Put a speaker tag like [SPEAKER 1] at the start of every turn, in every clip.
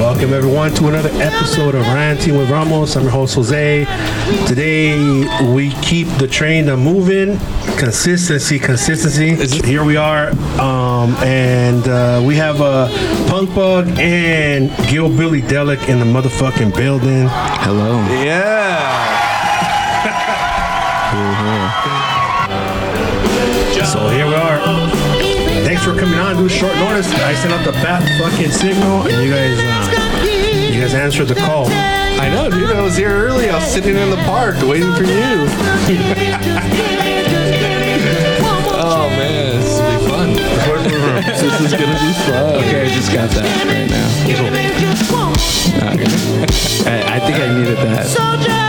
[SPEAKER 1] on to another episode of Ranting with Ramos. I'm your host Jose. Today we keep the train a moving. Consistency, consistency. Here we are, um, and uh, we have uh, Punk Bug and Gil Billy Delic in the motherfucking building.
[SPEAKER 2] Hello.
[SPEAKER 1] Yeah. so here we are. Thanks for coming on, dude. Short notice. I sent out the bat fucking signal, and you guys, uh, you guys answered the call.
[SPEAKER 2] I know, dude. I was here early. I was sitting in the park waiting for you. Oh man, this will be fun. this is gonna be fun. Okay, I just got that right now. I, I think I needed that.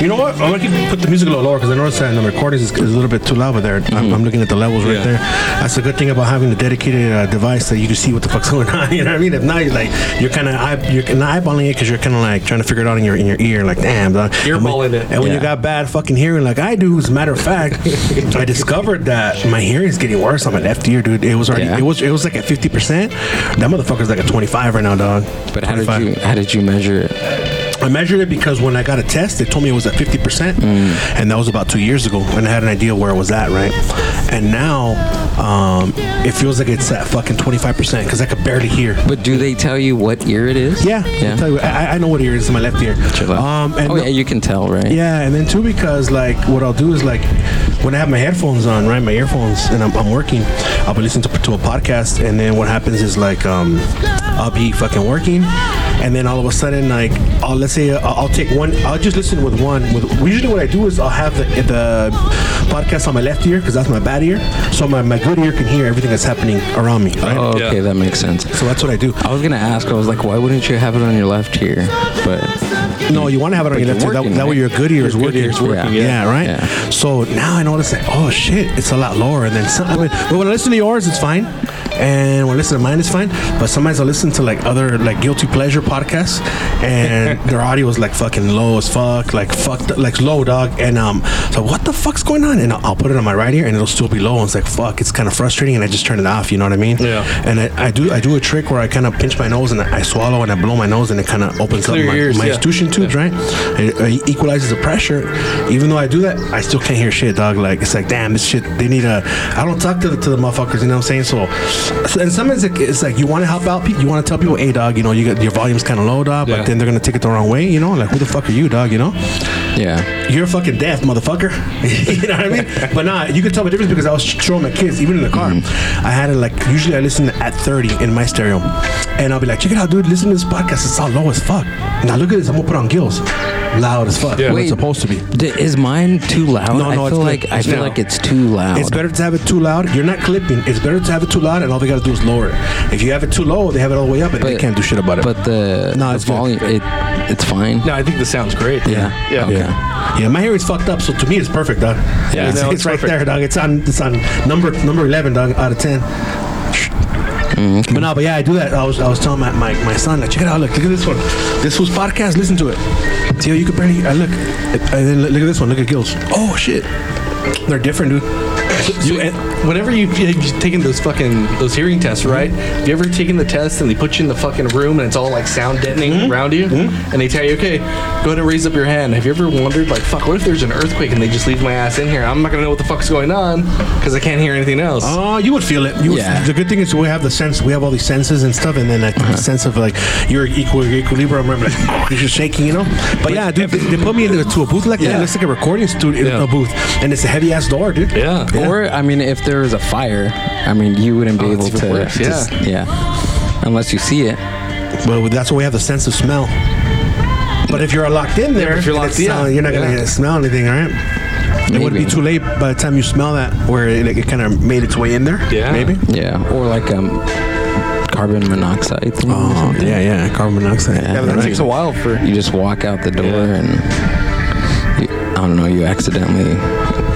[SPEAKER 1] You know what? I'm gonna keep, put the music a little lower because I noticed that in the recordings is, is a little bit too loud over there. I'm, I'm looking at the levels right
[SPEAKER 2] Mm-hmm. Yeah.
[SPEAKER 1] there. That's a good thing about having a dedicated uh, device that you can see what the fuck's going on. You know what I mean? If not, you're like you're kind of eye, you're kinda eyeballing it because you're kind of like trying to figure it out in your in your ear. Like damn, dog. And when-
[SPEAKER 2] Earballing it.
[SPEAKER 1] And when you
[SPEAKER 2] Yeah.
[SPEAKER 1] got bad fucking hearing, like I do, as a matter of fact, I discovered that my hearing is getting worse on my left ear, dude. It was already
[SPEAKER 2] Yeah.
[SPEAKER 1] it was it was like at fifty percent. That motherfucker's like at twenty five right now, dog.
[SPEAKER 2] But how
[SPEAKER 1] 25.
[SPEAKER 2] did you how did you measure it?
[SPEAKER 1] I measured it because when I got a test, they told me it was at 50%,
[SPEAKER 2] Mm.
[SPEAKER 1] and that was about two years ago, and I had an idea where it was at, right? And now, um, it feels like it's at fucking 25% because I could barely hear.
[SPEAKER 2] But do they tell you what ear it is?
[SPEAKER 1] Yeah,
[SPEAKER 2] Yeah.
[SPEAKER 1] I'll tell you, what, I, I know what ear is in my left ear. Um, and
[SPEAKER 2] oh yeah, you can tell, right?
[SPEAKER 1] yeah, and then too because like what I'll do is like when I have my headphones on, right, my earphones, and I'm, I'm working, I'll be listening to, to a podcast, and then what happens is like um, I'll be fucking working, and then all of a sudden like I'll let's say uh, I'll, I'll take one, I'll just listen with one. With usually what I do is I'll have the, the podcast on my left ear because that's my bad ear, so my, my good ear can hear everything that's happening around me, right?
[SPEAKER 2] Oh, okay,
[SPEAKER 3] Yeah.
[SPEAKER 2] that makes sense.
[SPEAKER 1] So that's what I do.
[SPEAKER 2] I was gonna ask. I was like, why wouldn't you have it on your left ear? But
[SPEAKER 1] No, you want to have it on your
[SPEAKER 2] you're
[SPEAKER 1] left ear. That,
[SPEAKER 2] working,
[SPEAKER 1] that way
[SPEAKER 2] right?
[SPEAKER 1] your good ear is
[SPEAKER 3] Your good
[SPEAKER 1] working.
[SPEAKER 3] ear is working,
[SPEAKER 1] Yeah,
[SPEAKER 3] yeah.
[SPEAKER 1] right?
[SPEAKER 2] Yeah.
[SPEAKER 1] So now I notice that, oh shit, it's a lot lower. And then some, I mean, but when I listen to yours, it's fine. And when I listen to mine, it's fine. But sometimes I listen to like other, like guilty pleasure podcasts, and their audio is like fucking low as fuck, like fucked, like low, dog. And um, so what the fuck's going on? And I'll, I'll put it on my right ear, and it'll still be low. And it's like, fuck, it's kind of frustrating. And I just turn it off, you know what I mean?
[SPEAKER 3] Yeah.
[SPEAKER 1] And I, I do I do a trick where I kind of pinch my nose and I swallow and I blow my nose, and it kind of opens
[SPEAKER 3] Clear
[SPEAKER 1] up my,
[SPEAKER 3] your ears,
[SPEAKER 1] my
[SPEAKER 3] yeah.
[SPEAKER 1] stu- Ocean tubes, right? It, it equalizes the pressure. Even though I do that, I still can't hear shit, dog. Like it's like, damn, this shit. They need a. I don't talk to the, to the motherfuckers. You know what I'm saying? So, so- and sometimes it, it's like you want to help out. people. You want to tell people, hey, dog, you know, you got your volume's kind of low, dog.
[SPEAKER 3] Yeah.
[SPEAKER 1] But then they're gonna take it the wrong way. You know, like who the fuck are you, dog? You know?
[SPEAKER 2] yeah,
[SPEAKER 1] you're fucking deaf, motherfucker. you know what I mean? But nah, you can tell the difference because I was showing my kids, even in the car.
[SPEAKER 2] Mm-hmm.
[SPEAKER 1] I had it like usually I listen at 30 in my stereo, and I'll be like, check it out, dude. Listen to this podcast. It's all low as fuck. Now look at this. I'm gonna put on gills, loud as fuck.
[SPEAKER 3] Yeah.
[SPEAKER 1] What
[SPEAKER 2] Wait.
[SPEAKER 1] it's supposed to be.
[SPEAKER 2] D- is mine too loud?
[SPEAKER 1] No, no,
[SPEAKER 2] I
[SPEAKER 1] it's
[SPEAKER 2] feel
[SPEAKER 1] good.
[SPEAKER 2] like I
[SPEAKER 1] It's
[SPEAKER 2] feel
[SPEAKER 1] loud.
[SPEAKER 2] like it's too loud.
[SPEAKER 1] It's better to have it too loud. You're not clipping. It's better to have it too loud, and all they gotta do is lower it. If you have it too low, they have it all the way up, and they
[SPEAKER 2] But-
[SPEAKER 1] can't do shit about it.
[SPEAKER 2] but the
[SPEAKER 1] No,
[SPEAKER 2] the
[SPEAKER 1] it's good.
[SPEAKER 2] volume it it's fine.
[SPEAKER 3] No, I think this sounds great.
[SPEAKER 2] Yeah.
[SPEAKER 3] Yeah.
[SPEAKER 2] Okay.
[SPEAKER 1] Yeah. Yeah, my hair is fucked up, so to me it's perfect, dog.
[SPEAKER 2] Yeah.
[SPEAKER 1] it's,
[SPEAKER 3] No,
[SPEAKER 1] it's
[SPEAKER 3] it's
[SPEAKER 1] right
[SPEAKER 3] perfect.
[SPEAKER 1] there, dog. It's on it's on number number eleven, dog, out of 10
[SPEAKER 3] Mm-hmm.
[SPEAKER 1] But no, but yeah, I do that. I was I was telling my, my, my son, like, check it out, look, look at this one. This was podcast. Listen to it. Tio, you could barely. I look, and then look, look at this one. Look at Gills. Oh shit, they're different, dude.
[SPEAKER 3] You, and whenever you've, you've taken those fucking those hearing tests, right? Have you ever taken the test and they put you in the fucking room and it's all like sound deadening around you, and they tell you, okay, go ahead and raise up your hand. Have you ever wondered, like, fuck, what if there's an earthquake and they just leave my ass in here? I'm not gonna know what the fuck's going on because I can't hear anything else.
[SPEAKER 1] Oh, you would feel it. You would-
[SPEAKER 2] Yeah.
[SPEAKER 1] the good thing is we have the sense. We have all these senses and stuff, and then like the sense of like your equal your equilibrium. I'm like you're just shaking, you know. But yeah, dude, they, they put me into to a booth like that.
[SPEAKER 2] Yeah.
[SPEAKER 1] It looks like a recording studio,
[SPEAKER 3] Yeah.
[SPEAKER 1] a booth, and it's a heavy ass door, dude.
[SPEAKER 3] Yeah.
[SPEAKER 2] Or I mean, if there was a fire, I mean, you wouldn't be
[SPEAKER 3] Oh, it's
[SPEAKER 2] able
[SPEAKER 3] even
[SPEAKER 2] to.
[SPEAKER 3] worse,
[SPEAKER 2] to s- yeah. Unless you see it.
[SPEAKER 1] But that's why we have the sense of smell. But if you're locked in there,
[SPEAKER 3] if you're
[SPEAKER 1] and
[SPEAKER 3] locked
[SPEAKER 1] it's
[SPEAKER 3] in,
[SPEAKER 1] sound- you're not gonna
[SPEAKER 3] yeah.
[SPEAKER 1] smell anything, right? It would be
[SPEAKER 2] Maybe.
[SPEAKER 1] too late by the time you smell that, where it, like, it kind of made its way in there.
[SPEAKER 3] Yeah.
[SPEAKER 1] maybe.
[SPEAKER 2] Yeah. Or like um, carbon monoxide. Thing or
[SPEAKER 1] Oh
[SPEAKER 2] something.
[SPEAKER 1] yeah, yeah, carbon monoxide.
[SPEAKER 2] Yeah,
[SPEAKER 3] yeah, but that
[SPEAKER 2] right.
[SPEAKER 3] takes a while for.
[SPEAKER 2] You just walk out the door
[SPEAKER 3] Yeah.
[SPEAKER 2] and you, I don't know. You accidentally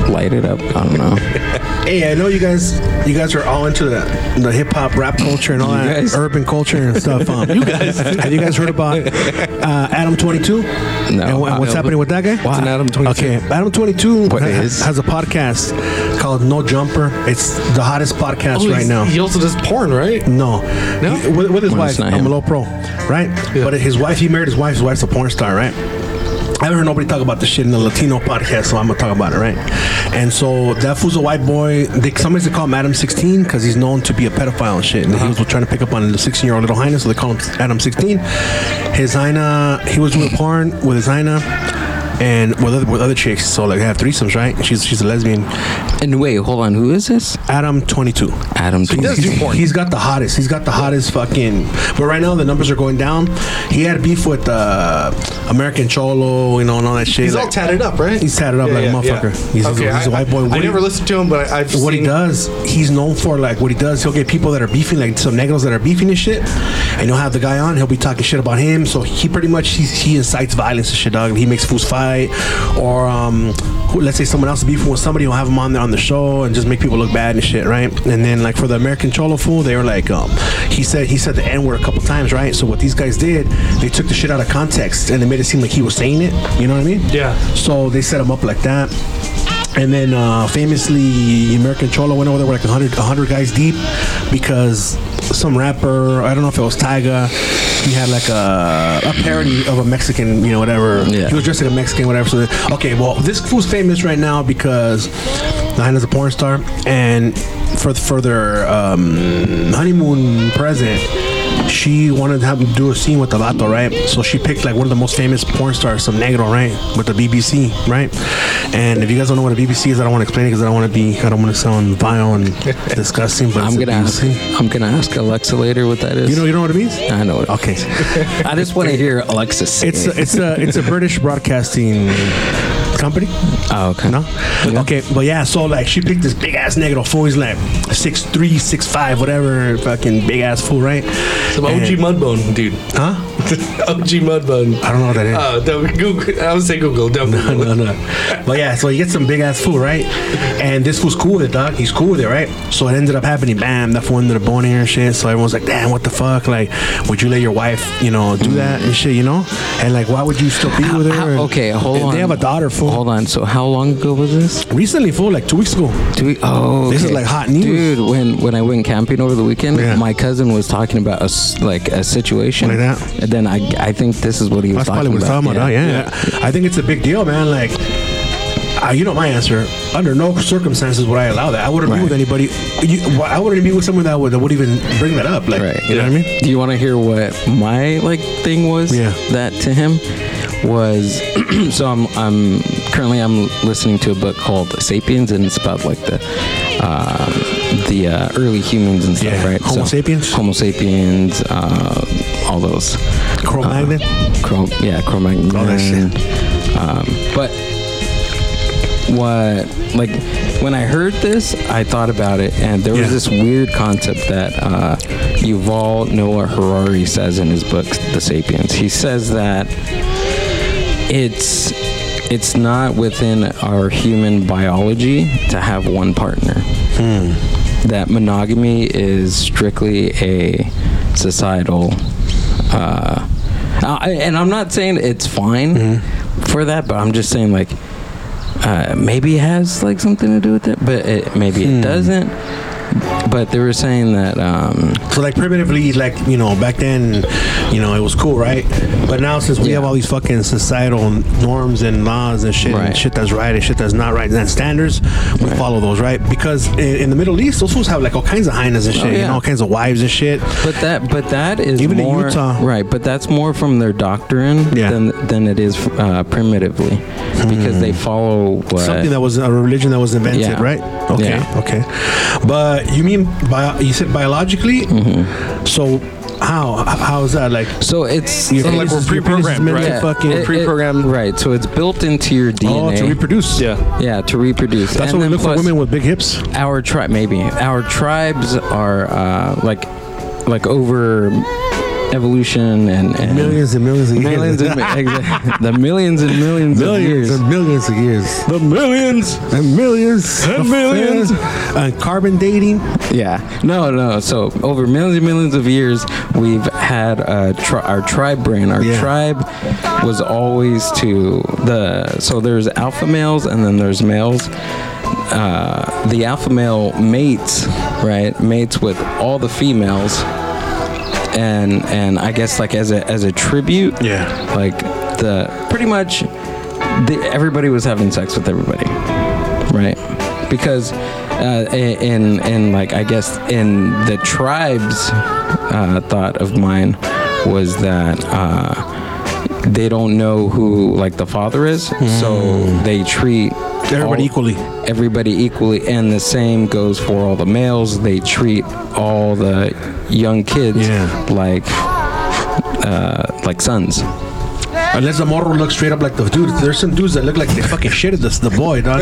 [SPEAKER 4] light it up. I don't know.
[SPEAKER 1] Hey, I know you guys. You guys are all into the, the hip hop, rap culture, and all that
[SPEAKER 4] guys.
[SPEAKER 1] urban culture and stuff. Um, you guys, have you guys heard about uh, Adam Twenty Two?
[SPEAKER 4] No.
[SPEAKER 1] And, wha- what's
[SPEAKER 4] No,
[SPEAKER 1] happening with that guy?
[SPEAKER 3] What's an Adam 22?
[SPEAKER 1] Okay, Adam Twenty Two
[SPEAKER 4] What is?
[SPEAKER 1] has a podcast called No Jumper. It's the hottest podcast
[SPEAKER 3] Oh,
[SPEAKER 1] right
[SPEAKER 3] he's-
[SPEAKER 1] now.
[SPEAKER 3] He also does porn, right?
[SPEAKER 1] No,
[SPEAKER 3] No?
[SPEAKER 1] He- with, with his
[SPEAKER 4] Well,
[SPEAKER 1] wife,
[SPEAKER 4] it's not
[SPEAKER 1] I'm
[SPEAKER 4] him.
[SPEAKER 1] a low pro, right? But his wife, he married his wife. His wife's a porn star, right? I haven't heard nobody talk about this shit in the Latino podcast, so I'm gonna talk about it, right? And so that fool's a white boy. They, some used to call him Adam 16 because he's known to be a pedophile and shit. And
[SPEAKER 3] Uh-huh.
[SPEAKER 1] he was trying to pick up on the 16 year old little Heina, so they call him Adam 16. His Heina, he was doing porn with his Heina and with other, with other chicks. So like they have threesomes, right? She's she's a lesbian.
[SPEAKER 4] And wait, hold on. Who is this?
[SPEAKER 1] Adam 22.
[SPEAKER 4] Adam.
[SPEAKER 1] He
[SPEAKER 4] Tooze.
[SPEAKER 1] he's, he's got the hottest. He's got the hottest fucking. But right now the numbers are going down. He had beef with uh, American Cholo, you know, and all that shit.
[SPEAKER 3] He's all
[SPEAKER 1] Like,
[SPEAKER 3] tatted up, right?
[SPEAKER 1] He's tatted up like a motherfucker. He's,
[SPEAKER 3] okay,
[SPEAKER 1] he's a white boy.
[SPEAKER 3] I, I
[SPEAKER 1] What he-
[SPEAKER 3] never listened to him, but I, I've
[SPEAKER 1] what
[SPEAKER 3] seen
[SPEAKER 1] he does, he's known for like what he does. He'll get people that are beefing, like some negros that are beefing and shit, and he'll have the guy on. He'll be talking shit about him. So he pretty much he, he incites violence and shit, dog. He makes fools fight, or um, who, let's say someone else is beefing with somebody, he'll have him on there on the show and just make people look bad and shit, right? And then like for the American Cholo fool, they were like, um, he said he said the N word a couple times, right? So what these guys did, they took the shit out of context and they made it seem like he was saying it. You know what I mean?
[SPEAKER 3] Yeah.
[SPEAKER 1] So they set him up like that. And then uh, famously, American Cholo went over there with like 100, 100 guys deep because some rapper, I don't know if it was Tyga, he had like a, a parody of a Mexican, you know, whatever.
[SPEAKER 4] Yeah.
[SPEAKER 1] He was dressed like a Mexican, whatever. So, they- okay, well, this fool's famous right now because Nina's a porn star. And for, for their um, honeymoon present, she wanted to have him do a scene with the vato, right? So she picked like one of the most famous porn stars, some negro, right? With the BBC, right? And if you guys don't know what a BBC is, I don't want to explain it because I don't want to be, I don't want to sound vile and disgusting. But
[SPEAKER 4] I'm
[SPEAKER 1] it's a
[SPEAKER 4] gonna ask.
[SPEAKER 1] BBC.
[SPEAKER 4] I'm gonna ask Alexa later what that is.
[SPEAKER 1] You know, you know what it means?
[SPEAKER 4] I know. What
[SPEAKER 1] Okay.
[SPEAKER 4] I just want to hear Alexa say.
[SPEAKER 1] It's
[SPEAKER 4] it.
[SPEAKER 1] a, it's a it's a British broadcasting company.
[SPEAKER 4] oh, okay.
[SPEAKER 1] No. Okay, but yeah, so like she picked this big ass negro fool. He's like six three, six five, whatever, fucking big ass fool, right?
[SPEAKER 3] some OG
[SPEAKER 1] And-
[SPEAKER 3] Mudbone, dude.
[SPEAKER 1] huh?
[SPEAKER 3] OG Mudbone.
[SPEAKER 1] I don't know what that is.
[SPEAKER 3] Uh, don't Google. I would say Google. Don't Google.
[SPEAKER 1] no, no. But yeah, so you get some big ass fool, right? And this fool's cool with it, dog. He's cool with it, right? So it ended up happening. Bam, that fool ended up boning her and shit. So everyone's like, damn, what the fuck? Like, would you let your wife, you know, do that and shit, you know? And like, why would you still be with her?
[SPEAKER 4] How-
[SPEAKER 1] And-
[SPEAKER 4] okay, hold
[SPEAKER 1] and
[SPEAKER 4] on.
[SPEAKER 1] They have a daughter, fool.
[SPEAKER 4] Hold on. So how long ago was this?
[SPEAKER 1] Recently, fool, like two weeks ago.
[SPEAKER 4] Do we, oh,
[SPEAKER 1] This is
[SPEAKER 4] okay.
[SPEAKER 1] like hot news.
[SPEAKER 4] dude. When when I went camping over the weekend,
[SPEAKER 1] Yeah.
[SPEAKER 4] my cousin was talking about a s- like a situation
[SPEAKER 1] Like that?
[SPEAKER 4] And then I I think this is what he was
[SPEAKER 1] That's probably
[SPEAKER 4] talking
[SPEAKER 1] what we're
[SPEAKER 4] about.
[SPEAKER 1] talking about. Yeah. I think it's a big deal, man. Like, uh, you know my answer. Under no circumstances would I allow that. I wouldn't be
[SPEAKER 4] Right.
[SPEAKER 1] with anybody. You, why- I wouldn't be with someone that would that would even bring that up. Like,
[SPEAKER 4] Right.
[SPEAKER 1] you know what I mean?
[SPEAKER 4] Do you want to hear what my like thing was?
[SPEAKER 1] Yeah.
[SPEAKER 4] That to him was so I'm I'm currently I'm listening to a book called Sapiens and it's about like the um, the uh, early humans and stuff,
[SPEAKER 1] Yeah.
[SPEAKER 4] right?
[SPEAKER 1] Homo sapiens?
[SPEAKER 4] Homo sapiens, uh, all those. Uh-huh.
[SPEAKER 1] Cro-Magnon?
[SPEAKER 4] Cro- yeah, Cro-Magnon.
[SPEAKER 1] All Oh, that shit.
[SPEAKER 4] Um, but what like when I heard this, I thought about it, and there was
[SPEAKER 1] Yeah.
[SPEAKER 4] this weird concept that uh, Yuval Noah Harari says in his book The Sapiens. He says that it's it's not within our human biology to have one partner. That monogamy is strictly a societal. Uh, I- and I'm not saying it's fine
[SPEAKER 1] Mm-hmm.
[SPEAKER 4] for that, but I'm just saying like uh, maybe it has like something to do with it, but it, maybe
[SPEAKER 1] Hmm.
[SPEAKER 4] it doesn't. But they were saying that um,
[SPEAKER 1] So like primitively, like you know, back then, you know, it was cool, right? But now since we
[SPEAKER 4] Yeah.
[SPEAKER 1] have all these fucking societal norms and laws and shit, and
[SPEAKER 4] Right.
[SPEAKER 1] shit that's right and shit that's not right, and standards, we follow those, right? Because in, in the Middle East, those fools have like all kinds of hyenas and shit, you
[SPEAKER 4] Oh, yeah.
[SPEAKER 1] know, all kinds of wives and shit.
[SPEAKER 4] But that, but that is
[SPEAKER 1] Even in
[SPEAKER 4] more,
[SPEAKER 1] Utah.
[SPEAKER 4] right? But that's more from their doctrine
[SPEAKER 1] Yeah.
[SPEAKER 4] than than it is uh, primitively, because they follow what,
[SPEAKER 1] Hmm. Something that was a religion that was invented,
[SPEAKER 4] Yeah.
[SPEAKER 1] right? Okay,
[SPEAKER 4] Yeah.
[SPEAKER 1] okay. But you mean bio, you said biologically?
[SPEAKER 5] Mm-hmm.
[SPEAKER 1] So how how is that like?
[SPEAKER 4] So it's
[SPEAKER 1] Your
[SPEAKER 4] it's-
[SPEAKER 1] penis
[SPEAKER 3] like we're
[SPEAKER 1] is- your penis is
[SPEAKER 3] pre-programmed,
[SPEAKER 1] meant to
[SPEAKER 4] yeah,
[SPEAKER 1] Fucking
[SPEAKER 4] it- it-
[SPEAKER 3] pre-programmed.
[SPEAKER 4] right? So it's built into your DNA.
[SPEAKER 1] oh, to reproduce.
[SPEAKER 3] Yeah.
[SPEAKER 4] yeah, to reproduce.
[SPEAKER 1] That's
[SPEAKER 4] And
[SPEAKER 1] what we
[SPEAKER 4] then
[SPEAKER 1] look for
[SPEAKER 4] plus-
[SPEAKER 1] women with big hips.
[SPEAKER 4] our tribe maybe our tribes are uh, like like over evolution and, and
[SPEAKER 5] Millions and millions of years.
[SPEAKER 4] millions and mi- exa- the millions and millions,
[SPEAKER 5] millions
[SPEAKER 4] of years.
[SPEAKER 5] and millions of years.
[SPEAKER 1] The millions
[SPEAKER 5] And millions.
[SPEAKER 1] and millions
[SPEAKER 5] And carbon dating.
[SPEAKER 4] yeah, no, no. So over millions and millions of years, we've had uh, tri- our tribe brain. Our
[SPEAKER 5] Yeah.
[SPEAKER 4] tribe was always to the so there's alpha males and then there's males. Uh, the alpha male mates, right? Mates with all the females, and and I guess like as a as a tribute,
[SPEAKER 1] Yeah.
[SPEAKER 4] like the pretty much the, everybody was having sex with everybody right because uh, i- in in like i guess in the tribes uh, thought of mine was that uh, they don't know who like the father is so they treat
[SPEAKER 1] Hmm. Everybody
[SPEAKER 4] all-
[SPEAKER 1] equally.
[SPEAKER 4] everybody equally and the same goes for all the males they treat all the young kids
[SPEAKER 1] Yeah.
[SPEAKER 4] like uh, like sons
[SPEAKER 1] Unless the morro looks straight up like the dude. There's some dudes that look like they fucking shitted this, the boy, dog.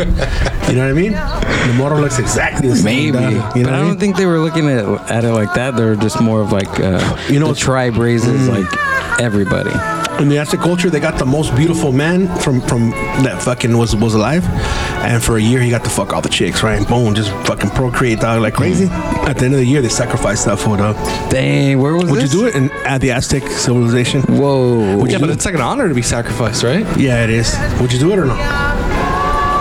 [SPEAKER 1] You know what I mean? The morro looks exactly the
[SPEAKER 4] Maybe,
[SPEAKER 1] same. dog. You know what
[SPEAKER 4] but I
[SPEAKER 1] I
[SPEAKER 4] don't
[SPEAKER 1] mean?
[SPEAKER 4] think they were looking at, at it like that. They were just more of like, uh,
[SPEAKER 1] You
[SPEAKER 4] you
[SPEAKER 1] know, Mm.
[SPEAKER 4] know, the
[SPEAKER 1] it's-
[SPEAKER 4] tribe raises like everybody.
[SPEAKER 1] In the Aztec culture, they got the most beautiful man from from that fucking was was alive, and for a year he got to fuck all the chicks, right? And boom, just fucking procreate dog like crazy. At the end of the year, they sacrificed that for dog.
[SPEAKER 4] Dang, where was
[SPEAKER 1] Would
[SPEAKER 4] this?
[SPEAKER 1] you do it in, at the Aztec civilization?
[SPEAKER 4] Whoa.
[SPEAKER 3] Yeah, but it's like an honor to be sacrificed, right?
[SPEAKER 1] Yeah, it is. Would you do it or not?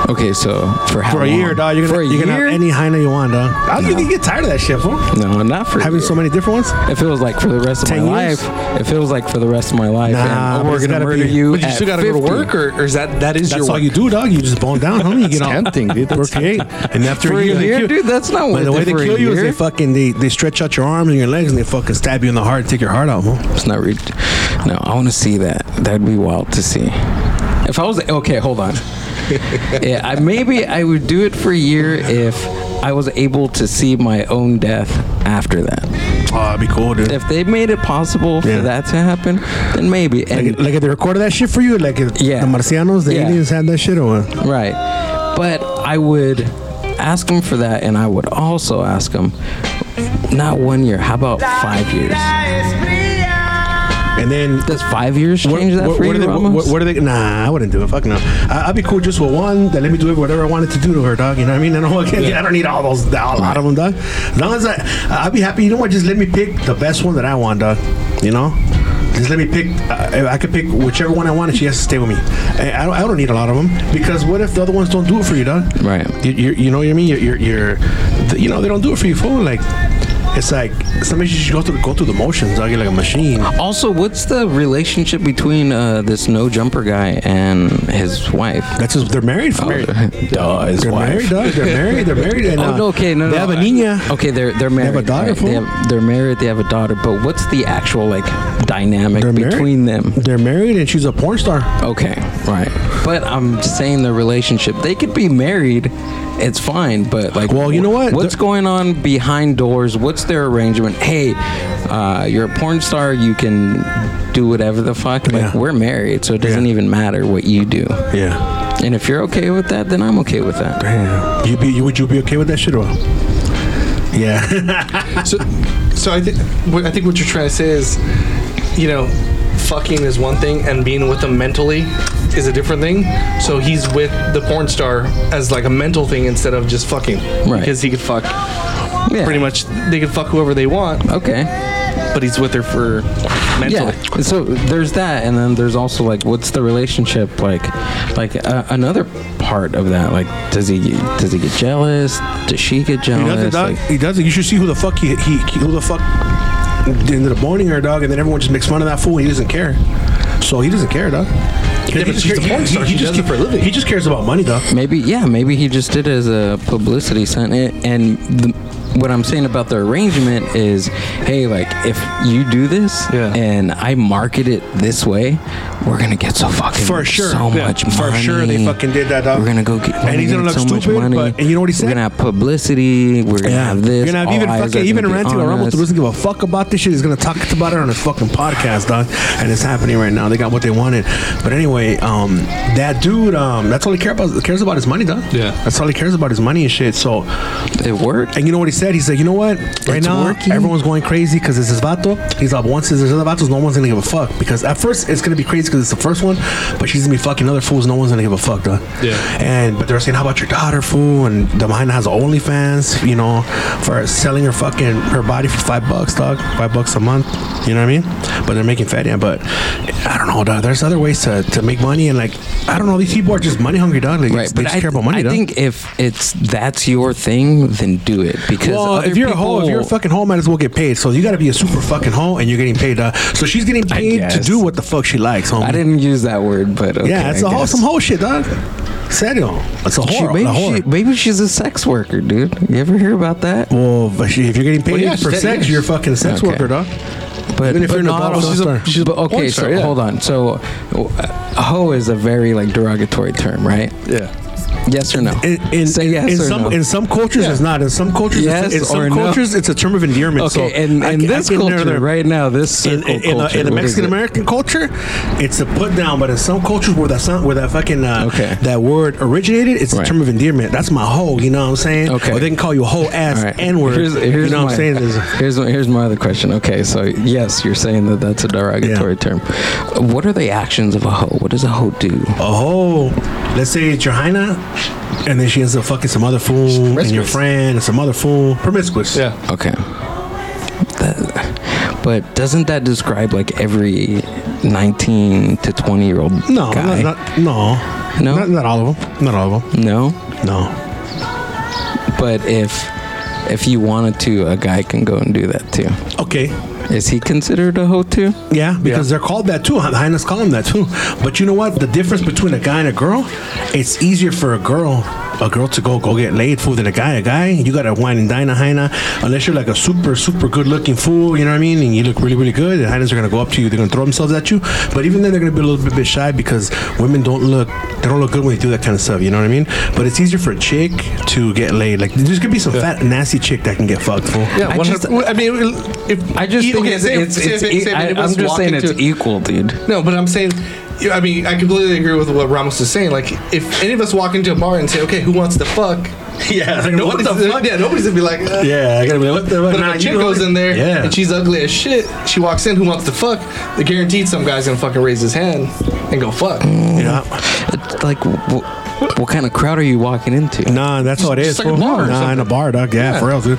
[SPEAKER 4] okay, so for how
[SPEAKER 1] For a
[SPEAKER 4] long?
[SPEAKER 1] year, dog. You're gonna
[SPEAKER 4] for a
[SPEAKER 1] you're gonna
[SPEAKER 4] year?
[SPEAKER 1] have any hyena you want, dog. I don't think you get tired of that shit, fool.
[SPEAKER 4] no, not for a
[SPEAKER 1] Having
[SPEAKER 4] year.
[SPEAKER 1] so many different ones.
[SPEAKER 4] If it was like for the rest of
[SPEAKER 1] 10
[SPEAKER 4] my
[SPEAKER 1] years?
[SPEAKER 4] life, if it was like for the rest of my life,
[SPEAKER 1] Nah,
[SPEAKER 4] and,
[SPEAKER 1] but
[SPEAKER 4] oh, we're
[SPEAKER 1] it's
[SPEAKER 4] gonna
[SPEAKER 1] gotta
[SPEAKER 4] murder
[SPEAKER 1] be-
[SPEAKER 4] you.
[SPEAKER 3] But you
[SPEAKER 4] at
[SPEAKER 3] still gotta go to
[SPEAKER 4] 50.
[SPEAKER 3] work, or, or is that that is
[SPEAKER 1] That's
[SPEAKER 3] your
[SPEAKER 1] all
[SPEAKER 3] work?
[SPEAKER 1] you do, dog. You just bone down, homie. You get all
[SPEAKER 4] tempting, dude. That's
[SPEAKER 1] procreate, and after
[SPEAKER 4] For a
[SPEAKER 1] they
[SPEAKER 4] year,
[SPEAKER 1] kill-
[SPEAKER 4] dude, that's not
[SPEAKER 1] But
[SPEAKER 4] worth
[SPEAKER 1] the way
[SPEAKER 4] it
[SPEAKER 1] they
[SPEAKER 4] for a
[SPEAKER 1] kill you is they
[SPEAKER 4] year.
[SPEAKER 1] fucking they, they stretch out your arms and your legs and they fucking stab you in the heart and take your heart out, man.
[SPEAKER 4] It's not read. No, I want to see that. That'd be wild to see. If I was okay, hold on. yeah, I, maybe I would do it for a year if I was able to see my own death after that.
[SPEAKER 1] Oh, that'd be cool, dude.
[SPEAKER 4] If they made it possible for
[SPEAKER 1] Yeah.
[SPEAKER 4] that to happen, then maybe.
[SPEAKER 1] like,
[SPEAKER 4] And
[SPEAKER 1] like if they recorded that shit for you, like if
[SPEAKER 4] Yeah.
[SPEAKER 1] the Marcianos, the
[SPEAKER 4] Yeah.
[SPEAKER 1] aliens had that shit, or what?
[SPEAKER 4] right, but I would ask them for that, and I would also ask them, not one year. How about five years?
[SPEAKER 1] and then
[SPEAKER 4] Does five years change that for
[SPEAKER 1] what,
[SPEAKER 4] you,
[SPEAKER 1] do they, what,
[SPEAKER 4] Ramos?
[SPEAKER 1] what do they? Nah, I wouldn't do it. Fuck no. I, I'd be cool just with one that let me do whatever I wanted to do to her, dog. You know what I mean? I don't, I don't need all those, all, lot of them, dog. As long as I, I'd be happy. You know what? Just let me pick the best one that I want, dog. You know. Just let me pick. Uh, I could pick whichever one I want, and she has to stay with me. I, I, don't, I don't need a lot of them because what if the other ones don't do it for you, dog?
[SPEAKER 4] Right.
[SPEAKER 1] You, you, you know what I mean? You're, you're, you're th- you know, they don't do it for you, fool. Like, it's like somebody should go through go through the motions. dog. You're like a machine.
[SPEAKER 4] Also, what's the relationship between uh, this no jumper guy and his wife?
[SPEAKER 1] That's just, they're married. Fool.
[SPEAKER 4] Duh, his
[SPEAKER 1] They're married, dog. They're married. They're married. And,
[SPEAKER 4] Oh,
[SPEAKER 1] uh,
[SPEAKER 4] no, okay, no, no.
[SPEAKER 1] They have a
[SPEAKER 4] I-
[SPEAKER 1] niña.
[SPEAKER 4] Okay, they're they're married.
[SPEAKER 1] have a daughter,
[SPEAKER 4] right? They
[SPEAKER 1] fool.
[SPEAKER 4] have, they're married. They have a daughter. But what's the actual like dynamic
[SPEAKER 1] They're married.
[SPEAKER 4] between them?
[SPEAKER 1] They're married, and she's a porn star.
[SPEAKER 4] Okay, right. But I'm just saying the relationship. They could be married. It's fine, but like,
[SPEAKER 1] Well, you know what?
[SPEAKER 4] What's going on behind doors? What's their arrangement? Hey, uh, you're a porn star. You can do whatever the fuck. Like,
[SPEAKER 1] Yeah.
[SPEAKER 4] we're married, so it doesn't
[SPEAKER 1] Yeah.
[SPEAKER 4] even matter what you do.
[SPEAKER 1] Yeah.
[SPEAKER 4] And if you're okay with that, then I'm okay with that.
[SPEAKER 1] Damn. You be you would you be okay with that shit or? what? Yeah.
[SPEAKER 3] So, so I think I think what you're trying to say is, you know, fucking is one thing, and being with them mentally is a different thing. So he's with the porn star as like a mental thing instead of just fucking,
[SPEAKER 4] Right.
[SPEAKER 3] Because he could fuck
[SPEAKER 4] Yeah.
[SPEAKER 3] pretty much. They could fuck whoever they want,
[SPEAKER 4] Okay.
[SPEAKER 3] but he's with her for mentally.
[SPEAKER 4] Yeah. So there's that, and then there's also like, what's the relationship like? Like uh, another part of that, like, does he does he get jealous? Does she get
[SPEAKER 1] He
[SPEAKER 4] jealous?
[SPEAKER 1] doesn't, dog.
[SPEAKER 4] Like,
[SPEAKER 1] He doesn't. You should see who the fuck he, he who the fuck ended up boning her, dog, and then everyone just makes fun of that fool. He doesn't care. So he doesn't care, dog. He,
[SPEAKER 3] but she's a porn star. She does it for a living.
[SPEAKER 1] he just cares about money, dog.
[SPEAKER 4] maybe yeah, maybe he just did it as a publicity stunt. And- And the, what I'm saying about the arrangement is, hey, like if you do this
[SPEAKER 3] Yeah.
[SPEAKER 4] and I market it this way, we're gonna get so fucking
[SPEAKER 1] For sure.
[SPEAKER 4] so
[SPEAKER 1] Yeah.
[SPEAKER 4] much
[SPEAKER 1] For
[SPEAKER 4] money.
[SPEAKER 1] sure they fucking did that, dog.
[SPEAKER 4] We're gonna go get
[SPEAKER 1] And he's
[SPEAKER 4] we're
[SPEAKER 1] gonna
[SPEAKER 4] get
[SPEAKER 1] look
[SPEAKER 4] so
[SPEAKER 1] stupid,
[SPEAKER 4] much money.
[SPEAKER 1] but- and you know what he said?
[SPEAKER 4] We're gonna have publicity. We're gonna have this.
[SPEAKER 1] You're gonna have
[SPEAKER 4] all
[SPEAKER 1] even
[SPEAKER 4] eyes are
[SPEAKER 1] fucking
[SPEAKER 4] gonna
[SPEAKER 1] even
[SPEAKER 4] be
[SPEAKER 1] Ranty
[SPEAKER 4] on
[SPEAKER 1] Ramos
[SPEAKER 4] us.
[SPEAKER 1] doesn't give a fuck about this shit. He's gonna talk about it on his fucking podcast, dog. And it's happening right now. They got what they wanted. But anyway, um, that dude, um, that's all he cares about. Cares about his money, dog.
[SPEAKER 3] Yeah.
[SPEAKER 1] That's all he cares about his money and shit. So,
[SPEAKER 4] It worked.
[SPEAKER 1] and you know what he said, he's like, you know what? Right
[SPEAKER 4] It's
[SPEAKER 1] now,
[SPEAKER 4] working."
[SPEAKER 1] everyone's going crazy because it's his vato. He's like, once there's other vatos, no one's gonna give a fuck. Because at first, it's gonna be crazy because it's the first one, but she's gonna be fucking other fools. No one's gonna give a fuck, though.
[SPEAKER 3] Yeah.
[SPEAKER 1] And but they're saying, how about your daughter, fool? And the mine has OnlyFans, you know, for selling her fucking her body for five bucks, dog, five bucks a month. You know what I mean? But they're making fat, yeah. But I don't know, dog. There's other ways to, to make money, and like I don't know, these people are just money hungry, dog. Like,
[SPEAKER 4] Right,
[SPEAKER 1] they
[SPEAKER 4] but
[SPEAKER 1] just
[SPEAKER 4] I,
[SPEAKER 1] care about money,
[SPEAKER 4] I
[SPEAKER 1] dog.
[SPEAKER 4] think if it's that's your thing, then do it because
[SPEAKER 1] Well,
[SPEAKER 4] other
[SPEAKER 1] if you're
[SPEAKER 4] people,
[SPEAKER 1] a hoe, if you're a fucking hoe, might as well get paid. So you got to be a super fucking hoe, and you're getting paid. Uh, so she's getting paid to
[SPEAKER 4] guess.
[SPEAKER 1] do what the fuck she likes, homie.
[SPEAKER 4] I didn't use that word, but okay,
[SPEAKER 1] yeah, it's a
[SPEAKER 4] I
[SPEAKER 1] whole,
[SPEAKER 4] guess.
[SPEAKER 1] some hoe shit, dog. Serio, it's a whore.
[SPEAKER 4] She,
[SPEAKER 1] a
[SPEAKER 4] maybe,
[SPEAKER 1] whore.
[SPEAKER 4] she, maybe she's a sex worker, dude. You ever hear about that?
[SPEAKER 1] well, but she- if you're getting paid
[SPEAKER 3] Well, yeah,
[SPEAKER 1] for
[SPEAKER 3] she-
[SPEAKER 1] sex, you're a fucking sex
[SPEAKER 4] Okay.
[SPEAKER 1] worker, dog.
[SPEAKER 4] But,
[SPEAKER 1] Even if
[SPEAKER 4] but
[SPEAKER 1] you're in a
[SPEAKER 4] not
[SPEAKER 1] bottle
[SPEAKER 4] all-
[SPEAKER 1] she's a-
[SPEAKER 4] star.
[SPEAKER 1] she's a
[SPEAKER 4] But okay,
[SPEAKER 1] porn
[SPEAKER 4] so
[SPEAKER 1] star, yeah.
[SPEAKER 4] hold on. So, uh, hoe is a very like derogatory term, right?
[SPEAKER 3] Yeah.
[SPEAKER 4] Yes or no?
[SPEAKER 1] In, in,
[SPEAKER 4] Say yes
[SPEAKER 1] in
[SPEAKER 4] or
[SPEAKER 1] some
[SPEAKER 4] no.
[SPEAKER 1] in some cultures, it's not. In some cultures,
[SPEAKER 4] Yes
[SPEAKER 1] it's, in
[SPEAKER 4] or
[SPEAKER 1] some
[SPEAKER 4] no?
[SPEAKER 1] cultures, it's a term of endearment.
[SPEAKER 4] okay,
[SPEAKER 1] so
[SPEAKER 4] and in,
[SPEAKER 1] I can- I
[SPEAKER 4] this
[SPEAKER 1] can
[SPEAKER 4] culture
[SPEAKER 1] neither-
[SPEAKER 4] right now, this
[SPEAKER 1] in,
[SPEAKER 4] circle
[SPEAKER 1] in, uh, in,
[SPEAKER 4] culture,
[SPEAKER 1] the, in the
[SPEAKER 4] what is
[SPEAKER 1] Mexican
[SPEAKER 4] it?
[SPEAKER 1] American culture, it's a put down. But in some cultures where that sound, where that fucking uh,
[SPEAKER 4] Okay.
[SPEAKER 1] that word originated, it's a
[SPEAKER 4] Right.
[SPEAKER 1] term of endearment. That's my hoe. You know what I'm saying?
[SPEAKER 4] Okay.
[SPEAKER 1] Or they can call you a hoe ass
[SPEAKER 4] All right.
[SPEAKER 1] n word.
[SPEAKER 4] Here's, here's
[SPEAKER 1] You know
[SPEAKER 4] my,
[SPEAKER 1] what I'm saying? There's-
[SPEAKER 4] Here's my, here's my other question. Okay, so yes, you're saying that that's a derogatory term. What are the actions of a hoe? What does a hoe do?
[SPEAKER 1] a hoe. Let's say it's your hyena, and then she ends up fucking some other fool, and your
[SPEAKER 3] promiscuous.
[SPEAKER 1] friend, and some other fool, promiscuous.
[SPEAKER 3] Yeah.
[SPEAKER 4] Okay. That, but doesn't that describe like every 19 to 20 year old
[SPEAKER 1] No,
[SPEAKER 4] guy?
[SPEAKER 1] not, not no,
[SPEAKER 4] No?
[SPEAKER 1] not, not all of them. Not all of them.
[SPEAKER 4] no,
[SPEAKER 1] No.
[SPEAKER 4] but if if you wanted to, a guy can go and do that too.
[SPEAKER 1] Okay.
[SPEAKER 4] Is he considered a hoe too?
[SPEAKER 1] Yeah, because they're called that too. Hyenas call them that too. But you know what? The difference between a guy and a girl, it's easier for a girl, a girl to go go get laid fool than a guy. A guy, you gotta wine and dine a hyena unless you're like a super super good looking fool. You know what I mean? And you look really really good. And hyenas are gonna go up to you. They're gonna throw themselves at you. But even then, they're gonna be a little bit, bit shy because women don't look they don't look good when they do that kind of stuff. You know what I mean? But it's easier for a chick to get laid. Like there's gonna be some fat nasty chick that can get fucked fool.
[SPEAKER 3] Yeah,
[SPEAKER 4] I
[SPEAKER 3] one
[SPEAKER 4] just-
[SPEAKER 3] hundred. I mean, if
[SPEAKER 4] I just
[SPEAKER 3] e-
[SPEAKER 4] think
[SPEAKER 3] okay,
[SPEAKER 4] it's,
[SPEAKER 3] say if-
[SPEAKER 4] it's,
[SPEAKER 3] say
[SPEAKER 4] it's,
[SPEAKER 3] if-
[SPEAKER 4] e-
[SPEAKER 3] say if
[SPEAKER 4] I,
[SPEAKER 3] it
[SPEAKER 4] I'm
[SPEAKER 3] was
[SPEAKER 4] just saying
[SPEAKER 3] walking
[SPEAKER 4] it's
[SPEAKER 3] to-
[SPEAKER 4] equal, dude.
[SPEAKER 3] No, but I'm saying, I mean, I completely agree with what Ramos is saying. Like, if any of us walk into a bar and say, "Okay, who wants to fuck?"
[SPEAKER 1] Yeah, like, what
[SPEAKER 3] nobody's
[SPEAKER 1] the fuck?
[SPEAKER 3] Yeah, nobody's gonna be like. Uh,
[SPEAKER 1] Yeah, I gotta be like, what the fuck?
[SPEAKER 3] But
[SPEAKER 1] Nah,
[SPEAKER 3] if a
[SPEAKER 1] you
[SPEAKER 3] chick
[SPEAKER 1] go-
[SPEAKER 3] goes in there
[SPEAKER 1] Yeah.
[SPEAKER 3] and she's ugly as shit, she walks in. Who wants to fuck? They guaranteed some guy's gonna fucking raise his hand and go fuck.
[SPEAKER 1] Yeah.
[SPEAKER 4] It's like, what, what kind of crowd are you walking into?
[SPEAKER 1] Nah, that's what it is.
[SPEAKER 3] Just like a
[SPEAKER 1] fool.
[SPEAKER 3] bar or
[SPEAKER 1] nah, in a
[SPEAKER 3] something.
[SPEAKER 1] bar, dog. Yeah, for real, dude.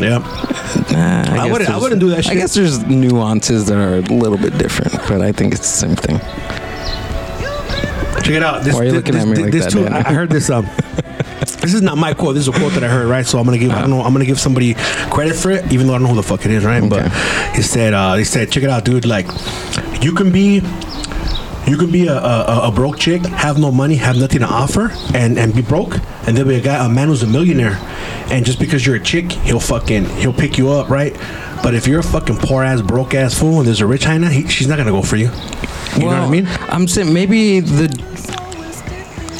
[SPEAKER 1] Yeah.
[SPEAKER 4] Nah, I, guess
[SPEAKER 1] wouldn't- I
[SPEAKER 4] there's-
[SPEAKER 1] wouldn't do that
[SPEAKER 4] I
[SPEAKER 1] shit.
[SPEAKER 4] guess there's nuances that are a little bit different, but I think it's the same thing.
[SPEAKER 1] Check it out. This,
[SPEAKER 4] Why are you
[SPEAKER 1] thi-
[SPEAKER 4] looking
[SPEAKER 1] this,
[SPEAKER 4] at me
[SPEAKER 1] thi-
[SPEAKER 4] like
[SPEAKER 1] this
[SPEAKER 4] that,
[SPEAKER 1] too-
[SPEAKER 4] man?
[SPEAKER 1] I I heard this. Um, this is not my quote. This is a quote that I heard. Right. So I'm gonna give. I don't know. I'm gonna give somebody credit for it, even though I don't know who the fuck it is. Right. But he said. Uh, he said, check it out, dude. Like, you can be. You can be a, a, a broke chick, have no money, have nothing to offer, and, and be broke, and there'll be a guy, a man who's a millionaire, and just because you're a chick, he'll fucking he'll pick you up, right? But if you're a fucking poor ass, broke ass fool, and there's a rich hyena, he, she's not gonna go for you. You know what I mean?
[SPEAKER 4] I'm saying maybe the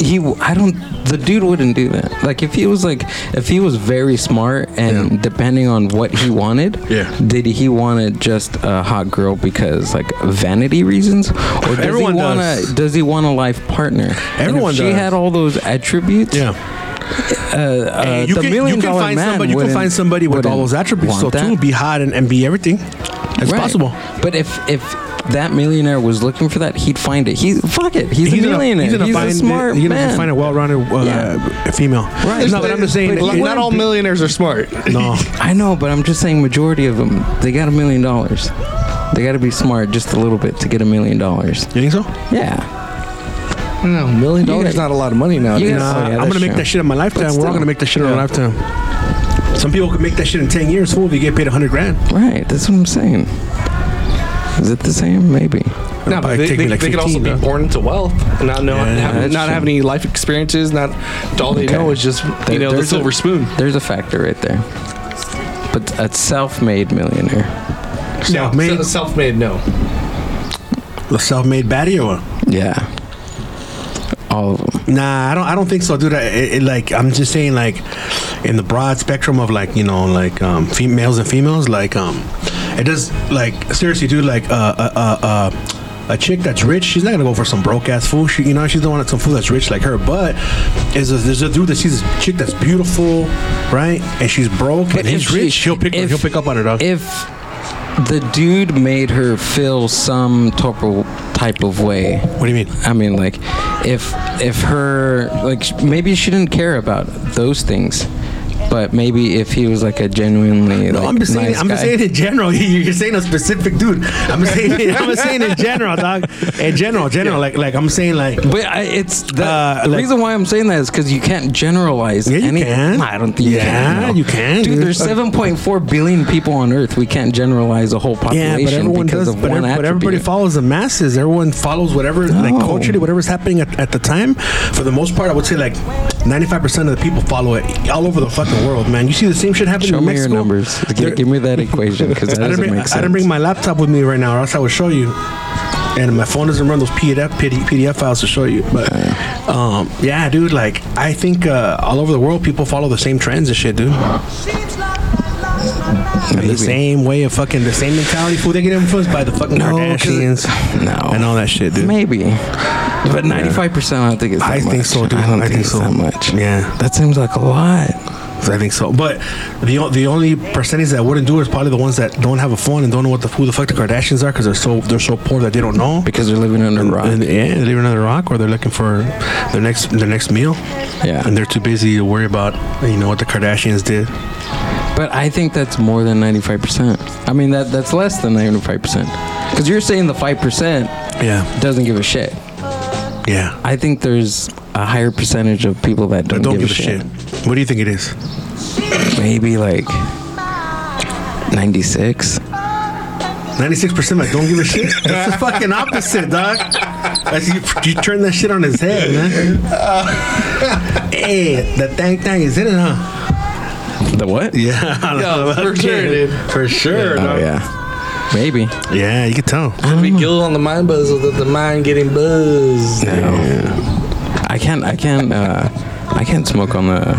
[SPEAKER 4] he. w- I don't. The dude wouldn't do that. Like if he was like if he was very smart and
[SPEAKER 1] Yeah.
[SPEAKER 4] depending on what he wanted,
[SPEAKER 1] Yeah.
[SPEAKER 4] did he want to just a hot girl because like vanity reasons, or does
[SPEAKER 1] Everyone
[SPEAKER 4] he want
[SPEAKER 1] does.
[SPEAKER 4] to does he want a life partner? And if
[SPEAKER 1] Everyone
[SPEAKER 4] she
[SPEAKER 1] does.
[SPEAKER 4] had all those attributes.
[SPEAKER 1] Yeah.
[SPEAKER 4] Uh, uh,
[SPEAKER 1] Hey, you,
[SPEAKER 4] the
[SPEAKER 1] can,
[SPEAKER 4] million
[SPEAKER 1] you can
[SPEAKER 4] dollar
[SPEAKER 1] find
[SPEAKER 4] man
[SPEAKER 1] somebody. You can
[SPEAKER 4] wouldn't-
[SPEAKER 1] find somebody with all
[SPEAKER 4] wouldn't
[SPEAKER 1] those attributes.
[SPEAKER 4] want
[SPEAKER 1] So
[SPEAKER 4] that.
[SPEAKER 1] too, be hot and, and be everything. It's
[SPEAKER 4] Right.
[SPEAKER 1] possible.
[SPEAKER 4] But if if that millionaire was looking for that, he'd find it. He fuck it. He's, a
[SPEAKER 1] gonna-
[SPEAKER 4] millionaire. He's,
[SPEAKER 1] gonna
[SPEAKER 4] a
[SPEAKER 1] find-
[SPEAKER 4] smart
[SPEAKER 1] he's gonna
[SPEAKER 4] man.
[SPEAKER 1] find a well-rounded uh,
[SPEAKER 4] Yeah.
[SPEAKER 1] female.
[SPEAKER 4] Right.
[SPEAKER 1] No, but I'm just saying.
[SPEAKER 4] But
[SPEAKER 1] that
[SPEAKER 4] he
[SPEAKER 1] you-
[SPEAKER 4] wouldn't
[SPEAKER 3] not all
[SPEAKER 4] be-
[SPEAKER 3] millionaires are smart.
[SPEAKER 1] no.
[SPEAKER 4] I know, but I'm just saying, majority of them, they got a million dollars. They got to be smart just a little bit to get a million dollars.
[SPEAKER 1] You think so?
[SPEAKER 4] Yeah.
[SPEAKER 3] No, million
[SPEAKER 4] You
[SPEAKER 3] dollars
[SPEAKER 4] guys-
[SPEAKER 3] is not a lot of money now.
[SPEAKER 4] you guys-
[SPEAKER 1] Nah,
[SPEAKER 4] Oh, yeah,
[SPEAKER 1] I'm
[SPEAKER 4] that's
[SPEAKER 1] gonna make
[SPEAKER 4] true.
[SPEAKER 1] that shit in my lifetime. We're all
[SPEAKER 4] still.
[SPEAKER 1] gonna make that shit in our lifetime. Some people could make that shit in ten years. Fool, if they get paid hundred grand.
[SPEAKER 4] Right. That's what I'm saying. Is it the same? Maybe.
[SPEAKER 3] No, but
[SPEAKER 1] Probably
[SPEAKER 3] they,
[SPEAKER 1] take
[SPEAKER 3] they,
[SPEAKER 1] me like
[SPEAKER 3] they could also
[SPEAKER 1] 15,
[SPEAKER 3] be
[SPEAKER 1] huh?
[SPEAKER 3] born into wealth and not know,
[SPEAKER 1] Yeah,
[SPEAKER 3] have,
[SPEAKER 4] that's
[SPEAKER 3] not
[SPEAKER 4] true.
[SPEAKER 3] have any life experiences. Not all they
[SPEAKER 4] Okay.
[SPEAKER 3] know is just
[SPEAKER 4] There-
[SPEAKER 3] you know the
[SPEAKER 4] there's a-
[SPEAKER 3] silver spoon.
[SPEAKER 4] There's a factor right there. But a self-made millionaire.
[SPEAKER 1] Self-made.
[SPEAKER 3] No, self-made. No,
[SPEAKER 1] A self-made baddie or what?
[SPEAKER 4] Yeah. All of them.
[SPEAKER 1] Nah, I don't. I don't think so, dude. I, it, it, like, I'm just saying, like, in the broad spectrum of like, you know, like um, females and females, like, um, it does like seriously, dude. Like, uh, uh, uh, uh, a chick that's rich, she's not gonna go for some broke ass fool. She, you know, she's the one that's some fool that's rich like her. But is a, there's a dude that sees a chick that's beautiful, right? And she's broke and
[SPEAKER 4] if
[SPEAKER 1] he's
[SPEAKER 4] she-
[SPEAKER 1] rich. She'll pick.
[SPEAKER 4] if-
[SPEAKER 1] he'll pick up on her dog.
[SPEAKER 4] If the dude made her feel some type of, type of way,
[SPEAKER 1] what do you mean?
[SPEAKER 4] I mean, like, if if her like sh- maybe she didn't care about those things, but maybe if he was like a genuinely
[SPEAKER 1] No,
[SPEAKER 4] like,
[SPEAKER 1] I'm just saying.
[SPEAKER 4] nice
[SPEAKER 1] I'm just
[SPEAKER 4] guy-
[SPEAKER 1] saying in general. You're saying a specific dude. I'm just saying. I'm just saying in general, dog. In general, general. Like, like I'm saying, like
[SPEAKER 4] But I, it's the,
[SPEAKER 1] Uh,
[SPEAKER 4] the
[SPEAKER 1] like-
[SPEAKER 4] reason why I'm saying that is because you can't generalize.
[SPEAKER 1] Yeah, you
[SPEAKER 4] any,
[SPEAKER 1] can.
[SPEAKER 4] I don't think.
[SPEAKER 1] Yeah,
[SPEAKER 4] you
[SPEAKER 1] you
[SPEAKER 4] can.
[SPEAKER 1] can,
[SPEAKER 4] Dude,
[SPEAKER 1] dude. Uh,
[SPEAKER 4] there's 7.4 billion people on Earth. We can't generalize a whole population
[SPEAKER 1] Yeah, but everyone
[SPEAKER 4] because
[SPEAKER 1] does.
[SPEAKER 4] of
[SPEAKER 1] But,
[SPEAKER 4] one
[SPEAKER 1] ev- but everybody
[SPEAKER 4] attribute.
[SPEAKER 1] follows the masses. Everyone follows whatever, like
[SPEAKER 4] No.
[SPEAKER 1] culturally, whatever's happening at, at the time. For the most part, I would say like 95% of the people follow it all over the fucking world, man. You see the same shit happening
[SPEAKER 4] Show
[SPEAKER 1] in
[SPEAKER 4] me your
[SPEAKER 1] Mexico.
[SPEAKER 4] numbers. Gi-
[SPEAKER 1] There-
[SPEAKER 4] Give, me that equation because that
[SPEAKER 1] I didn't,
[SPEAKER 4] doesn't
[SPEAKER 1] bring,
[SPEAKER 4] make sense.
[SPEAKER 1] I didn't bring my laptop with me right now, or else I would show you. And my phone doesn't run those PDF PD PDF files to show you. But um, yeah, dude, like I think uh, all over the world, people follow the same trends and shit, dude. The same way of fucking the same mentality. Fool, they get influenced by the fucking
[SPEAKER 4] No, 'cause it-
[SPEAKER 1] Kardashians
[SPEAKER 4] No.
[SPEAKER 1] and all that shit, dude.
[SPEAKER 4] Maybe. But 95%, I don't think it's that
[SPEAKER 1] I
[SPEAKER 4] much.
[SPEAKER 1] think so, dude.
[SPEAKER 4] I don't
[SPEAKER 1] I
[SPEAKER 4] think,
[SPEAKER 1] think
[SPEAKER 4] it's
[SPEAKER 1] so.
[SPEAKER 4] that much.
[SPEAKER 1] Yeah.
[SPEAKER 4] That seems like a lot.
[SPEAKER 1] I think so. But the o- the only percentage that wouldn't do it is probably the ones that don't have a phone and don't know what the who the fuck the Kardashians are because they're so they're so poor that they don't know.
[SPEAKER 4] Because they're living under a rock.
[SPEAKER 1] And, yeah, they're living under a rock, or they're looking for their next their next meal.
[SPEAKER 4] Yeah.
[SPEAKER 1] and they're too busy to worry about you know what the Kardashians did.
[SPEAKER 4] But I think that's more than 95%. I mean, that that's less than 95%. Because you're saying the 5%
[SPEAKER 1] Yeah,
[SPEAKER 4] doesn't give a shit.
[SPEAKER 1] yeah.
[SPEAKER 4] I think there's a higher percentage of people that
[SPEAKER 1] I
[SPEAKER 4] don't,
[SPEAKER 1] don't give a shit. What do you think it is?
[SPEAKER 4] Maybe like 96.
[SPEAKER 1] Ninety six percent like don't give a shit. That's the fucking opposite, dog. That's, you, you turn that shit on his head, man. hey, the thang thang is in it, huh?
[SPEAKER 4] The what?
[SPEAKER 1] Yeah,
[SPEAKER 3] Yeah, for sure, dude.
[SPEAKER 1] For sure.
[SPEAKER 4] Oh,
[SPEAKER 1] dog.
[SPEAKER 4] yeah. Maybe.
[SPEAKER 1] Yeah, you can tell.
[SPEAKER 3] Should be guilt on the mind buzz without the mind getting buzzed.
[SPEAKER 4] I can't. I can't. Uh, I can't smoke on the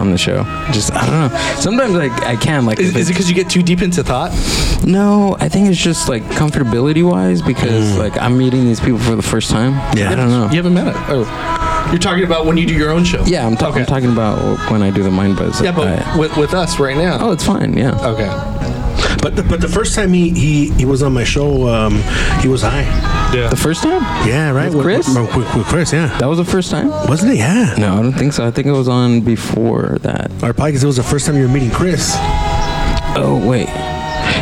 [SPEAKER 4] on the show. Just I don't know. Sometimes like I can like.
[SPEAKER 3] Is,
[SPEAKER 4] if
[SPEAKER 3] is it because you get too deep into thought?
[SPEAKER 4] it- no, I think it's just like comfortability wise because like I'm meeting these people for the first time.
[SPEAKER 1] Mm. Yeah.
[SPEAKER 4] I don't know.
[SPEAKER 3] You haven't met it. Oh, you're talking about when you do your own show.
[SPEAKER 4] Yeah, I'm, ta- I'm
[SPEAKER 3] Okay.
[SPEAKER 4] talking about when I do the mind buzz.
[SPEAKER 3] Yeah, but
[SPEAKER 4] I-
[SPEAKER 3] with, with us right now.
[SPEAKER 4] oh, it's fine. Yeah.
[SPEAKER 3] Okay.
[SPEAKER 1] But the, but the first time he, he, he was on my show, um, he was high.
[SPEAKER 3] Yeah.
[SPEAKER 4] The first time?
[SPEAKER 1] Yeah, right.
[SPEAKER 4] With Chris?
[SPEAKER 1] With, with- with Chris, yeah.
[SPEAKER 4] That was the first time? No,
[SPEAKER 1] Wasn't it? Yeah.
[SPEAKER 4] I don't think so. I think it was on before that.
[SPEAKER 1] Or probably because it was the first time you were meeting Chris.
[SPEAKER 4] Oh wait.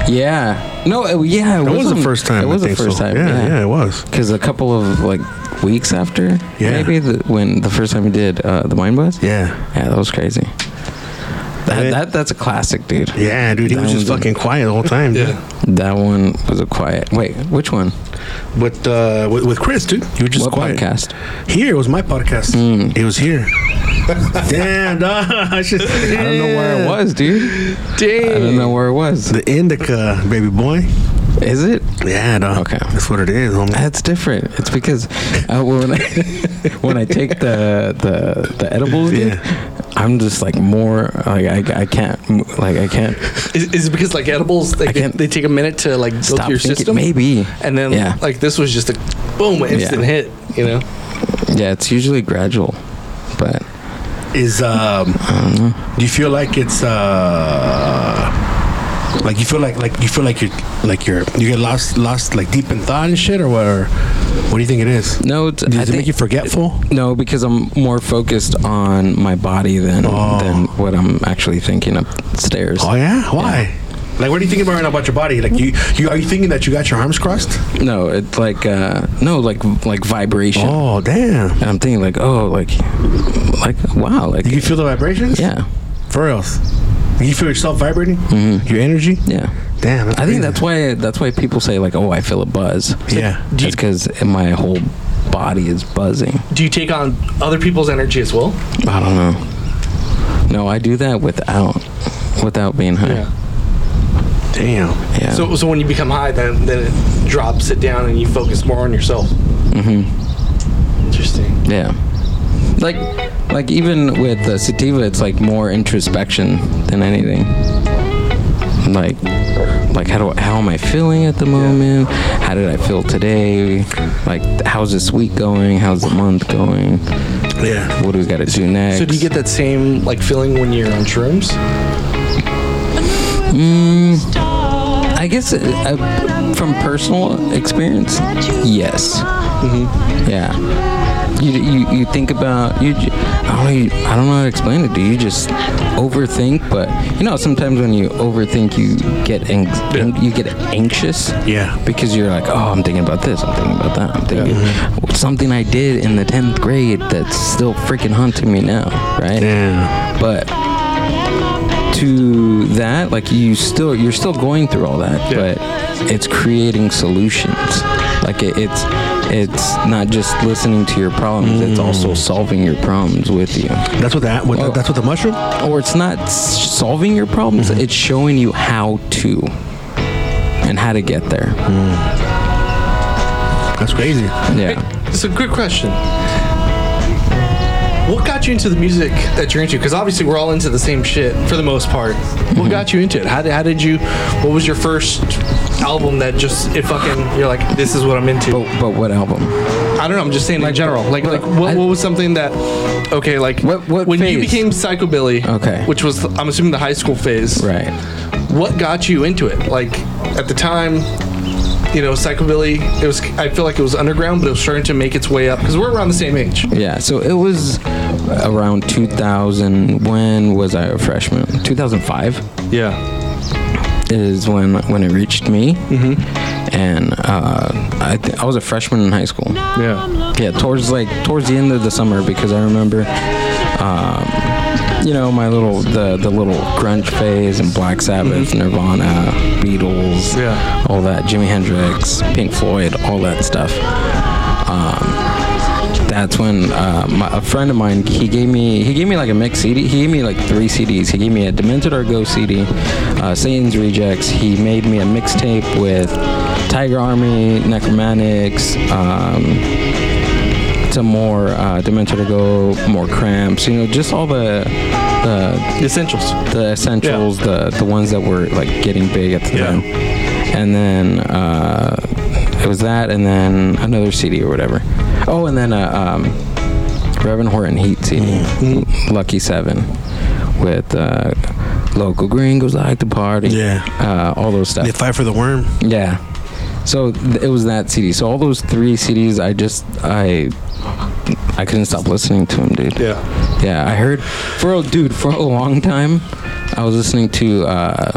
[SPEAKER 4] Yeah. No. It, yeah. It,
[SPEAKER 1] It was the
[SPEAKER 4] on-
[SPEAKER 1] first time.
[SPEAKER 4] It was
[SPEAKER 1] I
[SPEAKER 4] the
[SPEAKER 1] think
[SPEAKER 4] first
[SPEAKER 1] so.
[SPEAKER 4] time.
[SPEAKER 1] Yeah, yeah, it was.
[SPEAKER 4] Because a couple of like weeks after,
[SPEAKER 1] Yeah.
[SPEAKER 4] maybe the, when the first time we did uh, the mind buzz.
[SPEAKER 1] Yeah.
[SPEAKER 4] Yeah, that was crazy. That,
[SPEAKER 1] Yeah.
[SPEAKER 4] that that's a classic, dude.
[SPEAKER 1] Yeah, dude, he
[SPEAKER 4] That
[SPEAKER 1] was just
[SPEAKER 4] one's a-
[SPEAKER 1] fucking quiet the whole time.
[SPEAKER 3] Yeah.
[SPEAKER 4] That one was a quiet. Wait, which one?
[SPEAKER 1] With, uh, with with Chris, dude, you were just
[SPEAKER 4] what
[SPEAKER 1] quiet.
[SPEAKER 4] podcast? Hmm.
[SPEAKER 1] Here it was my podcast. It was here. Damn, dog. I should-
[SPEAKER 4] I don't know where it was, dude. I don't know where it was.
[SPEAKER 1] The Indica, baby boy.
[SPEAKER 4] Is it?
[SPEAKER 1] Yeah, dog.
[SPEAKER 4] Okay.
[SPEAKER 1] That's what it is, homie.
[SPEAKER 4] That's different. It's because uh, when I, when I take the the, the edibles, dude, I'm just like more like I, I can't mo- like I can't
[SPEAKER 3] Is, is it because like edibles, like, they,
[SPEAKER 4] can't
[SPEAKER 3] they take a minute to like go
[SPEAKER 4] stop
[SPEAKER 3] through your
[SPEAKER 4] thinking.
[SPEAKER 3] system?
[SPEAKER 4] Maybe
[SPEAKER 3] And then
[SPEAKER 4] yeah
[SPEAKER 3] like this was just a boom, instant
[SPEAKER 4] Yeah.
[SPEAKER 3] hit. You know.
[SPEAKER 4] yeah it's usually gradual, but
[SPEAKER 1] is um do you feel like it's uh like you feel like like you feel like you're like you're you get lost lost like deep in thought and shit or what or what do you think it is
[SPEAKER 4] no, it's,
[SPEAKER 1] does
[SPEAKER 4] I
[SPEAKER 1] it
[SPEAKER 4] think
[SPEAKER 1] make you forgetful
[SPEAKER 4] No, because I'm more focused on my body than
[SPEAKER 1] Oh.
[SPEAKER 4] than what I'm actually thinking upstairs.
[SPEAKER 1] oh yeah why like what are you thinking about right now about your body like you, you are you thinking that you got your arms crossed
[SPEAKER 4] No, it's like uh, no, like like vibration.
[SPEAKER 1] oh damn
[SPEAKER 4] And I'm thinking like, oh, like like wow, like
[SPEAKER 1] you can feel the vibrations
[SPEAKER 4] yeah,
[SPEAKER 1] for real you feel yourself vibrating mm-hmm. your energy
[SPEAKER 4] yeah.
[SPEAKER 1] damn
[SPEAKER 4] I think
[SPEAKER 1] crazy.
[SPEAKER 4] that's why that's why people say like, oh, I feel a buzz.
[SPEAKER 1] yeah
[SPEAKER 3] Do you-
[SPEAKER 4] It's because my whole body is buzzing.
[SPEAKER 3] Do you take on other people's energy as well?
[SPEAKER 4] I don't know. No, I do that without without being high. Yeah.
[SPEAKER 1] damn
[SPEAKER 3] So, so when you become high, then then it drops it down, and you focus more on yourself. Mm-hmm.
[SPEAKER 4] Mm-hmm.
[SPEAKER 3] Interesting.
[SPEAKER 4] Yeah. Like like even with uh, sativa it's like more introspection than anything. Like Like, how do I, how am I feeling at the moment? How did I feel today? Like, how's this week going? How's the month going?
[SPEAKER 1] Yeah.
[SPEAKER 4] What do we got to do next?
[SPEAKER 3] So do you get that same like feeling when you're on shrooms?
[SPEAKER 4] I guess uh, uh, from personal experience, yes. Yeah. You, you, you think about you, ju- I don't know you, I don't know how to explain it. Do you just overthink? But you know sometimes when you overthink, you get ang- you get anxious.
[SPEAKER 1] Yeah.
[SPEAKER 4] Because you're like, oh, I'm thinking about this. I'm thinking about that. I'm thinking
[SPEAKER 1] Mm-hmm.
[SPEAKER 4] something I did in the tenth grade that's still freaking haunting me now, right?
[SPEAKER 1] Yeah.
[SPEAKER 4] but to that like you still you're still going through all that but it's creating solutions like it, it's it's not just listening to your problems it's also solving your problems with you
[SPEAKER 1] That's what that. What,
[SPEAKER 4] Oh.
[SPEAKER 1] That's what the mushroom.
[SPEAKER 4] or it's not s- solving your problems it's showing you how to and how to get there
[SPEAKER 1] That's crazy.
[SPEAKER 4] yeah
[SPEAKER 3] It's a good question. What got you into the music that you're into? Because obviously we're all into the same shit for the most part.
[SPEAKER 4] Mm-hmm.
[SPEAKER 3] What got you into it? How did, how did you? What was your first album that just it fucking you're like this is what I'm into?
[SPEAKER 4] but, but what album
[SPEAKER 3] I don't know. I'm just saying in general. Like, like what,
[SPEAKER 4] I-
[SPEAKER 3] what was something that? Okay, like
[SPEAKER 4] What- what
[SPEAKER 3] when
[SPEAKER 4] phase?
[SPEAKER 3] you became psychobilly.
[SPEAKER 4] Okay.
[SPEAKER 3] Which was, I'm assuming, the high school phase.
[SPEAKER 4] right
[SPEAKER 3] What got you into it? Like at the time, you know, psychobilly. It was. I feel like it was underground, but it was starting to make its way up because we're around the same age.
[SPEAKER 4] Yeah, so it was around 2000. When was I a freshman? 2005
[SPEAKER 3] Yeah.
[SPEAKER 4] is when when it reached me, mm-hmm. and uh, I th- I was a freshman in high school.
[SPEAKER 3] Yeah.
[SPEAKER 4] Yeah, towards like towards the end of the summer because I remember, um, you know, my little the the little grunge phase and Black Sabbath, Nirvana, Beatles,
[SPEAKER 3] Yeah.
[SPEAKER 4] all that, Jimi Hendrix, Pink Floyd, all that stuff. Um, that's when uh, my, a friend of mine he gave me he gave me like a mix CD. He gave me like three CDs. He gave me a Demented or Go CD, uh, Satan's Rejects. He made me a mixtape with Tiger Army, Necromantics. Um, some more uh, Dementia to Go, more cramps, you know, just all the the,
[SPEAKER 3] Essentials.
[SPEAKER 4] the essentials, the the ones that were like getting big at the
[SPEAKER 1] Yeah.
[SPEAKER 4] time. And then uh, it was that, and then another CD or whatever. Oh, and then a um, Reverend Horton Heat CD,
[SPEAKER 1] Mm.
[SPEAKER 4] Lucky Seven, with uh, local gringos like to party.
[SPEAKER 1] Yeah.
[SPEAKER 4] uh, all those stuff.
[SPEAKER 1] They fight for the worm.
[SPEAKER 4] Yeah. So th- it was that CD. So all those three CDs, I just I I couldn't stop listening to them, dude.
[SPEAKER 3] Yeah.
[SPEAKER 4] Yeah, I heard for a dude for a long time. I was listening to uh,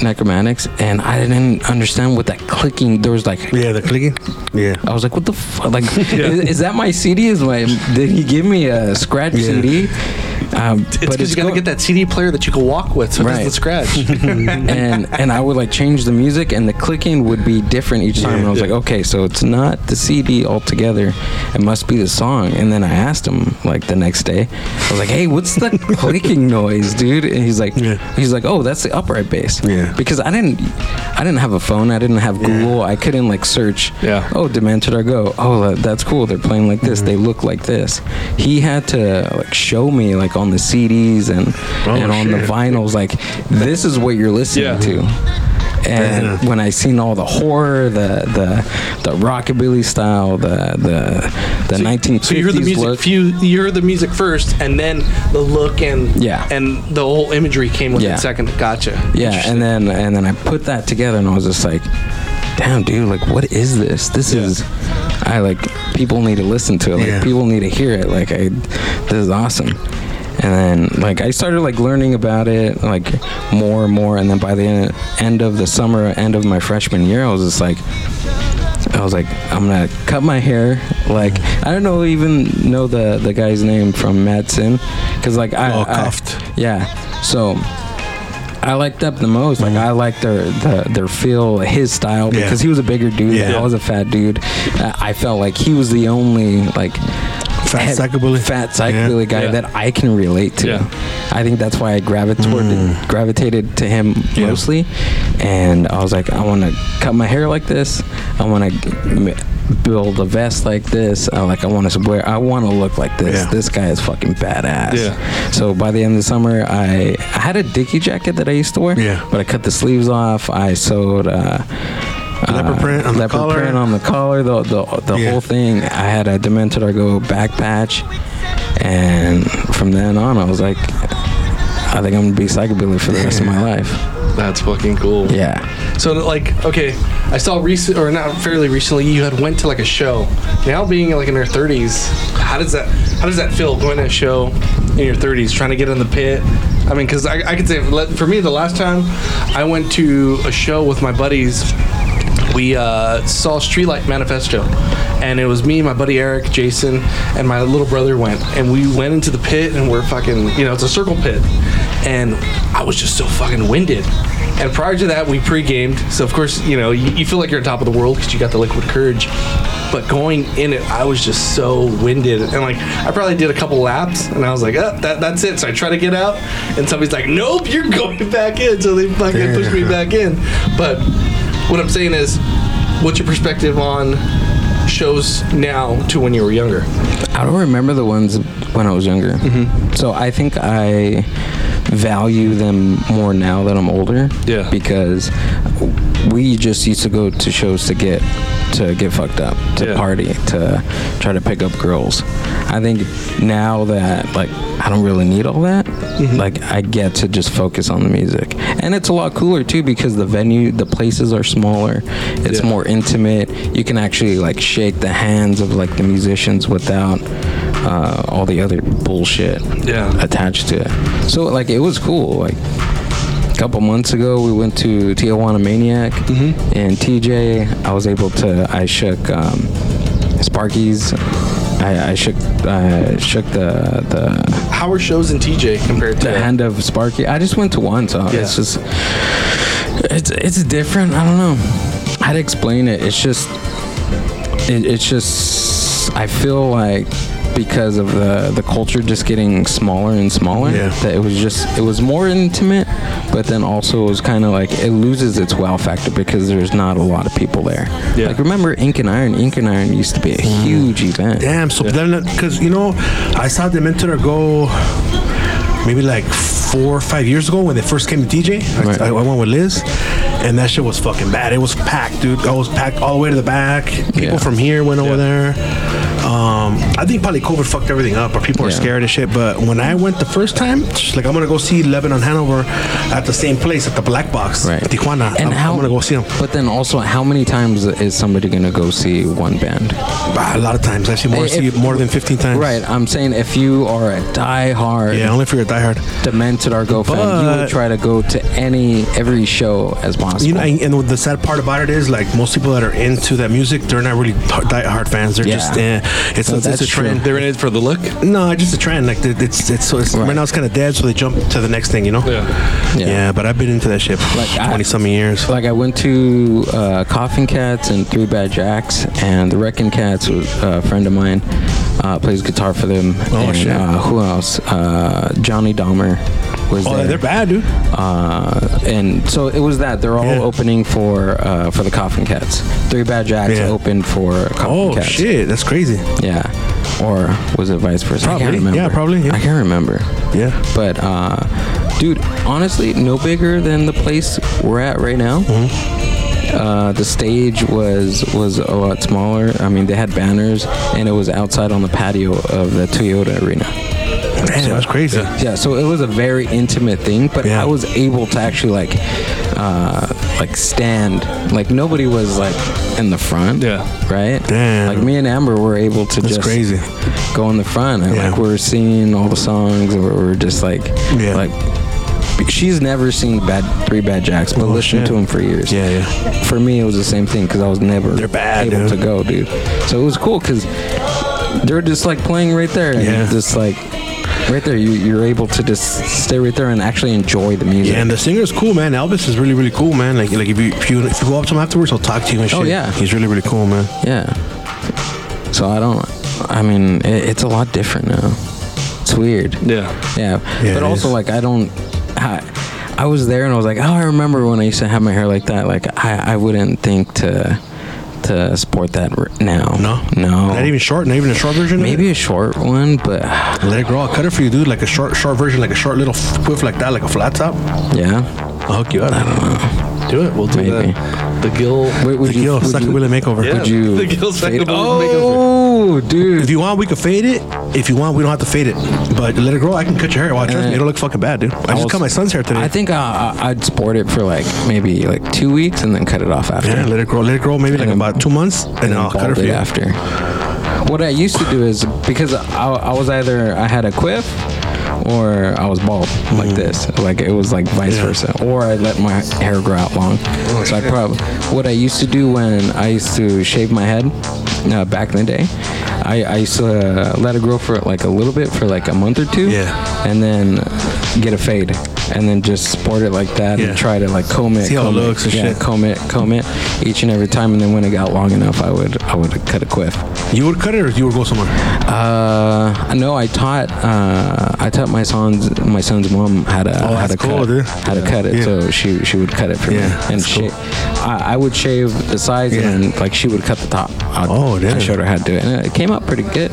[SPEAKER 4] Necromantics, and I didn't understand what that clicking. There was like.
[SPEAKER 1] Yeah, the clicking. Yeah.
[SPEAKER 4] I was like, "What the fuck? Like, is, is that my CD? Is my did he give me a scratch
[SPEAKER 1] Yeah.
[SPEAKER 4] CD?" Um,
[SPEAKER 3] It's because you gotta
[SPEAKER 4] go-
[SPEAKER 3] get that CD player that you can walk with, so it
[SPEAKER 4] Right.
[SPEAKER 3] doesn't scratch.
[SPEAKER 4] and and I would like change the music, and the clicking would be different each time. and I was like, okay, so it's not the CD altogether. It must be the song. And then I asked him like the next day. I was like, hey, what's the clicking noise, dude? And he's like,
[SPEAKER 1] Yeah.
[SPEAKER 4] he's like, oh, that's the upright bass.
[SPEAKER 1] Yeah.
[SPEAKER 4] Because I didn't, I didn't have a phone. I didn't have Google. I couldn't like search.
[SPEAKER 3] Yeah.
[SPEAKER 4] Oh, Demented or Go. Oh, that, that's cool. They're playing like
[SPEAKER 1] Mm-hmm.
[SPEAKER 4] this. They look like this. He had to like show me like on the CDs and and on the
[SPEAKER 1] Oh, shit.
[SPEAKER 4] vinyls like this is what you're listening
[SPEAKER 3] Yeah.
[SPEAKER 4] to and
[SPEAKER 1] Yeah.
[SPEAKER 4] when i seen all the horror the the the rockabilly style the the the 1950s
[SPEAKER 3] So you hear the music,
[SPEAKER 4] look
[SPEAKER 3] few, you hear the music first, and then the look and
[SPEAKER 4] Yeah.
[SPEAKER 3] and the whole imagery came with
[SPEAKER 4] Yeah.
[SPEAKER 3] it. Second, gotcha.
[SPEAKER 4] yeah and then and then i put that together and i was just like damn dude like what is this this is i like people need to listen to it like
[SPEAKER 1] Yeah.
[SPEAKER 4] people need to hear it like i this is awesome and then like i started like learning about it like more and more and then by the end, end of the summer end of my freshman year i was just like I was like, I'm gonna cut my hair. Like, I don't know even know the the guy's name from Madsen, cause like I,
[SPEAKER 1] Oh,
[SPEAKER 4] I-
[SPEAKER 1] Cuffed.
[SPEAKER 4] yeah. So I liked up the most. Like I liked their the, their feel, his style,
[SPEAKER 1] Yeah.
[SPEAKER 4] because he was a bigger dude.
[SPEAKER 1] Yeah.
[SPEAKER 4] I was a fat dude. I I felt like he was the only like
[SPEAKER 1] Fat
[SPEAKER 4] head-
[SPEAKER 1] psychobilly.
[SPEAKER 4] fat psychobilly guy
[SPEAKER 3] Yeah.
[SPEAKER 4] that I can relate to.
[SPEAKER 3] Yeah.
[SPEAKER 4] I think that's why I gravitated gravitated to him
[SPEAKER 1] Mm. Yeah.
[SPEAKER 4] mostly, and I was like, I want to cut my hair like this. I want to build a vest like this. I like I want to wear. I want to look like this.
[SPEAKER 1] Yeah.
[SPEAKER 4] This guy is fucking badass.
[SPEAKER 2] Yeah.
[SPEAKER 4] So by the end of the summer, I I had a dicky jacket that I used to wear.
[SPEAKER 1] Yeah.
[SPEAKER 4] But I cut the sleeves off. I sewed. Uh,
[SPEAKER 1] Leopard print on the
[SPEAKER 4] leopard
[SPEAKER 1] collar.
[SPEAKER 4] print on the collar, the the, the
[SPEAKER 1] Yeah.
[SPEAKER 4] whole thing. I had a Demented Argo back patch, and from then on, I was like, I think I'm gonna be psychobilly for the rest of my life.
[SPEAKER 2] That's fucking cool.
[SPEAKER 4] Yeah,
[SPEAKER 3] So like, okay, I saw recent or not fairly recently you had went to like a show. Now being like in your 30s, how does that how does that feel going to a show in your 30s, trying to get in the pit? I mean, because I, I could say let- for me the last time I went to a show with my buddies. We uh, saw Streetlight Manifesto, and it was me, my buddy Eric, Jason, and my little brother went. And we went into the pit, and we're fucking, you know, it's a circle pit. And I was just so fucking winded. And prior to that, we pre-gamed. So of course, you know, you, you feel like you're on top of the world because you got the liquid courage. But going in it, I was just so winded, and like I probably did a couple laps, and I was like, "Oh, that, that's it." So I try to get out, and somebody's like, "Nope, you're going back in." So they fucking pushed me back in. But what I'm saying is, what's your perspective on shows now to when you were younger?
[SPEAKER 4] I don't remember the ones when I was younger. So I think I value them more now that I'm older.
[SPEAKER 2] Yeah.
[SPEAKER 4] because we just used to go to shows to get to get fucked up, to
[SPEAKER 2] Yeah.
[SPEAKER 4] party, to try to pick up girls. I think now that like I don't really need all that.
[SPEAKER 2] Mm-hmm.
[SPEAKER 4] Like I get to just focus on the music, and it's a lot cooler too because the venue, the places are smaller. It's
[SPEAKER 2] Yeah.
[SPEAKER 4] more intimate. You can actually like shake the hands of like the musicians without uh, all the other bullshit
[SPEAKER 2] Yeah.
[SPEAKER 4] attached to it. So like it was cool. Like a couple months ago, we went to Tijuana Maniac, and TJ, I was able to. I shook um, Sparky's. I, I shook I shook the the,
[SPEAKER 3] How are shows in TJ compared to?
[SPEAKER 4] the hand of Sparky. I just went to one, so
[SPEAKER 3] Yeah.
[SPEAKER 4] it's just it's it's different. I don't know how to explain it. It's just it, it's just I feel like because of the the culture just getting smaller and smaller
[SPEAKER 1] Yeah.
[SPEAKER 4] that it was just it was more intimate but then also it was kind of like it loses its wow factor because there's not a lot of people there
[SPEAKER 2] Yeah.
[SPEAKER 4] like remember ink and iron ink and iron used to be a huge event
[SPEAKER 1] Damn. So then, because you know, I saw Dementor go maybe like four or five years ago when they first came to DJ. I-
[SPEAKER 4] Right.
[SPEAKER 1] I, I went with Liz, and that shit was fucking bad. It was packed, dude. I was packed all the way to the back. People
[SPEAKER 4] Yeah.
[SPEAKER 1] from here went over there. Um, I think probably COVID fucked everything up, or people are
[SPEAKER 4] Yeah.
[SPEAKER 1] scared and shit. But when I went the first time, like I'm gonna go see Lebanon Hanover at the same place at the Black Box,
[SPEAKER 4] Right.
[SPEAKER 1] Tijuana. I'm, I'm gonna go see them.
[SPEAKER 4] But then also, how many times is somebody gonna go see one band?
[SPEAKER 1] A lot of times, I've seen more,
[SPEAKER 4] Eh, If-
[SPEAKER 1] see it more than 15 times.
[SPEAKER 4] Right. I'm saying if you are a diehard,
[SPEAKER 1] Yeah, only for your diehard.
[SPEAKER 4] demented Argo fan, you
[SPEAKER 1] But-
[SPEAKER 4] would try to go to any every show as possible.
[SPEAKER 1] You know, and, and the sad part about it is, like most people that are into that music, they're not really die hard fans. They're
[SPEAKER 4] Yeah.
[SPEAKER 1] just, eh, it's,
[SPEAKER 4] No,
[SPEAKER 1] a, it's
[SPEAKER 4] that's
[SPEAKER 1] a trend.
[SPEAKER 2] They're in it for the look.
[SPEAKER 1] No, it's just a trend. Like it- it's, it's so it's, right.
[SPEAKER 4] Right.
[SPEAKER 1] now it's kind of dead, so they jump to the next thing. You know?
[SPEAKER 2] Yeah.
[SPEAKER 1] Yeah.
[SPEAKER 4] Yeah.
[SPEAKER 1] but I've been into that shit for
[SPEAKER 4] Like, I-
[SPEAKER 1] twenty something years.
[SPEAKER 4] like I went to uh, Coffin Cats and Three Bad Jacks, and the Wrecking Cats was a friend of mine. Uh, plays guitar for them.
[SPEAKER 1] Oh,
[SPEAKER 4] and,
[SPEAKER 1] shit.
[SPEAKER 4] Uh, who else? Uh, Johnny Dahmer was
[SPEAKER 1] oh,
[SPEAKER 4] there.
[SPEAKER 1] they're bad, dude.
[SPEAKER 4] uh, and so it was that they're all
[SPEAKER 1] Yeah.
[SPEAKER 4] opening for uh, for the Coffin Cats. Three Bad Jacks
[SPEAKER 1] Yeah.
[SPEAKER 4] opened for Coffin
[SPEAKER 1] Oh
[SPEAKER 4] Cats.
[SPEAKER 1] shit, that's crazy.
[SPEAKER 4] Yeah, or was it vice versa? I
[SPEAKER 1] Probably.
[SPEAKER 4] can't remember.
[SPEAKER 1] Yeah, probably, yeah.
[SPEAKER 4] I can't remember.
[SPEAKER 1] Yeah.
[SPEAKER 4] But uh, dude, honestly, no bigger than the place we're at right now.
[SPEAKER 1] Mm-hmm.
[SPEAKER 4] Uh, the stage was was a lot smaller. I mean, they had banners, and it was outside on the patio of the Toyota Arena.
[SPEAKER 1] Damn, that's crazy.
[SPEAKER 4] Yeah, so it was a very intimate thing, but
[SPEAKER 1] Yeah.
[SPEAKER 4] I was able to actually like, uh, like stand. Like nobody was like in the front.
[SPEAKER 2] Yeah.
[SPEAKER 4] Right.
[SPEAKER 1] Damn.
[SPEAKER 4] Like me and Amber were able to
[SPEAKER 1] That's
[SPEAKER 4] just
[SPEAKER 1] crazy.
[SPEAKER 4] go in the front and
[SPEAKER 1] Yeah.
[SPEAKER 4] like we were singing all the songs and we were just like,
[SPEAKER 1] Yeah.
[SPEAKER 4] like. She's never seen bad three bad jacks, but
[SPEAKER 1] Oh,
[SPEAKER 4] listened
[SPEAKER 1] shit.
[SPEAKER 4] to them for years.
[SPEAKER 1] Yeah, yeah.
[SPEAKER 4] For me, it was the same thing because I was never
[SPEAKER 1] They're bad,
[SPEAKER 4] able
[SPEAKER 1] dude.
[SPEAKER 4] to go, dude. So it was cool because they're just like playing right there. And
[SPEAKER 1] Yeah.
[SPEAKER 4] Just like right there, you, you're able to just stay right there and actually enjoy the music.
[SPEAKER 1] Yeah, and the singer's cool, man. Elvis is really, really cool, man. Like, like if you if you, if you go up to him afterwards, he'll talk to you and shit.
[SPEAKER 4] Oh, yeah.
[SPEAKER 1] he's really, really cool, man.
[SPEAKER 4] yeah. So I don't, I mean, it, it's a lot different now. It's weird.
[SPEAKER 2] Yeah.
[SPEAKER 4] Yeah.
[SPEAKER 1] Yeah, it
[SPEAKER 4] but also,
[SPEAKER 1] is.
[SPEAKER 4] like, I don't. I, I was there and I was like, oh, I remember when I used to have my hair like that. Like, I, I wouldn't think to to support that r- now.
[SPEAKER 1] No?
[SPEAKER 4] no.
[SPEAKER 1] Not even short, not even a short version. Of
[SPEAKER 4] Maybe a short one, but
[SPEAKER 1] it? let it grow. I'll cut it for you, dude. Like a short, short version, like a short little f- quiff like that, like a flat top.
[SPEAKER 4] yeah,
[SPEAKER 1] I'll hook you up.
[SPEAKER 3] Do it. We'll do
[SPEAKER 4] maybe.
[SPEAKER 3] the the gill.
[SPEAKER 4] Wait, would
[SPEAKER 1] Like yo, suck a Willie makeover.
[SPEAKER 4] Would you
[SPEAKER 3] the gill
[SPEAKER 4] fade-
[SPEAKER 3] second oh.
[SPEAKER 4] Oh, dude.
[SPEAKER 1] If you want, we can fade it. If you want, we don't have to fade it. But let it grow. I can cut your hair. Watch, trust me, it'll look fucking bad, dude. I just
[SPEAKER 4] was-
[SPEAKER 1] cut my son's hair today.
[SPEAKER 4] I think I, I- I'd sport it for like maybe like two weeks and then cut it off after.
[SPEAKER 1] yeah, let it grow. Let it grow. Maybe like
[SPEAKER 4] then-
[SPEAKER 1] about two months, and, then
[SPEAKER 4] and
[SPEAKER 1] I'll cut
[SPEAKER 4] bald
[SPEAKER 1] it for
[SPEAKER 4] it
[SPEAKER 1] you.
[SPEAKER 4] after. What I used to do is because I, I was either I had a quiff or I was bald
[SPEAKER 1] Mm-hmm.
[SPEAKER 4] like this, like it was like vice versa, or I let my hair grow out long. so I probably what I used to do when I used to shave my head uh, back in the day, I, I used to uh, let it grow for like a little bit for like a month or two,
[SPEAKER 1] Yeah.
[SPEAKER 4] and then get a fade. And then just sport it like that
[SPEAKER 1] Yeah.
[SPEAKER 4] and try to like comb it,
[SPEAKER 1] See how it
[SPEAKER 4] comb
[SPEAKER 1] looks and
[SPEAKER 4] yeah,
[SPEAKER 1] shit.
[SPEAKER 4] comb it, comb it each and every time. And then when it got long enough, I would I would cut a quiff.
[SPEAKER 1] You would cut it, or you would go somewhere.
[SPEAKER 4] Uh, no, I taught uh, I taught my son's my son's mom how to
[SPEAKER 1] Oh,
[SPEAKER 4] how
[SPEAKER 5] that's
[SPEAKER 4] to
[SPEAKER 5] cool,
[SPEAKER 4] cut
[SPEAKER 5] dude.
[SPEAKER 4] how to cut it.
[SPEAKER 5] Yeah.
[SPEAKER 4] So she she would cut it for
[SPEAKER 1] Yeah,
[SPEAKER 4] me, and
[SPEAKER 1] that's
[SPEAKER 4] she
[SPEAKER 1] cool.
[SPEAKER 4] I, I would shave the sides,
[SPEAKER 1] Yeah.
[SPEAKER 4] and then, like she would cut the top. I,
[SPEAKER 1] Oh, damn.
[SPEAKER 4] I showed her how to do it, and it came out pretty good.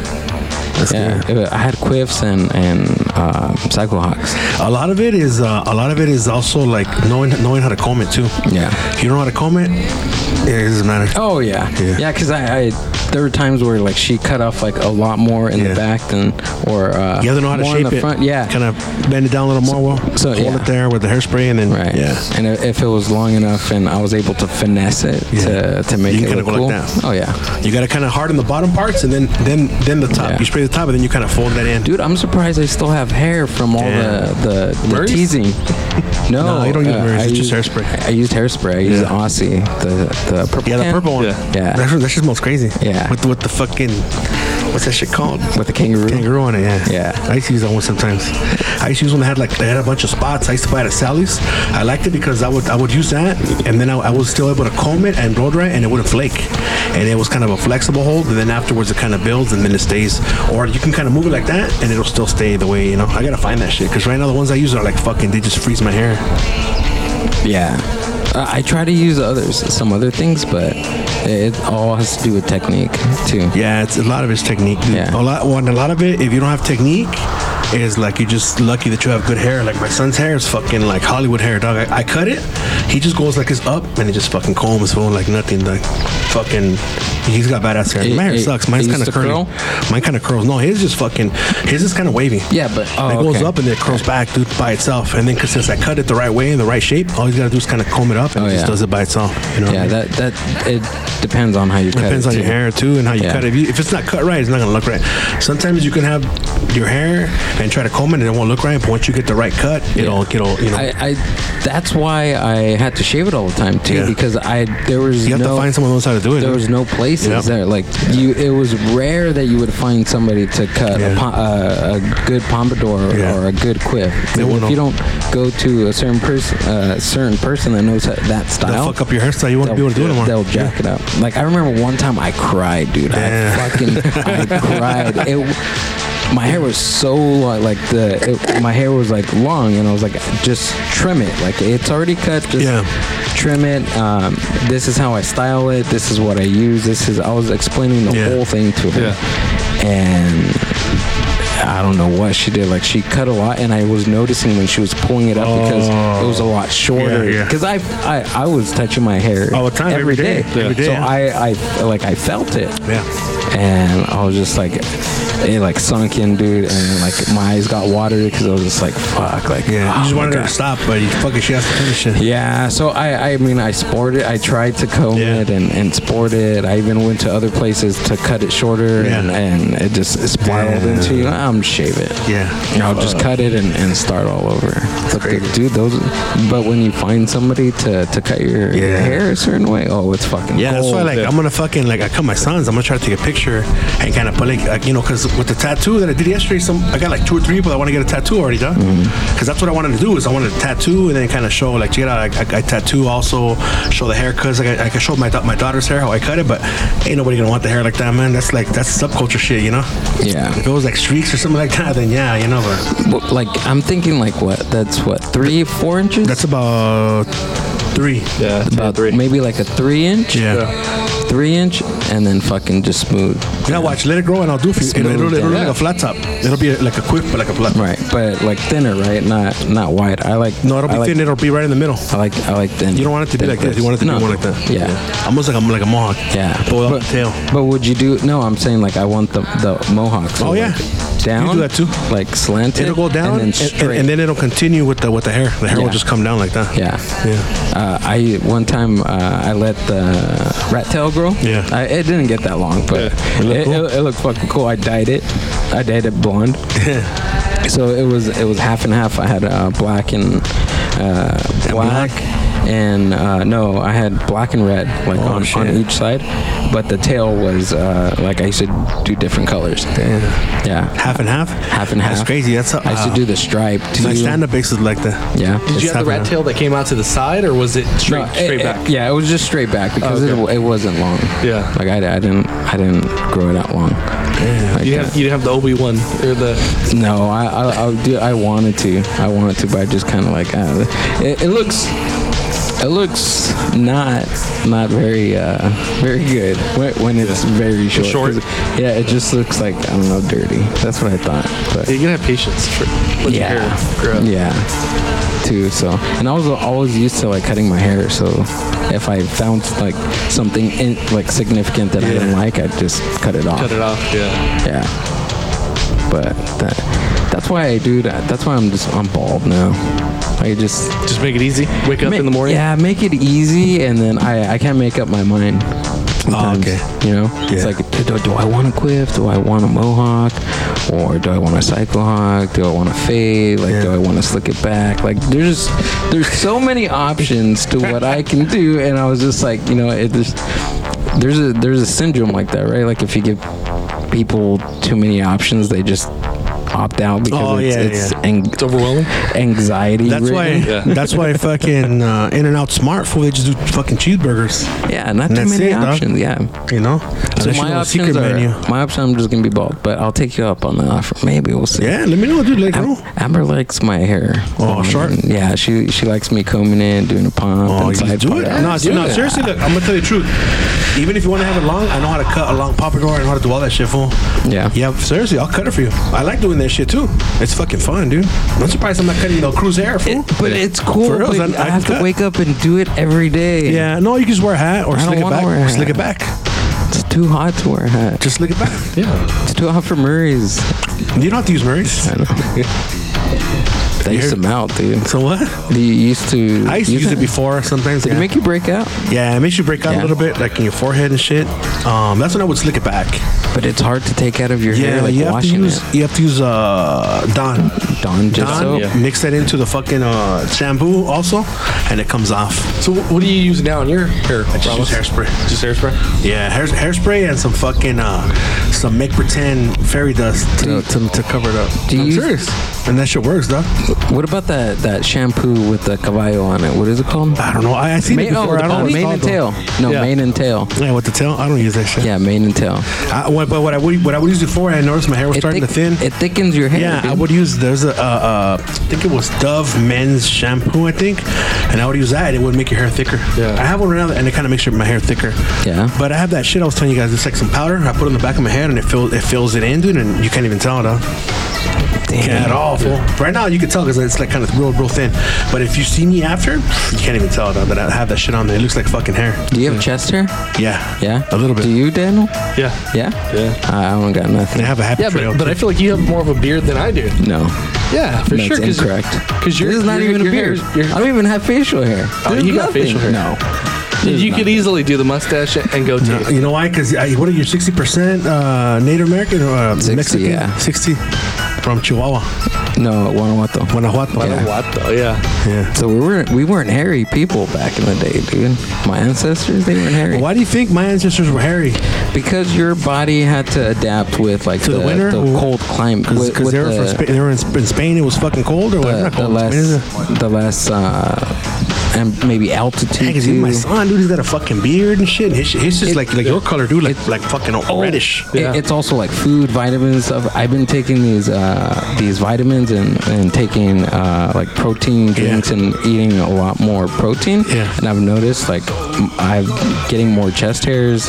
[SPEAKER 4] yeah, it- I had quiffs and and uh, cycle hawks.
[SPEAKER 1] A lot of it is. Uh, a lot of it is also like knowing knowing how to comb it too.
[SPEAKER 4] Yeah.
[SPEAKER 1] If you don't know how to comb it, it doesn't matter.
[SPEAKER 4] Oh yeah,
[SPEAKER 1] Yeah.
[SPEAKER 4] yeah. Because I, I there were times where like she cut off like a lot more in
[SPEAKER 1] Yeah.
[SPEAKER 4] the back than or uh,
[SPEAKER 1] You have to know how to
[SPEAKER 4] more
[SPEAKER 1] shape
[SPEAKER 4] in the
[SPEAKER 1] it.
[SPEAKER 4] front. Yeah,
[SPEAKER 1] Kind of bend it down a little more. Well,
[SPEAKER 4] so,
[SPEAKER 1] hold
[SPEAKER 4] yeah.
[SPEAKER 1] it there with the hairspray, and then
[SPEAKER 4] right.
[SPEAKER 1] yeah.
[SPEAKER 4] and i- if it was long enough and I was able to finesse it
[SPEAKER 1] Yeah.
[SPEAKER 4] to to make
[SPEAKER 1] You can
[SPEAKER 4] it
[SPEAKER 1] kinda
[SPEAKER 4] look
[SPEAKER 1] go
[SPEAKER 4] cool.
[SPEAKER 1] like that.
[SPEAKER 4] Oh yeah,
[SPEAKER 1] You gotta kind of harden the bottom parts, and then then then the top.
[SPEAKER 4] Yeah.
[SPEAKER 1] You spray the top, and then you kind of fold that in.
[SPEAKER 4] dude. I'm surprised I still have hair from all
[SPEAKER 1] Damn.
[SPEAKER 4] the the, the
[SPEAKER 3] Murray's?
[SPEAKER 4] teasing. No, uh,
[SPEAKER 1] No, you don't use Murray's,
[SPEAKER 4] I
[SPEAKER 1] it's just
[SPEAKER 4] used-
[SPEAKER 1] hairspray.
[SPEAKER 4] I used hairspray. I used
[SPEAKER 1] Yeah.
[SPEAKER 4] Aussie, the the purple.
[SPEAKER 1] yeah, the
[SPEAKER 4] can
[SPEAKER 1] purple one.
[SPEAKER 3] Yeah.
[SPEAKER 4] Yeah.
[SPEAKER 1] That's, that's just most crazy.
[SPEAKER 4] Yeah.
[SPEAKER 1] With with the fucking what's that shit called?
[SPEAKER 4] with the kangaroo.
[SPEAKER 1] Kangaroo on it, yeah.
[SPEAKER 4] Yeah.
[SPEAKER 1] I used to use that one sometimes. I used to use one that had like they had a bunch of spots. I used to buy it at Sally's. I liked it because I would I would use that, and then I, I was still able to comb it and blow dry, it, and it wouldn't flake. And it was kind of a flexible hold, and then afterwards it kind of builds, and then it stays. Or you can kind of move it like that, and it'll still stay the way you know. I gotta find that shit because right now the ones I use are like fucking. They just freeze my hair.
[SPEAKER 4] Yeah. Uh, I try to use others, some other things, but it all has to do with technique too.
[SPEAKER 1] Yeah, it's a lot of it's technique. dude.
[SPEAKER 4] Yeah.
[SPEAKER 1] A lot. Well, and a lot of it, if you don't have technique, is like you're just lucky that you have good hair. Like my son's hair is fucking like Hollywood hair, dog. I, I cut it. He just goes like it's up, and he just fucking combs phone like nothing. Like fucking, he's got badass hair.
[SPEAKER 4] It-
[SPEAKER 1] my hair
[SPEAKER 4] it-
[SPEAKER 1] sucks. Mine's
[SPEAKER 4] it
[SPEAKER 1] kind
[SPEAKER 4] used
[SPEAKER 1] of
[SPEAKER 4] to
[SPEAKER 1] curly.
[SPEAKER 4] curl?
[SPEAKER 1] Mine kind of curls. No, his just fucking. His is kind of wavy.
[SPEAKER 4] Yeah, but- oh,
[SPEAKER 1] it goes
[SPEAKER 4] okay.
[SPEAKER 1] up and then it curls back, dude, by itself. And then 'cause since I cut it the right way in the right shape, all you gotta do is kind of comb it up, and
[SPEAKER 4] Oh,
[SPEAKER 1] it just
[SPEAKER 4] yeah.
[SPEAKER 1] does it by itself. You know? what I
[SPEAKER 4] Yeah,
[SPEAKER 1] mean?
[SPEAKER 4] that that it depends on how you cut
[SPEAKER 1] Depends
[SPEAKER 4] it.
[SPEAKER 1] on your
[SPEAKER 4] too.
[SPEAKER 1] hair too and how you
[SPEAKER 4] Yeah.
[SPEAKER 1] cut it. If, you, if it's not cut right, it's not gonna look right. Sometimes you can have your hair and try to comb it and it won't look right, but once you get the right cut, it'll it'll you know
[SPEAKER 4] I, I that's why I had to shave it all the time too
[SPEAKER 1] Yeah.
[SPEAKER 4] because I there was
[SPEAKER 1] you have
[SPEAKER 4] no
[SPEAKER 1] to find someone who knows how to do it.
[SPEAKER 4] there was no places
[SPEAKER 1] Yep.
[SPEAKER 4] there like you it was rare that you would find somebody to cut
[SPEAKER 1] Yeah.
[SPEAKER 4] a, po- uh, a good pompadour
[SPEAKER 1] Yeah.
[SPEAKER 4] or a good quiff.
[SPEAKER 1] They won't
[SPEAKER 4] if you
[SPEAKER 1] know.
[SPEAKER 4] don't go to a certain person uh, certain person that knows that, that
[SPEAKER 1] They'll
[SPEAKER 4] style,
[SPEAKER 1] fuck up your hairstyle. You won't be able to do it anymore.
[SPEAKER 4] they'll jack it up. Like I remember one time I cried, dude.
[SPEAKER 1] Yeah.
[SPEAKER 4] I fucking I cried. It, my hair was so long, like the it, my hair was like long, and I was like, just trim it. Like it's already cut. Just
[SPEAKER 1] Yeah.
[SPEAKER 4] trim it. Um, this is how I style it. This is what I use. This is I was explaining the
[SPEAKER 1] Yeah.
[SPEAKER 4] whole thing to her, and. I don't know what she did. Like she cut a lot, and I was noticing when she was pulling it up because it was a lot shorter.
[SPEAKER 1] Oh. yeah.
[SPEAKER 4] Because I, I I was touching my hair
[SPEAKER 1] All the time, every day. Every day,
[SPEAKER 4] So
[SPEAKER 1] yeah.
[SPEAKER 4] I I like I felt it,
[SPEAKER 1] yeah.
[SPEAKER 4] and I was just like, it like sunk in, dude, and like my eyes got watery because I was just like, fuck, like
[SPEAKER 1] Yeah.
[SPEAKER 4] oh
[SPEAKER 1] you just
[SPEAKER 4] my
[SPEAKER 1] wanted her to
[SPEAKER 4] God.
[SPEAKER 1] stop, but you fucking she has to finish it.
[SPEAKER 4] Yeah, so I, I mean, I sported. I tried to comb
[SPEAKER 1] Yeah.
[SPEAKER 4] it and, and sport it. I even went to other places to cut it shorter,
[SPEAKER 1] Yeah.
[SPEAKER 4] and, and it just it spiraled
[SPEAKER 1] Damn.
[SPEAKER 4] into, you know, I'm shave it.
[SPEAKER 1] Yeah.
[SPEAKER 4] I'll just cut it and, and start all over. But the-
[SPEAKER 1] crazy.
[SPEAKER 4] dude, those. But when you find somebody to, to cut your, your
[SPEAKER 1] Yeah.
[SPEAKER 4] hair a certain way, oh, it's fucking
[SPEAKER 1] Yeah, that's why.
[SPEAKER 4] gold.
[SPEAKER 1] Like, I'm gonna fucking like I cut my sons. I'm gonna try to take a picture and kind of put like, like you know, because with the tattoo that I did yesterday, some I got like two or three people that want to get a tattoo already done. Because that's what I wanted to do is I wanted to tattoo and then kind of show like check it out. I, I, I tattoo also show the haircuts. Like, I, I can show my da- my daughter's hair how I cut it, but ain't nobody gonna want the hair like that, man. That's like that's subculture shit, you know.
[SPEAKER 4] Yeah.
[SPEAKER 1] If it was like streaks or something like that, then yeah, you know. But
[SPEAKER 4] Well, like I'm thinking like what that's what three four inches
[SPEAKER 1] that's about three.
[SPEAKER 3] Yeah,
[SPEAKER 4] about
[SPEAKER 3] three.
[SPEAKER 4] maybe like a three inch
[SPEAKER 1] Yeah.
[SPEAKER 3] Yeah.
[SPEAKER 4] three inch, and then fucking just smooth.
[SPEAKER 1] Now watch, let it grow, and I'll do it for you. It'll, it'll, it'll, look like a flat top. It'll be like a quick, but like a flat.
[SPEAKER 4] Right, but like thinner, right? Not not wide. I like
[SPEAKER 1] No, it'll be
[SPEAKER 4] I like,
[SPEAKER 1] thin. It'll be right in the middle.
[SPEAKER 4] I like I like thin.
[SPEAKER 1] You don't want it to be
[SPEAKER 4] thin
[SPEAKER 1] like that. You want
[SPEAKER 4] clips.
[SPEAKER 1] it to
[SPEAKER 4] No.
[SPEAKER 1] be more like that.
[SPEAKER 4] Yeah.
[SPEAKER 1] Almost like a like a mohawk.
[SPEAKER 4] Yeah,
[SPEAKER 1] But without the tail.
[SPEAKER 4] But would you do? No, I'm saying like I want the the mohawk. so,
[SPEAKER 1] Oh, yeah.
[SPEAKER 4] like, down.
[SPEAKER 1] You do that, too.
[SPEAKER 4] Like slanted.
[SPEAKER 1] It'll go down,
[SPEAKER 4] and then
[SPEAKER 1] and,
[SPEAKER 4] straight.
[SPEAKER 1] and, and then it'll continue with the with the hair. The hair will
[SPEAKER 4] Yeah.
[SPEAKER 1] just come down like that.
[SPEAKER 4] yeah.
[SPEAKER 1] Yeah.
[SPEAKER 4] Uh, I one time uh, I let the rat tail grow.
[SPEAKER 1] Yeah.
[SPEAKER 4] I, it didn't get that long, but it, it, it looked fucking cool. I dyed it. I dyed it blonde. so it was it was half and half. I had uh, black and uh, black. And uh, no, I had black and red, like on, on each side, but the tail was uh, like I used to do different colors. Yeah,
[SPEAKER 1] Half and half.
[SPEAKER 4] half and half.
[SPEAKER 1] That's crazy. That's a, uh,
[SPEAKER 4] I used to do the stripe too.
[SPEAKER 1] Like stand up bases like that.
[SPEAKER 4] Yeah.
[SPEAKER 3] Did you
[SPEAKER 1] It's
[SPEAKER 3] have the rat
[SPEAKER 1] happening.
[SPEAKER 3] tail that came out to the side, or was it straight,
[SPEAKER 4] No, it-
[SPEAKER 3] straight
[SPEAKER 4] it-
[SPEAKER 3] back?
[SPEAKER 4] yeah, it was just straight back because it, it wasn't long.
[SPEAKER 3] Yeah.
[SPEAKER 4] like I, I didn't I didn't grow it out long. Like
[SPEAKER 3] You
[SPEAKER 4] that.
[SPEAKER 3] have you have the Obi Wan or the
[SPEAKER 4] No, I I, I, do, I wanted to. I wanted to, but I just kind of like uh, it, it looks. It looks not not very uh, very good when, when it's very short.
[SPEAKER 3] Short?
[SPEAKER 4] 'Cause- Yeah, it just looks like I don't know, dirty. That's what I thought. But
[SPEAKER 3] you gotta have patience for let your hair grow.
[SPEAKER 4] yeah. Too so, and I was always used to like cutting my hair. So if I found like something in, like significant that I didn't like, I just cut it off.
[SPEAKER 3] Cut it off. Yeah.
[SPEAKER 4] Yeah. But that, that's why I do that. That's why I'm just I'm bald now. I just
[SPEAKER 3] Just make it easy. Wake up
[SPEAKER 4] Ma-
[SPEAKER 3] in the morning.
[SPEAKER 4] Yeah, make it easy, and then I I can't make up my mind.
[SPEAKER 1] Oh,
[SPEAKER 4] sometimes,
[SPEAKER 1] okay.
[SPEAKER 4] You know, it's
[SPEAKER 1] Yeah.
[SPEAKER 4] like do, do I want a quiff? Do I want a mohawk? Or do I want a cycle hawk? Do I want a fade? Like, do I want to slick it back? Like, there's there's so many options to what I can do, and I was just like, you know, it just there's a there's a syndrome like that, right? Like if you give people too many options, they just opt out because
[SPEAKER 1] Oh,
[SPEAKER 4] it's
[SPEAKER 1] yeah,
[SPEAKER 4] it's,
[SPEAKER 1] yeah.
[SPEAKER 4] ang-
[SPEAKER 3] It's overwhelming.
[SPEAKER 4] anxiety.
[SPEAKER 1] That's
[SPEAKER 4] ridden.
[SPEAKER 1] why. That's why fucking uh, In and Out Smart Food. They just do fucking cheeseburgers.
[SPEAKER 4] Yeah,
[SPEAKER 1] And
[SPEAKER 4] not too
[SPEAKER 1] that's
[SPEAKER 4] many
[SPEAKER 1] it, dog.
[SPEAKER 4] options. Yeah.
[SPEAKER 1] You know.
[SPEAKER 4] So
[SPEAKER 1] Unless you
[SPEAKER 4] my
[SPEAKER 1] know the
[SPEAKER 4] options are my option. I'm just gonna be bald, but I'll take you up on the offer. Maybe we'll see.
[SPEAKER 1] Yeah, let me know, dude. Let me
[SPEAKER 4] Am-
[SPEAKER 1] know.
[SPEAKER 4] Amber likes my hair.
[SPEAKER 1] Oh,
[SPEAKER 4] Um,
[SPEAKER 1] short?
[SPEAKER 4] Yeah, she she likes me combing it, doing a pump.
[SPEAKER 1] Oh,
[SPEAKER 4] and
[SPEAKER 1] you
[SPEAKER 4] side
[SPEAKER 1] just do it.
[SPEAKER 4] part.
[SPEAKER 1] No, no, seriously, look, I'm gonna tell you the truth. Even if you want to have it long, I know how to cut a long popper door. I know how to do all that shit, fool.
[SPEAKER 4] Yeah.
[SPEAKER 1] Yeah, seriously, I'll cut it for you. I like doing that shit too. It's fucking fun, dude. I'm surprised I'm not cutting no cruise hair, fool.
[SPEAKER 4] It- but it's cool.
[SPEAKER 1] For real,
[SPEAKER 4] but
[SPEAKER 1] son,
[SPEAKER 4] I
[SPEAKER 1] I
[SPEAKER 4] have to
[SPEAKER 1] cut.
[SPEAKER 4] wake up and do it every day.
[SPEAKER 1] yeah, no, you can just wear a hat or
[SPEAKER 4] don't
[SPEAKER 1] slick it
[SPEAKER 4] wanna
[SPEAKER 1] back.
[SPEAKER 4] wear a
[SPEAKER 1] Slick
[SPEAKER 4] hat.
[SPEAKER 1] it back.
[SPEAKER 4] It's too hot to wear a hat.
[SPEAKER 1] Just slick it back.
[SPEAKER 4] It's too hot for Murray's.
[SPEAKER 1] You don't have to use Murray's.
[SPEAKER 4] I know. They used
[SPEAKER 1] You're-
[SPEAKER 4] them out, dude.
[SPEAKER 1] So what?
[SPEAKER 4] You used to.
[SPEAKER 1] I used to use it before sometimes.
[SPEAKER 4] Did
[SPEAKER 1] yeah.
[SPEAKER 4] it make you break out?
[SPEAKER 1] yeah, it makes you break out a
[SPEAKER 4] Yeah.
[SPEAKER 1] little bit, like in your forehead and shit. Um, that's when I would slick it back.
[SPEAKER 4] But it's hard to take out of your hair,
[SPEAKER 1] Yeah,
[SPEAKER 4] like
[SPEAKER 1] you have to
[SPEAKER 4] washing
[SPEAKER 1] use
[SPEAKER 4] it.
[SPEAKER 1] you have to use uh Dawn.
[SPEAKER 4] Dawn just
[SPEAKER 1] Don,
[SPEAKER 4] soap.
[SPEAKER 1] mix that into the fucking uh, shampoo also, and it comes off.
[SPEAKER 3] So wh- what do you use now in your hair?
[SPEAKER 1] Just use
[SPEAKER 3] Ramos?
[SPEAKER 1] hairspray.
[SPEAKER 3] Just hairspray.
[SPEAKER 1] Yeah, hair, hairspray and some fucking uh, some make pretend fairy dust to, to, to cover it up.
[SPEAKER 4] Do you
[SPEAKER 1] I'm
[SPEAKER 4] use-
[SPEAKER 1] serious. And that shit works, dog.
[SPEAKER 4] What about that that shampoo with the caballo on it? What is it called?
[SPEAKER 1] I don't know. I, I seen it
[SPEAKER 4] Mane, oh,
[SPEAKER 1] before. I don't know
[SPEAKER 4] oh,
[SPEAKER 1] what it's
[SPEAKER 4] mane
[SPEAKER 1] called,
[SPEAKER 4] and
[SPEAKER 1] though.
[SPEAKER 4] tail. No,
[SPEAKER 3] Yeah.
[SPEAKER 4] mane and tail.
[SPEAKER 1] Yeah, with the tail. I don't use that shit.
[SPEAKER 4] Yeah, mane and tail.
[SPEAKER 1] I, what- but what I would what I would use it for, I noticed my hair was starting
[SPEAKER 4] thick-
[SPEAKER 1] to thin.
[SPEAKER 4] it thickens your hair.
[SPEAKER 1] Yeah,
[SPEAKER 4] dude.
[SPEAKER 1] I would use there's a uh, uh, I think it was Dove men's shampoo, I think, and I would use that. It would make your hair thicker.
[SPEAKER 3] Yeah.
[SPEAKER 1] I have one right now, and it kind of makes your, my hair thicker.
[SPEAKER 4] Yeah.
[SPEAKER 1] But I have that shit I was telling you guys. It's like some powder. I put it on the back of my head, and it fills it fills it in, dude, and you can't even tell it. Huh? At all, fool. Right now, you can tell because it's like kind of real, real thin. But if you see me after, you can't even tell though, that I have that shit on there. It looks like fucking hair.
[SPEAKER 4] Do you have chest hair?
[SPEAKER 1] Yeah.
[SPEAKER 4] Yeah.
[SPEAKER 1] A little bit.
[SPEAKER 4] Do you, Daniel?
[SPEAKER 3] Yeah.
[SPEAKER 4] Yeah.
[SPEAKER 3] Yeah.
[SPEAKER 4] I, I don't got
[SPEAKER 1] And
[SPEAKER 4] nothing.
[SPEAKER 1] I have a happy
[SPEAKER 3] Yeah,
[SPEAKER 1] trail.
[SPEAKER 3] but, but I feel like you have more of a beard than I do.
[SPEAKER 4] No.
[SPEAKER 3] Yeah, for
[SPEAKER 4] that's
[SPEAKER 3] sure. Because
[SPEAKER 4] incorrect.
[SPEAKER 3] Because you're
[SPEAKER 4] this is not
[SPEAKER 3] your-
[SPEAKER 4] even a
[SPEAKER 3] your
[SPEAKER 4] beard.
[SPEAKER 3] hair's- your-
[SPEAKER 4] I don't even have facial hair.
[SPEAKER 3] Oh,
[SPEAKER 4] There's
[SPEAKER 3] you got
[SPEAKER 4] nothing.
[SPEAKER 3] facial hair.
[SPEAKER 4] No.
[SPEAKER 3] you could easily do the mustache and go
[SPEAKER 1] Uh,
[SPEAKER 3] to.
[SPEAKER 1] You know why? Because what are you, 60% uh, Native American or uh,
[SPEAKER 4] 60,
[SPEAKER 1] Mexican?
[SPEAKER 4] yeah.
[SPEAKER 1] 60 from Chihuahua,
[SPEAKER 4] No, Guanajuato.
[SPEAKER 1] Guanajuato.
[SPEAKER 4] Yeah.
[SPEAKER 3] What though? Yeah.
[SPEAKER 1] Yeah.
[SPEAKER 4] So we weren't we weren't hairy people back in the day, dude. My ancestors they weren't hairy.
[SPEAKER 1] Why do you think my ancestors were hairy?
[SPEAKER 4] Because your body had to adapt with like
[SPEAKER 1] To the winter or-
[SPEAKER 4] cold climate, with-
[SPEAKER 1] Because
[SPEAKER 4] with
[SPEAKER 1] they were from
[SPEAKER 4] the- uh,
[SPEAKER 1] Spa- they were in, Sp- in Spain. It was fucking cold or what?
[SPEAKER 4] the,
[SPEAKER 1] Not
[SPEAKER 4] the
[SPEAKER 1] cold. Spain is
[SPEAKER 4] less the less uh, and maybe altitude.
[SPEAKER 1] Because even my
[SPEAKER 4] too.
[SPEAKER 1] son, dude, he's got a fucking beard and shit. And his, his is like like your color, dude, like like fucking reddish.
[SPEAKER 4] Oh, It-
[SPEAKER 3] Yeah.
[SPEAKER 4] it's also like food, vitamins, and stuff. I've been taking these uh, these vitamins and, and taking uh, like protein drinks and eating a lot more protein.
[SPEAKER 1] Yeah.
[SPEAKER 4] And I've noticed like m- I'm getting more chest hairs.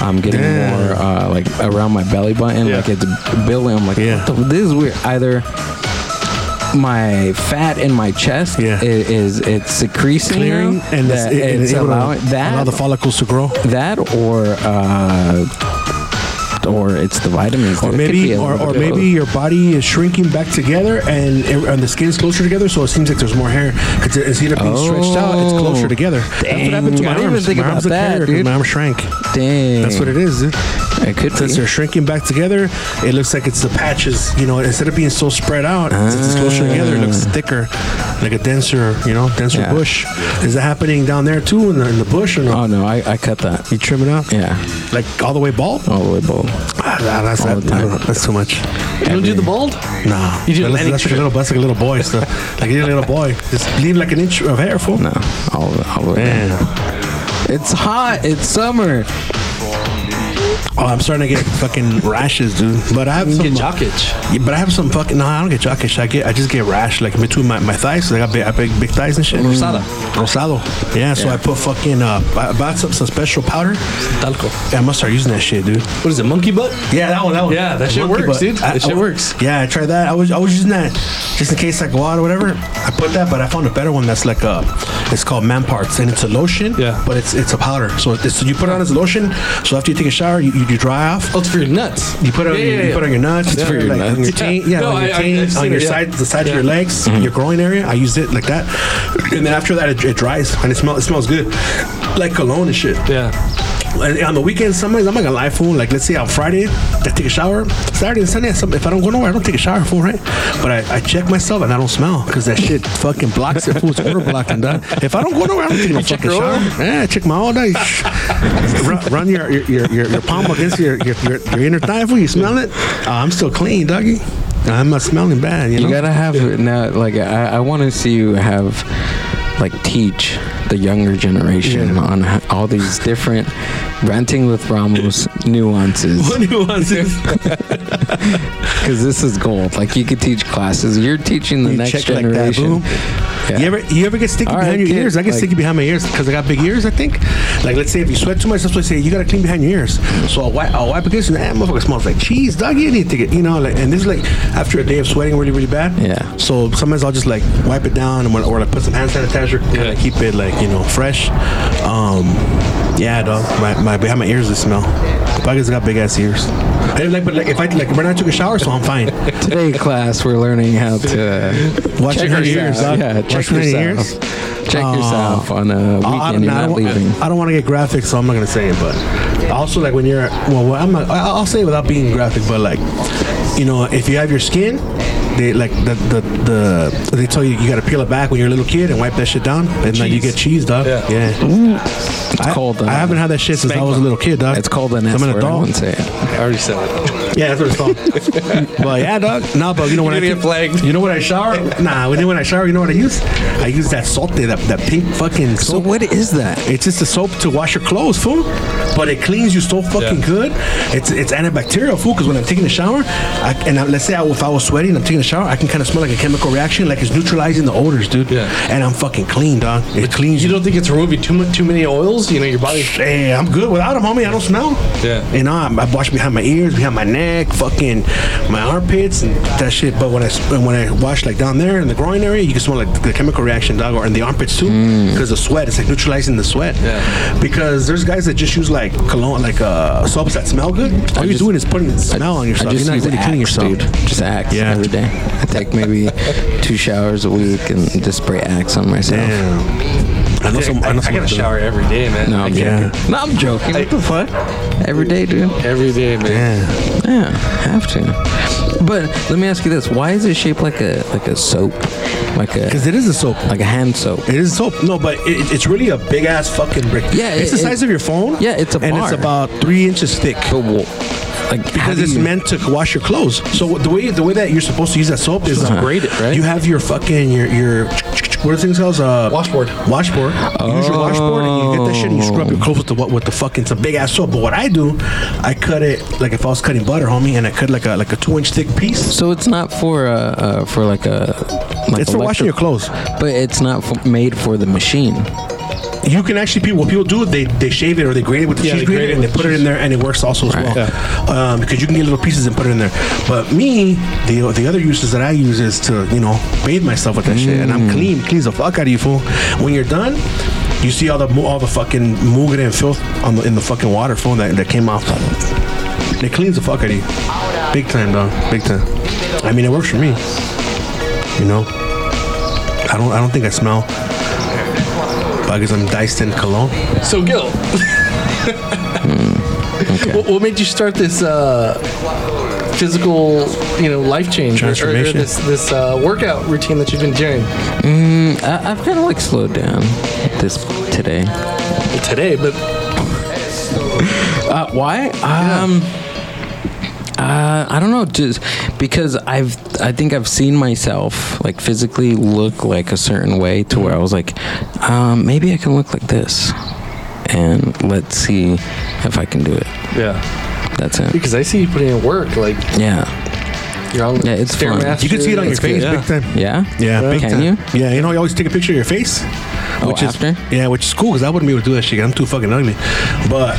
[SPEAKER 4] I'm getting more uh, like around my belly button.
[SPEAKER 1] Yeah.
[SPEAKER 4] Like it's building. I'm like,
[SPEAKER 1] Yeah.
[SPEAKER 4] what the, this is weird. Either my fat in my chest
[SPEAKER 1] Yeah.
[SPEAKER 4] i- is, it's secreting
[SPEAKER 1] Clearing
[SPEAKER 4] now,
[SPEAKER 1] and
[SPEAKER 4] that
[SPEAKER 1] it-
[SPEAKER 4] it's
[SPEAKER 1] it would
[SPEAKER 4] allowing that
[SPEAKER 1] allow the follicles to grow.
[SPEAKER 4] that or uh, or it's the vitamins.
[SPEAKER 1] Or
[SPEAKER 4] dude. It could be
[SPEAKER 1] maybe,
[SPEAKER 4] a
[SPEAKER 1] or,
[SPEAKER 4] little
[SPEAKER 1] or
[SPEAKER 4] bit of
[SPEAKER 1] maybe your body is shrinking back together, and it- and the skin's closer together, so it seems like there's more hair. It's, it's either being stretched out, it's closer
[SPEAKER 4] Oh.
[SPEAKER 1] together. That's what happened to
[SPEAKER 4] Dang,
[SPEAKER 1] my
[SPEAKER 4] I didn't even
[SPEAKER 1] arms.
[SPEAKER 4] think
[SPEAKER 1] my
[SPEAKER 4] about
[SPEAKER 1] arms look
[SPEAKER 4] that,
[SPEAKER 1] heavier 'cause
[SPEAKER 4] dude.
[SPEAKER 1] My arms shrank.
[SPEAKER 4] both. Dang.
[SPEAKER 1] That's what it is. Dude.
[SPEAKER 4] It could
[SPEAKER 1] Since they're
[SPEAKER 4] be.
[SPEAKER 1] shrinking back together, it looks like it's the patches. You know, instead of being so spread out, since it's closer together, it looks thicker, like a denser, you know, denser
[SPEAKER 4] Ah. Yeah.
[SPEAKER 1] bush. Is that happening down there too in the, in the bush or no?
[SPEAKER 4] Oh no, I, I cut that.
[SPEAKER 1] you trim it out,
[SPEAKER 4] Yeah,
[SPEAKER 1] like all the way bald?
[SPEAKER 4] all the way bald.
[SPEAKER 1] Ah, nah, that's,
[SPEAKER 4] All the
[SPEAKER 1] that- I
[SPEAKER 4] time.
[SPEAKER 1] don't know, that's too much.
[SPEAKER 3] You don't do the bald?
[SPEAKER 1] Nah,
[SPEAKER 3] You do
[SPEAKER 1] that's,
[SPEAKER 3] an
[SPEAKER 1] that's like
[SPEAKER 3] inch-
[SPEAKER 1] a little, that's like a little boy stuff. like you're a little boy, just leave like an inch of hair for.
[SPEAKER 4] No, all the- all the way. down.
[SPEAKER 1] Man.
[SPEAKER 4] It's hot. It's summer.
[SPEAKER 1] Oh, I'm starting to get fucking rashes, dude. But I have some.
[SPEAKER 3] Get jock itch.
[SPEAKER 1] Yeah, but I have some fucking. No, I don't get jockish. I get. I just get rash like between my, my thighs. 'cause I got big, I big, big thighs and shit.
[SPEAKER 3] Rosada.
[SPEAKER 1] Rosado. Yeah. So I put fucking. Uh, I bought some, some special powder.
[SPEAKER 3] Talco.
[SPEAKER 1] Yeah, I must start using that shit, dude.
[SPEAKER 3] What is it? Monkey butt?
[SPEAKER 1] Yeah, that one. That one.
[SPEAKER 3] Yeah, that shit
[SPEAKER 1] Monkey
[SPEAKER 3] works,
[SPEAKER 1] butt.
[SPEAKER 3] dude.
[SPEAKER 1] I-
[SPEAKER 3] That shit
[SPEAKER 1] I-
[SPEAKER 3] works.
[SPEAKER 1] Yeah, I tried that. I was I was using that just in case I go out or whatever. I put that, but I found a better one that's like a. It's called Man Parts, and it's a lotion.
[SPEAKER 3] Yeah.
[SPEAKER 1] But it's it's a powder, so it's, you put it on as a lotion. So after you take a shower, you, you, you dry off.
[SPEAKER 3] Oh, it's for your nuts.
[SPEAKER 1] You put it on,
[SPEAKER 3] Yeah,
[SPEAKER 1] your,
[SPEAKER 3] yeah,
[SPEAKER 1] you
[SPEAKER 3] yeah.
[SPEAKER 1] put it on your nuts. It's
[SPEAKER 4] for your
[SPEAKER 1] like,
[SPEAKER 4] nuts.
[SPEAKER 1] On your taint, yeah,
[SPEAKER 3] No,
[SPEAKER 1] on your,
[SPEAKER 3] I- I-
[SPEAKER 1] taint,
[SPEAKER 3] I've seen
[SPEAKER 1] on your
[SPEAKER 3] it, yeah.
[SPEAKER 1] side, the sides of
[SPEAKER 3] Yeah. Mm-hmm.
[SPEAKER 1] your legs, your groin area. I used it like that, and then after that, it, it dries and it smells. It smells good, like cologne and shit.
[SPEAKER 3] Yeah.
[SPEAKER 1] And on the weekends, sometimes I'm not gonna lie, fool. Like let's say on Friday, I take a shower. Saturday and Sunday, some- if I don't go nowhere, I don't take a shower, fool, right? But I, I check myself and I don't smell because that shit fucking blocks it, fool. It's odor blocking, dog. If I don't go nowhere, I don't take no fucking
[SPEAKER 3] your
[SPEAKER 1] shower.
[SPEAKER 3] odor?
[SPEAKER 1] Yeah, I check my odor. run, run your, your, your, your your palm against your your, your, your inner thigh, fool. You smell it? Uh, I'm still clean, doggy. I'm not smelling bad, you know.
[SPEAKER 4] You gotta have now. Like I, I want to see you have, like teach the younger generation
[SPEAKER 1] Yeah.
[SPEAKER 4] on h- all these different ranting with Ramos nuances.
[SPEAKER 3] What nuances?
[SPEAKER 4] Because this is gold. Like you could teach classes. You're teaching the
[SPEAKER 1] You
[SPEAKER 4] next
[SPEAKER 1] check like that,
[SPEAKER 4] generation.
[SPEAKER 1] boom. You ever you ever get sticky
[SPEAKER 4] All
[SPEAKER 1] behind
[SPEAKER 4] right,
[SPEAKER 1] your
[SPEAKER 4] kid,
[SPEAKER 1] ears? I get
[SPEAKER 4] like-
[SPEAKER 1] sticky behind my ears because I got big ears. I think. Like let's say if you sweat too much, that's why I say you gotta clean behind your ears. So I'll wipe, I'll wipe against you. and That motherfucker smells like cheese, dog. You need to get you know. Like and this is like after a day of sweating really really bad.
[SPEAKER 4] Yeah.
[SPEAKER 1] So sometimes I'll just like wipe it down and when, or like put some hand sanitizer kind
[SPEAKER 3] Yeah.
[SPEAKER 1] of keep it like you know fresh. Um, yeah, dog. My, my behind my ears they smell. Buggers got big ass ears. I like, but like if I like right now I took a shower, so I'm fine.
[SPEAKER 4] Today class, we're learning how to
[SPEAKER 1] Watch
[SPEAKER 4] check
[SPEAKER 1] your ears,
[SPEAKER 4] yourself.
[SPEAKER 1] dog.
[SPEAKER 4] Yeah, check
[SPEAKER 1] Watch your
[SPEAKER 4] yourself.
[SPEAKER 1] ears.
[SPEAKER 4] Check yourself on a weekend.
[SPEAKER 1] I, I,
[SPEAKER 4] you're
[SPEAKER 1] don't- I
[SPEAKER 4] not
[SPEAKER 1] don't,
[SPEAKER 4] leaving.
[SPEAKER 1] I don't want to get graphic, so I'm not gonna say it. But also, like when you're, well, well, I'm not, I- I'll say it without being graphic, but like, you know, if you have your skin, they like the the, the they tell you you gotta peel it back when you're a little kid and wipe that shit down, and then you get cheese, dog.
[SPEAKER 3] Yeah.
[SPEAKER 4] it's
[SPEAKER 1] I,
[SPEAKER 4] called. uh,
[SPEAKER 1] I haven't had that shit since I was a little kid, dog.
[SPEAKER 4] It's called an
[SPEAKER 1] I'm
[SPEAKER 4] S
[SPEAKER 1] an
[SPEAKER 4] word. I won't
[SPEAKER 1] adult.
[SPEAKER 4] say it.
[SPEAKER 3] I already said it.
[SPEAKER 1] Yeah, that's what it's called. but yeah, dog. Nah, but you know when I take-
[SPEAKER 3] You're gonna get flagged.
[SPEAKER 1] You know what I shower? Nah, when when I shower, you know what I use? I use that saute, that that pink fucking
[SPEAKER 4] So
[SPEAKER 1] soap.
[SPEAKER 4] what is that?
[SPEAKER 1] It's just a soap to wash your clothes, fool. But it cleans you so fucking
[SPEAKER 3] Yeah.
[SPEAKER 1] good. It's it's antibacterial, fool. Because when I'm taking a shower, I, and I, let's say I, if I was sweating, and I'm taking a shower, I can kind of smell like a chemical reaction, like it's neutralizing the odors, dude.
[SPEAKER 3] Yeah.
[SPEAKER 1] And I'm fucking clean, dog. It cleans
[SPEAKER 3] You
[SPEAKER 1] you.
[SPEAKER 3] don't think it's removing too much, too many oils? You know, your body.
[SPEAKER 1] Hey, I'm good without them, homie. I don't smell.
[SPEAKER 3] Yeah.
[SPEAKER 1] You know, I, I wash behind my ears, behind my neck, fucking my armpits and that shit. But when I s- when I wash like down there in the groin area, you can smell like the chemical reaction, dog, or in the armpits too,
[SPEAKER 4] Mm.
[SPEAKER 1] because the sweat. It's like neutralizing the sweat.
[SPEAKER 3] Yeah.
[SPEAKER 1] Because there's guys that just use like cologne, like uh, soaps that smell good. All you're
[SPEAKER 4] just-
[SPEAKER 1] doing is putting smell on
[SPEAKER 4] I
[SPEAKER 1] yourself.
[SPEAKER 4] just
[SPEAKER 1] You're not
[SPEAKER 4] use
[SPEAKER 1] really cleaning
[SPEAKER 4] Axe,
[SPEAKER 1] yourself.
[SPEAKER 4] dude. Just axe
[SPEAKER 1] Yeah.
[SPEAKER 4] every day. I take maybe two showers a week and just spray axe on myself.
[SPEAKER 1] Damn. I know some.
[SPEAKER 3] I,
[SPEAKER 1] I know
[SPEAKER 3] I
[SPEAKER 1] some.
[SPEAKER 3] gotta shower every day, man.
[SPEAKER 4] No, I'm
[SPEAKER 1] Yeah.
[SPEAKER 4] joking. No, I'm joking. What the fuck? Every day, dude.
[SPEAKER 3] Every day, man.
[SPEAKER 1] Yeah.
[SPEAKER 4] Yeah, have to. But let me ask you this: Why is it shaped like a like a soap, like a
[SPEAKER 1] Because it is a soap.
[SPEAKER 4] like a hand soap?
[SPEAKER 1] It is soap. No, but it, it's really a big ass fucking brick.
[SPEAKER 4] Yeah,
[SPEAKER 1] it's
[SPEAKER 4] it-
[SPEAKER 1] the size
[SPEAKER 4] it-
[SPEAKER 1] of your phone.
[SPEAKER 4] yeah, it's a
[SPEAKER 1] and
[SPEAKER 4] bar.
[SPEAKER 1] it's about three inches thick.
[SPEAKER 4] But wa- Like
[SPEAKER 1] because it's meant to wash your clothes. So the way the way that you're supposed to use that soap is uh,
[SPEAKER 3] grate it, right?
[SPEAKER 1] You have your fucking your your what are things called? Uh,
[SPEAKER 3] Washboard.
[SPEAKER 1] Washboard. You use your washboard and you get that shit and you scrub your clothes with the what with the fucking it's a big ass soap. But what I do, I cut it like if I was cutting butter, homie, and I cut like a like a two inch thick piece.
[SPEAKER 4] So it's not for uh, uh for like a like
[SPEAKER 1] It's for washing
[SPEAKER 4] electric-
[SPEAKER 1] your clothes.
[SPEAKER 4] but it's not f- made for the machine.
[SPEAKER 1] You can actually people what people do they they shave it or they grate it with the
[SPEAKER 3] Yeah,
[SPEAKER 1] cheese
[SPEAKER 3] they
[SPEAKER 1] grater
[SPEAKER 3] grate it
[SPEAKER 1] and they
[SPEAKER 3] with
[SPEAKER 1] put it in there and it works also as well um, because you can get little pieces and put it in there. But me, the the other uses that I use is to you know bathe myself with that shit and
[SPEAKER 3] Mm.
[SPEAKER 1] I'm clean, cleans the fuck out of you fool. When you're done. You see all the mo- all the fucking mugre and filth on the, in the fucking water fool that, that came off. It cleans the fuck out of you, big time, dog, big time. I mean, it works for me. You know, I don't I don't think I smell. I guess I'm diced in cologne.
[SPEAKER 3] So, Gil.
[SPEAKER 4] Hmm,
[SPEAKER 3] what, what made you start this uh, physical, you know, life change or- or-
[SPEAKER 1] Transformation.
[SPEAKER 3] Or, this this uh, workout routine that you've been doing
[SPEAKER 4] Mm, I, I've kind of like slowed down this today.
[SPEAKER 3] today? But
[SPEAKER 4] Uh, why? Um, uh, I don't know. Just because I've, I think I've seen myself like physically look like a certain way to where I was like, um, maybe I can look like this, and let's see if I can do it.
[SPEAKER 3] yeah,
[SPEAKER 4] That's it.
[SPEAKER 3] because I see you putting in work. Like
[SPEAKER 4] Yeah.
[SPEAKER 3] you're on
[SPEAKER 4] Yeah, it's fun.
[SPEAKER 3] Stairmaster.
[SPEAKER 1] You can see it on your face
[SPEAKER 3] Yeah.
[SPEAKER 1] big time.
[SPEAKER 4] Yeah.
[SPEAKER 1] Yeah, big
[SPEAKER 4] Can
[SPEAKER 1] time.
[SPEAKER 4] you?
[SPEAKER 1] Yeah, you know, you always take a picture of your face.
[SPEAKER 4] Oh,
[SPEAKER 1] which is-
[SPEAKER 4] after?
[SPEAKER 1] yeah, which is cool because I wouldn't be able to do that shit. I'm too fucking ugly. But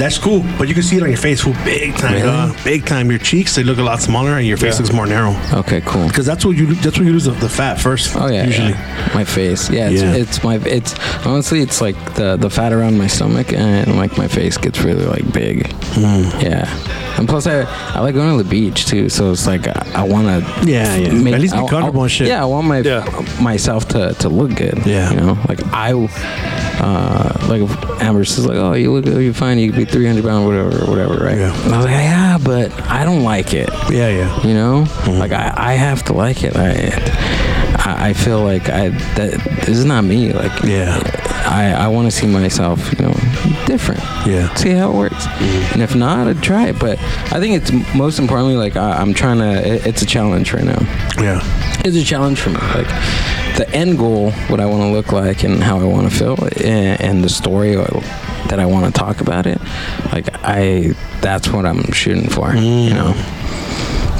[SPEAKER 1] that's cool. But you can see it on your face, who big time,
[SPEAKER 4] Really?
[SPEAKER 1] dog. big time. Your cheeks they look a lot smaller, and your face
[SPEAKER 3] Yeah.
[SPEAKER 1] looks more narrow.
[SPEAKER 4] Okay. Cool.
[SPEAKER 1] Because that's what you that's where you lose the, the fat first.
[SPEAKER 4] Oh yeah,
[SPEAKER 1] usually.
[SPEAKER 4] yeah. my face. Yeah, it's,
[SPEAKER 1] Yeah.
[SPEAKER 4] it's my it's honestly it's like the the fat around my stomach and like my face gets really like big.
[SPEAKER 1] Hmm.
[SPEAKER 4] Yeah, and plus I I like going to the beach too, so it's like I, I want to.
[SPEAKER 1] Yeah, yeah. At least be comfortable and shit.
[SPEAKER 4] Yeah, I want my
[SPEAKER 3] Yeah.
[SPEAKER 4] myself to to look good.
[SPEAKER 1] Yeah.
[SPEAKER 4] you know, like I. Uh, like if Amber's is like, oh, you look, you're fine. You could be 300 pound, whatever, whatever, right?
[SPEAKER 1] Yeah.
[SPEAKER 4] And I was like, yeah, but I don't like it.
[SPEAKER 1] Yeah, yeah.
[SPEAKER 4] You know,
[SPEAKER 1] Mm-hmm.
[SPEAKER 4] like I, I have to like it. I, I, I feel like I that this is not me. Like
[SPEAKER 1] Yeah.
[SPEAKER 4] I, I want to see myself, you know, different.
[SPEAKER 1] Yeah. Mm-hmm.
[SPEAKER 4] See how it works, and if not, I'd try it. But I think it's m- most importantly like I, I'm trying to. It, it's a challenge right now.
[SPEAKER 1] Yeah.
[SPEAKER 4] It's a challenge for me. Like the end goal, what I want to look like and how I want to feel, and, and the story or- that I want to talk about it. Like I, that's what I'm shooting for.
[SPEAKER 1] Mm.
[SPEAKER 4] You know.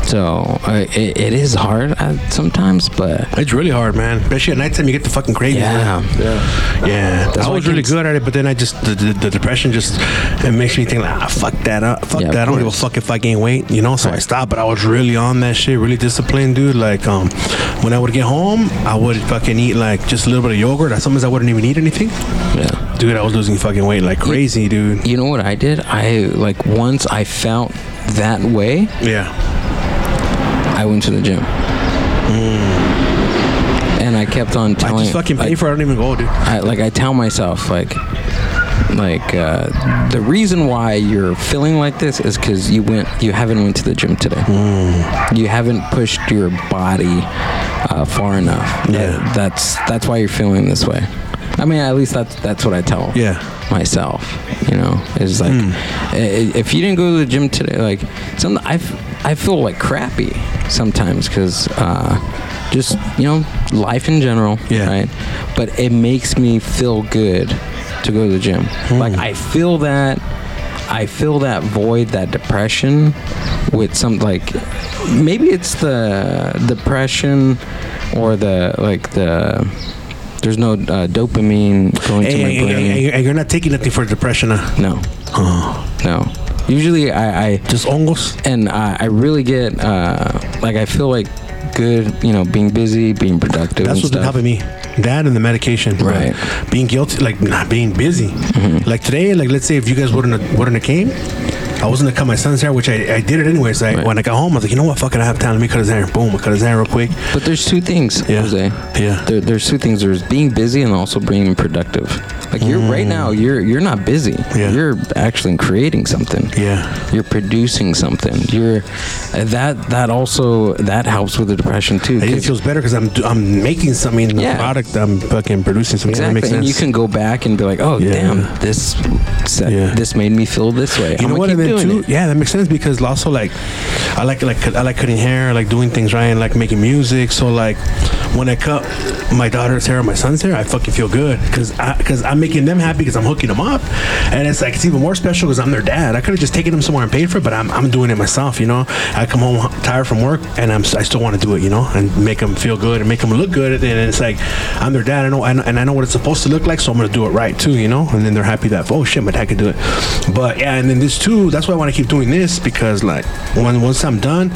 [SPEAKER 4] So I, it, it is hard uh, sometimes, but
[SPEAKER 1] It's really hard, man. Especially at nighttime, you get the fucking cravings.
[SPEAKER 4] yeah,
[SPEAKER 1] man. Yeah, I
[SPEAKER 4] why
[SPEAKER 1] was
[SPEAKER 4] I
[SPEAKER 1] really
[SPEAKER 4] can't-
[SPEAKER 1] good at it, but then I just the, the, the depression just it makes me think like ah fuck that up, fuck
[SPEAKER 4] Yeah,
[SPEAKER 1] that. I
[SPEAKER 4] of
[SPEAKER 1] don't give a
[SPEAKER 4] course.
[SPEAKER 1] fuck if I gain weight, you know. So I stopped, but I was really on that shit, really disciplined, dude. Like um, when I would get home, I would fucking eat like just a little bit of yogurt. Sometimes I wouldn't even eat anything,
[SPEAKER 4] yeah.
[SPEAKER 1] dude. I was losing fucking weight like crazy, dude.
[SPEAKER 4] You know what I did? I like once I felt that way,
[SPEAKER 1] Yeah,
[SPEAKER 4] I went to the gym, and I kept on
[SPEAKER 1] Mm. I
[SPEAKER 4] telling.
[SPEAKER 1] just fucking pay
[SPEAKER 4] like,
[SPEAKER 1] for. it. I don't even go, dude.
[SPEAKER 4] I, like I tell myself like like uh, the reason why you're feeling like this is because you went you haven't went to the gym today
[SPEAKER 1] Hmm.
[SPEAKER 4] you haven't pushed your body uh, far enough
[SPEAKER 1] Yeah.
[SPEAKER 4] That- that's that's why you're feeling this way I mean at least that's that's what I tell
[SPEAKER 1] Yeah.
[SPEAKER 4] myself you know is like i i- if you didn't go to the gym today like some I, f- I feel like crappy sometimes because uh, just you know life in general
[SPEAKER 1] Yeah.
[SPEAKER 4] right but it makes me feel good to go to the gym. Like I feel that I feel that void, that depression with some like maybe it's the depression or the like the there's no uh, dopamine going
[SPEAKER 1] Hey,
[SPEAKER 4] to my
[SPEAKER 1] hey, hey,
[SPEAKER 4] brain. Uh-huh.
[SPEAKER 1] hey, hey, you're not taking nothing for depression, uh,
[SPEAKER 4] No. No. Usually I, I
[SPEAKER 1] just ongos.
[SPEAKER 4] and I, I really get uh, like I feel like good, you know, being busy, being productive.
[SPEAKER 1] That's
[SPEAKER 4] and
[SPEAKER 1] what's been
[SPEAKER 4] stuff.
[SPEAKER 1] helping me. That and the medication, but
[SPEAKER 4] Right. Mm-hmm.
[SPEAKER 1] Being guilty, like not being busy. Like today, like let's say if you guys wouldn't have, wouldn't have came, I wasn't gonna cut my son's hair, which I, I did it anyways. I,
[SPEAKER 4] Right.
[SPEAKER 1] When I got home, I was like, you know what, fuck it, I have time. Let me cut his hair. Boom, I cut his hair real quick.
[SPEAKER 4] But there's two things,
[SPEAKER 1] Yeah.
[SPEAKER 4] Jose.
[SPEAKER 1] Yeah.
[SPEAKER 4] There, there's two things. There's being busy and also being productive. Like you're right now, you're you're not busy.
[SPEAKER 1] Mm. Yeah.
[SPEAKER 4] You're actually creating something.
[SPEAKER 1] Yeah,
[SPEAKER 4] You're producing something. You're that that also that helps with the depression too.
[SPEAKER 1] it
[SPEAKER 4] 'cause-
[SPEAKER 1] feels better because I'm do- I'm making something in the
[SPEAKER 4] Yeah.
[SPEAKER 1] product. I'm fucking producing something that makes
[SPEAKER 4] Exactly, and
[SPEAKER 1] sense.
[SPEAKER 4] you can go back and be like, "Oh,
[SPEAKER 1] Yeah.
[SPEAKER 4] damn, this set,
[SPEAKER 1] Yeah.
[SPEAKER 4] this made me feel this way."
[SPEAKER 1] You know
[SPEAKER 4] I'ma
[SPEAKER 1] what?
[SPEAKER 4] keep
[SPEAKER 1] And then
[SPEAKER 4] doing
[SPEAKER 1] too.
[SPEAKER 4] it.
[SPEAKER 1] Yeah, that makes sense because also like I like like cut- I like cutting hair, I like doing things right, and like making music. So like when I cut my daughter's hair, or my son's hair, I fucking feel good because because I'm making them happy because I'm hooking them up, and it's like it's even more special because I'm their dad. I could have just taken them somewhere and paid for it, but I'm I'm doing it myself. You know, I come home tired from work, and I'm I still want to do it. You know, and make them feel good and make them look good, and it's like I'm their dad. I know and, and I know what it's supposed to look like, so I'm gonna do it right too. You know, and then they're happy that oh shit, my dad can do it. But yeah, and then this too. That's why I want to keep doing this because like when once I'm done,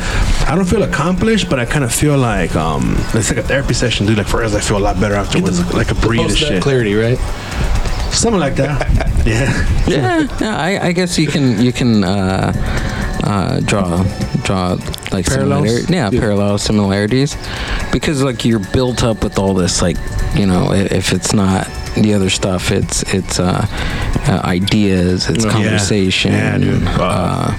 [SPEAKER 1] I don't feel accomplished, but I kind of feel like um it's like a therapy session, dude. Like for us, I feel a lot better afterwards, like a breathe and
[SPEAKER 3] Post that
[SPEAKER 1] shit,
[SPEAKER 3] clarity, right?
[SPEAKER 1] something like that. yeah,
[SPEAKER 4] Yeah, no, I, I guess you can you can uh, uh, draw draw like
[SPEAKER 3] Parallels?
[SPEAKER 4] similar, yeah, parallel similarities because like you're built up with all this like you know i- if it's not the other stuff it's it's uh, uh, ideas it's conversation
[SPEAKER 1] Yeah, dude.
[SPEAKER 4] uh,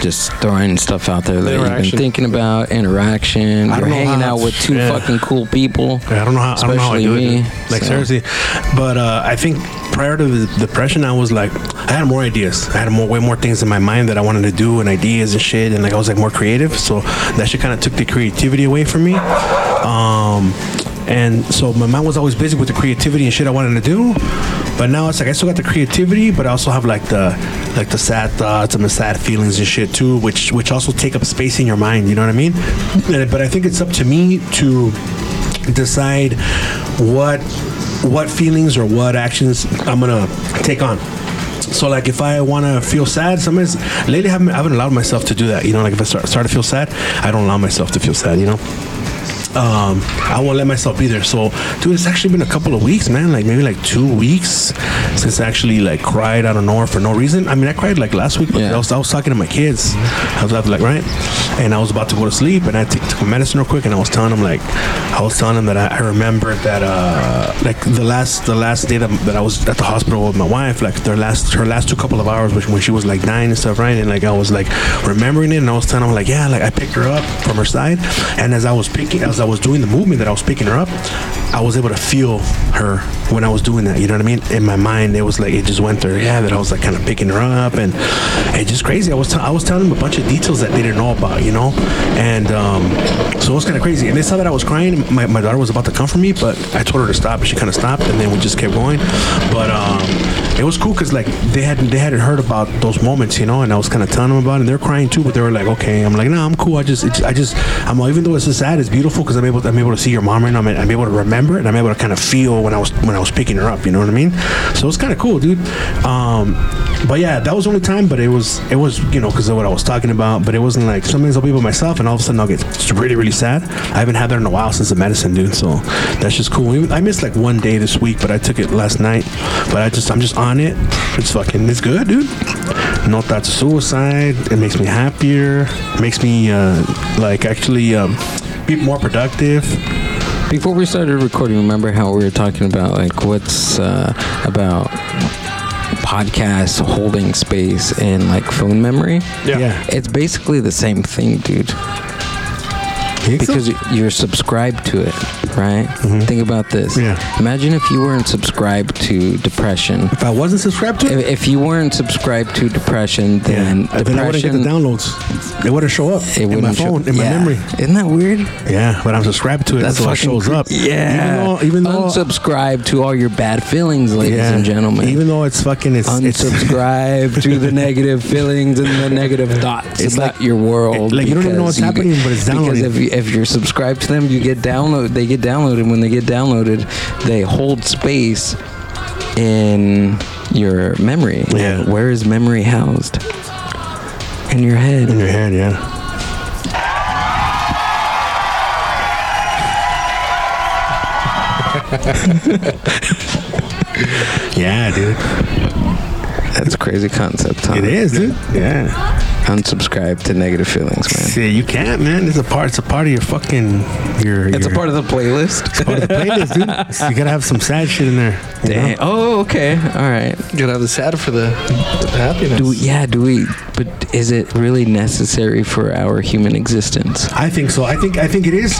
[SPEAKER 4] just throwing stuff out there that you've been
[SPEAKER 3] Interaction.
[SPEAKER 4] thinking about interaction
[SPEAKER 1] I
[SPEAKER 4] you're
[SPEAKER 1] don't know
[SPEAKER 4] hanging
[SPEAKER 1] how-
[SPEAKER 4] out with two
[SPEAKER 1] yeah.
[SPEAKER 4] fucking cool people
[SPEAKER 1] I don't know how I don't know how I
[SPEAKER 4] Especially
[SPEAKER 1] do
[SPEAKER 4] me,
[SPEAKER 1] it. dude. Like
[SPEAKER 4] so.
[SPEAKER 1] seriously, but uh, I think prior to the depression, I was like I had more ideas. I had more way more things in my mind that I wanted to do and ideas and shit, and like I was like more creative. So that shit kind of took the creativity away from me. Um, and so my mind was always busy with the creativity and shit I wanted to do. But now it's like I still got the creativity, but I also have like the like the sad thoughts and the sad feelings and shit too, which which also take up space in your mind. You know what I mean? And- But I think it's up to me to decide what what feelings or what actions I'm gonna take on. So like if I want to feel sad, sometimes lately I haven't, I haven't allowed myself to do that. You know, like if I start, start to feel sad, I don't allow myself to feel sad. You know um, I won't let myself be there. So, dude, it's actually been a couple of weeks, man. Like maybe like two weeks since I actually like cried out of nowhere for no reason. I mean, I cried like last week, but
[SPEAKER 4] Yeah.
[SPEAKER 1] I, was, I was talking to my kids. I was like, right, and I was about to go to sleep, and I took, took my medicine real quick, and I was telling them like, I was telling them that I, I remembered that uh, like the last the last day that, that I was at the hospital with my wife, like their last her last two couple of hours, which when she was like dying and stuff, right, and like I was like remembering it, and I was telling them like, yeah, like I picked her up from her side, and as I was picking, as I was doing the movement that I was picking her up, I was able to feel her when I was doing that. You know what I mean? In my mind, it was like it just went there. Yeah, that I was like kind of picking her up, and it's just crazy. I was t- I was telling them a bunch of details that they didn't know about, you know, and um, so it was kind of crazy. And they saw that I was crying. My, my daughter was about to come for me, but I told her to stop, and she kind of stopped, and then we just kept going. But um, it was cool because like they hadn't they hadn't heard about those moments, you know, and I was kind of telling them about it. And they're crying too, but they were like, okay. I'm like, no, I'm cool. I just it's, I just I'm like, even though it's so sad, it's beautiful because I'm able I'm able to see your mom right now. I'm, I'm able to remember it, and I'm able to kind of feel when I was when I was picking her up. You know what I mean? So it's kind of cool, dude. Um, but yeah, that was the only time. But it was it was you know because of what I was talking about. But it wasn't like sometimes I'll be by myself, and all of a sudden I'll get s- really really sad. I haven't had that in a while since the medicine, dude. So that's just cool. Even- I missed like one day this week, but I took it last night. But I just I'm just on it. It's fucking it's good, dude. No thoughts of suicide. It makes me happier. Makes me uh, like actually um, be more productive.
[SPEAKER 4] Before we started recording, remember how we were talking about like what's uh, about podcasts holding space and like phone memory?
[SPEAKER 1] Yeah.
[SPEAKER 4] It's basically the same thing, dude. Because you're subscribed to it, right? Think about this.
[SPEAKER 1] Mm-hmm. Yeah.
[SPEAKER 4] Imagine if you weren't subscribed to depression.
[SPEAKER 1] if I wasn't subscribed to it,
[SPEAKER 4] If, if you weren't subscribed to depression, then
[SPEAKER 1] yeah, then I wouldn't get
[SPEAKER 4] depression
[SPEAKER 1] the downloads. It wouldn't show up
[SPEAKER 4] it
[SPEAKER 1] in my
[SPEAKER 4] wouldn't show-
[SPEAKER 1] phone, in my
[SPEAKER 4] Yeah.
[SPEAKER 1] memory.
[SPEAKER 4] Isn't that weird?
[SPEAKER 1] Yeah, but I'm subscribed to it,
[SPEAKER 4] That's
[SPEAKER 1] so it
[SPEAKER 4] fucking
[SPEAKER 1] shows
[SPEAKER 4] cre-
[SPEAKER 1] up.
[SPEAKER 4] Yeah.
[SPEAKER 1] even though, even though,
[SPEAKER 4] unsubscribe to all your bad feelings, ladies
[SPEAKER 1] yeah,
[SPEAKER 4] and gentlemen.
[SPEAKER 1] even though it's fucking, it's, it's
[SPEAKER 4] unsubscribe to the negative feelings and the negative thoughts
[SPEAKER 1] It's
[SPEAKER 4] about
[SPEAKER 1] like-
[SPEAKER 4] your world.
[SPEAKER 1] like, you don't even know
[SPEAKER 4] because
[SPEAKER 1] what's
[SPEAKER 4] you-
[SPEAKER 1] happening, but it's downloading.
[SPEAKER 4] Because if, you, if you're subscribed to them, you get download. They get downloaded. When they get downloaded, they hold space in your memory.
[SPEAKER 1] Yeah.
[SPEAKER 4] Where is memory housed? In your
[SPEAKER 1] in
[SPEAKER 4] head.
[SPEAKER 1] your head. Yeah, yeah, dude,
[SPEAKER 4] That's a crazy concept. Huh?
[SPEAKER 1] it is, dude. Yeah,
[SPEAKER 4] Unsubscribe to negative feelings, man.
[SPEAKER 1] see, you can't, man. It's a part. It's a part of your fucking. Your.
[SPEAKER 4] It's a
[SPEAKER 1] your-
[SPEAKER 4] part of the playlist.
[SPEAKER 1] part of the playlist, dude. So you gotta have some sad shit in there. you know?
[SPEAKER 4] Damn. Oh, okay. All right.
[SPEAKER 3] Gotta have the sad for the, the happiness.
[SPEAKER 4] Do we, yeah, do we but is it really necessary for our human existence?
[SPEAKER 1] I think so. I think I think it is.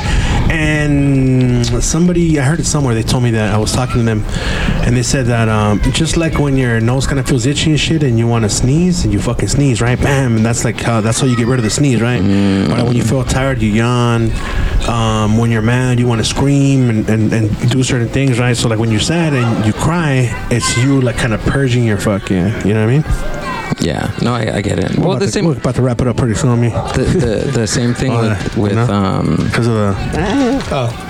[SPEAKER 1] And somebody, I heard it somewhere. They told me that I was talking to them, and they said that um, just like when your nose kind of feels itchy and shit, and you want to sneeze, and you fucking sneeze, right? Bam, and that's like how that's how you get rid of the sneeze, right?
[SPEAKER 4] Mm-hmm.
[SPEAKER 1] Or when you feel tired, you yawn. Um, when you're mad, you want to scream and, and, and do certain things, right? So like when you're sad and you cry, it's you like kind of purging your fucking, you know what I mean?
[SPEAKER 4] Yeah, no, I, I get it.
[SPEAKER 1] We're
[SPEAKER 4] Well,
[SPEAKER 1] about
[SPEAKER 4] the
[SPEAKER 1] to-
[SPEAKER 4] same,
[SPEAKER 1] We're about to wrap it up pretty soon, me,
[SPEAKER 4] the, the, the same thing
[SPEAKER 1] Oh,
[SPEAKER 4] with,
[SPEAKER 1] yeah.
[SPEAKER 4] with
[SPEAKER 1] No?
[SPEAKER 4] um,
[SPEAKER 1] because of the.
[SPEAKER 4] I, I,
[SPEAKER 3] Oh.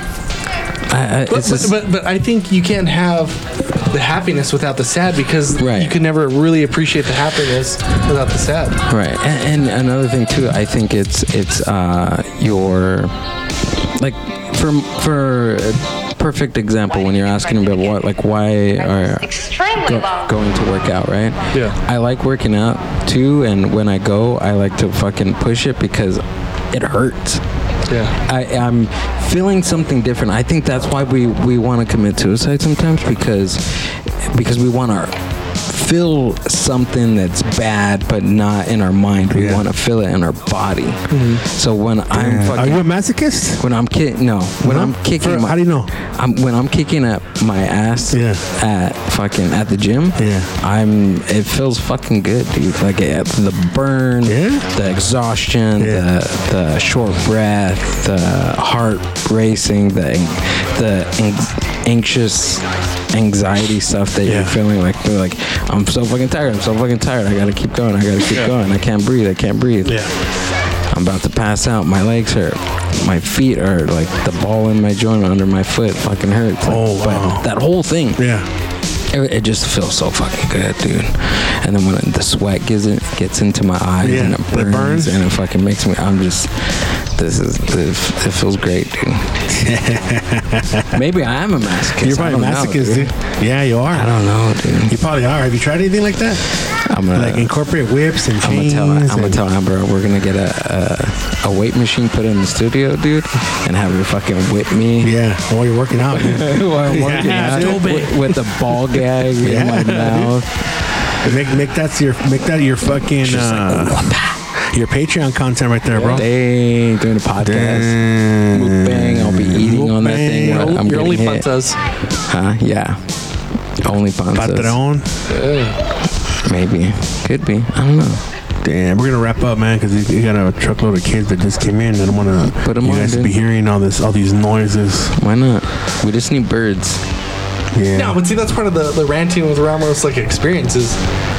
[SPEAKER 3] But,
[SPEAKER 4] it's just,
[SPEAKER 3] but, but I think you can't have the happiness without the sad because
[SPEAKER 4] Right.
[SPEAKER 3] you can never really appreciate the happiness without the sad.
[SPEAKER 4] right. And, and another thing too, I think it's it's uh, your like for for a perfect example when you're asking about what like why are
[SPEAKER 6] extremely
[SPEAKER 4] go,
[SPEAKER 6] long.
[SPEAKER 4] going to work out, right?
[SPEAKER 3] Yeah.
[SPEAKER 4] I like working out too, and when I go, I like to fucking push it because it hurts.
[SPEAKER 3] Yeah.
[SPEAKER 4] I, I'm feeling something different. I think that's why we, we want to commit suicide sometimes because because we want to feel something that's bad but not in our mind. We
[SPEAKER 1] Yeah. Mm-hmm.
[SPEAKER 4] want to feel it in our body. So when I'm
[SPEAKER 1] Are
[SPEAKER 4] fucking
[SPEAKER 1] you a masochist?
[SPEAKER 4] when I'm kicking no when
[SPEAKER 1] No?
[SPEAKER 4] I'm kicking
[SPEAKER 1] For-
[SPEAKER 4] my,
[SPEAKER 1] how do you know?
[SPEAKER 4] I'm, when I'm kicking up my ass
[SPEAKER 1] Yeah.
[SPEAKER 4] at fucking at the gym
[SPEAKER 1] Yeah.
[SPEAKER 4] I'm it feels fucking good dude like it, the burn
[SPEAKER 1] Yeah?
[SPEAKER 4] the exhaustion
[SPEAKER 1] Yeah.
[SPEAKER 4] the the short breath the heart racing the the an- anxious anxiety stuff that
[SPEAKER 1] Yeah.
[SPEAKER 4] you're feeling like you're like I'm so fucking tired I'm so fucking tired I gotta keep going I gotta keep going I can't breathe I can't breathe I'm about to pass out. My legs hurt. My feet are like the ball in my joint under my foot fucking hurts. Like,
[SPEAKER 1] Oh,
[SPEAKER 4] but
[SPEAKER 1] wow.
[SPEAKER 4] that whole thing,
[SPEAKER 1] Yeah.
[SPEAKER 4] it, it just feels so fucking good, dude. And then when it, the sweat gets in, gets into my eyes
[SPEAKER 1] Yeah,
[SPEAKER 4] and it
[SPEAKER 1] it
[SPEAKER 4] burns,
[SPEAKER 1] burns.
[SPEAKER 4] and it fucking makes me, I'm just, this is, it, it feels great, dude. Maybe I am a masochist.
[SPEAKER 1] You're
[SPEAKER 4] I
[SPEAKER 1] probably
[SPEAKER 4] don't know,
[SPEAKER 1] masochist, dude. Yeah, you are.
[SPEAKER 4] I don't know, dude.
[SPEAKER 1] You probably are. Have you tried anything like that?
[SPEAKER 4] I'm gonna,
[SPEAKER 1] like incorporate whips and
[SPEAKER 4] I'm gonna
[SPEAKER 1] chains.
[SPEAKER 4] tell I'm gonna
[SPEAKER 1] and-
[SPEAKER 4] tell Amber we're gonna get a, a a weight machine put in the studio, dude, and have her fucking whip me
[SPEAKER 1] Yeah, while you're working out. dude.
[SPEAKER 4] while I'm working
[SPEAKER 1] Yeah,
[SPEAKER 4] out
[SPEAKER 1] do it.
[SPEAKER 4] with, with a ball gag in my mouth.
[SPEAKER 1] make make that your make that your fucking uh, your Patreon content right there, bro.
[SPEAKER 4] Dang, doing a podcast.
[SPEAKER 1] Damn.
[SPEAKER 4] Bang! I'll be eating on that thing.
[SPEAKER 1] Mukbang.
[SPEAKER 4] when I'm
[SPEAKER 3] Your only
[SPEAKER 4] getting
[SPEAKER 3] fun
[SPEAKER 4] hit.
[SPEAKER 3] says,
[SPEAKER 4] huh? Yeah. Only panzas.
[SPEAKER 1] Patreon.
[SPEAKER 4] Maybe. Could be. I don't know.
[SPEAKER 1] Damn, we're gonna wrap up, man, because you got a truckload of kids that just came in. I don't want to.
[SPEAKER 4] Put 'em
[SPEAKER 1] you
[SPEAKER 4] on,
[SPEAKER 1] guys
[SPEAKER 4] dude.
[SPEAKER 1] be hearing all this, all these noises.
[SPEAKER 4] Why not? We just need birds.
[SPEAKER 1] Yeah.
[SPEAKER 3] no, but see, that's part of the, the ranting with Ramos like experiences.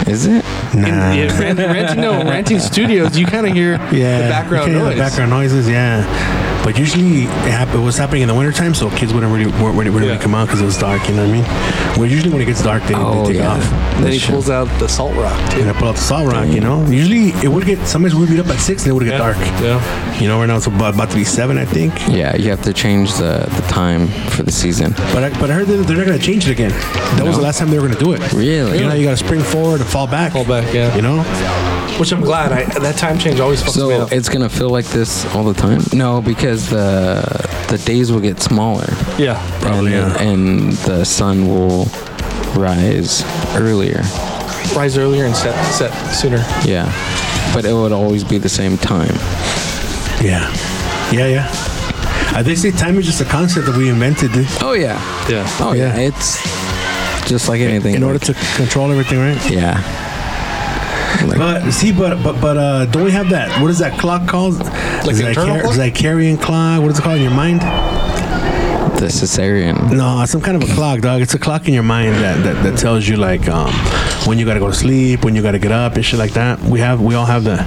[SPEAKER 4] Is it?
[SPEAKER 1] nah.
[SPEAKER 3] In, yeah, rant, ranting, no, ranting studios, you kind of hear
[SPEAKER 1] Yeah,
[SPEAKER 3] the
[SPEAKER 1] you
[SPEAKER 3] background
[SPEAKER 1] can hear
[SPEAKER 3] noise.
[SPEAKER 1] The background noises, yeah. But usually it, hap- it was happening in the wintertime, so kids wouldn't really wouldn't really, really
[SPEAKER 3] Yeah.
[SPEAKER 1] come out because it was dark. You know what I mean? Well, usually when it gets dark, they,
[SPEAKER 4] Oh,
[SPEAKER 1] they take
[SPEAKER 4] yeah.
[SPEAKER 1] off.
[SPEAKER 3] And then he
[SPEAKER 4] That's true.
[SPEAKER 3] pulls out the salt rock, too.
[SPEAKER 1] And I pull out the salt rock, you know. Usually it would get sometimes we'd meet up at six and it would get dark.
[SPEAKER 3] Yeah.
[SPEAKER 1] You know, right now it's about, about to be seven, I think.
[SPEAKER 4] Yeah, you have to change the, the time for the season.
[SPEAKER 1] But I, but I heard that they're not gonna change it again. That was the last time they were gonna do it.
[SPEAKER 4] Really?
[SPEAKER 1] You know, you gotta spring forward and fall back.
[SPEAKER 3] Fall back, yeah.
[SPEAKER 1] You know?
[SPEAKER 3] Which I'm glad. I, that time change always fucks me
[SPEAKER 4] So
[SPEAKER 3] up.
[SPEAKER 4] it's gonna feel like this all the time? No, because the the days will get smaller.
[SPEAKER 3] yeah.
[SPEAKER 4] Probably. And,
[SPEAKER 1] yeah.
[SPEAKER 4] and the sun will rise earlier.
[SPEAKER 3] Rise earlier and set, set sooner.
[SPEAKER 4] Yeah, but it would always be the same time.
[SPEAKER 1] Yeah. Yeah, yeah. Uh, they say time is just a concept that we invented dude,
[SPEAKER 4] Oh yeah.
[SPEAKER 3] Yeah.
[SPEAKER 4] Oh yeah.
[SPEAKER 1] Yeah.
[SPEAKER 4] It's just like anything.
[SPEAKER 1] in order to control everything, right?
[SPEAKER 4] Yeah.
[SPEAKER 1] But see, but but but uh, don't we have that? What is that clock called? Like
[SPEAKER 3] the internal clock?
[SPEAKER 1] Is that carrying clock? What is it called in your mind?
[SPEAKER 4] The cesarean.
[SPEAKER 1] No, some kind of
[SPEAKER 3] Mm.
[SPEAKER 1] a clock, dog. It's a clock in your mind that, that, that tells you like um, when you gotta go to sleep, when you gotta get up, and shit like that. We have we all have that.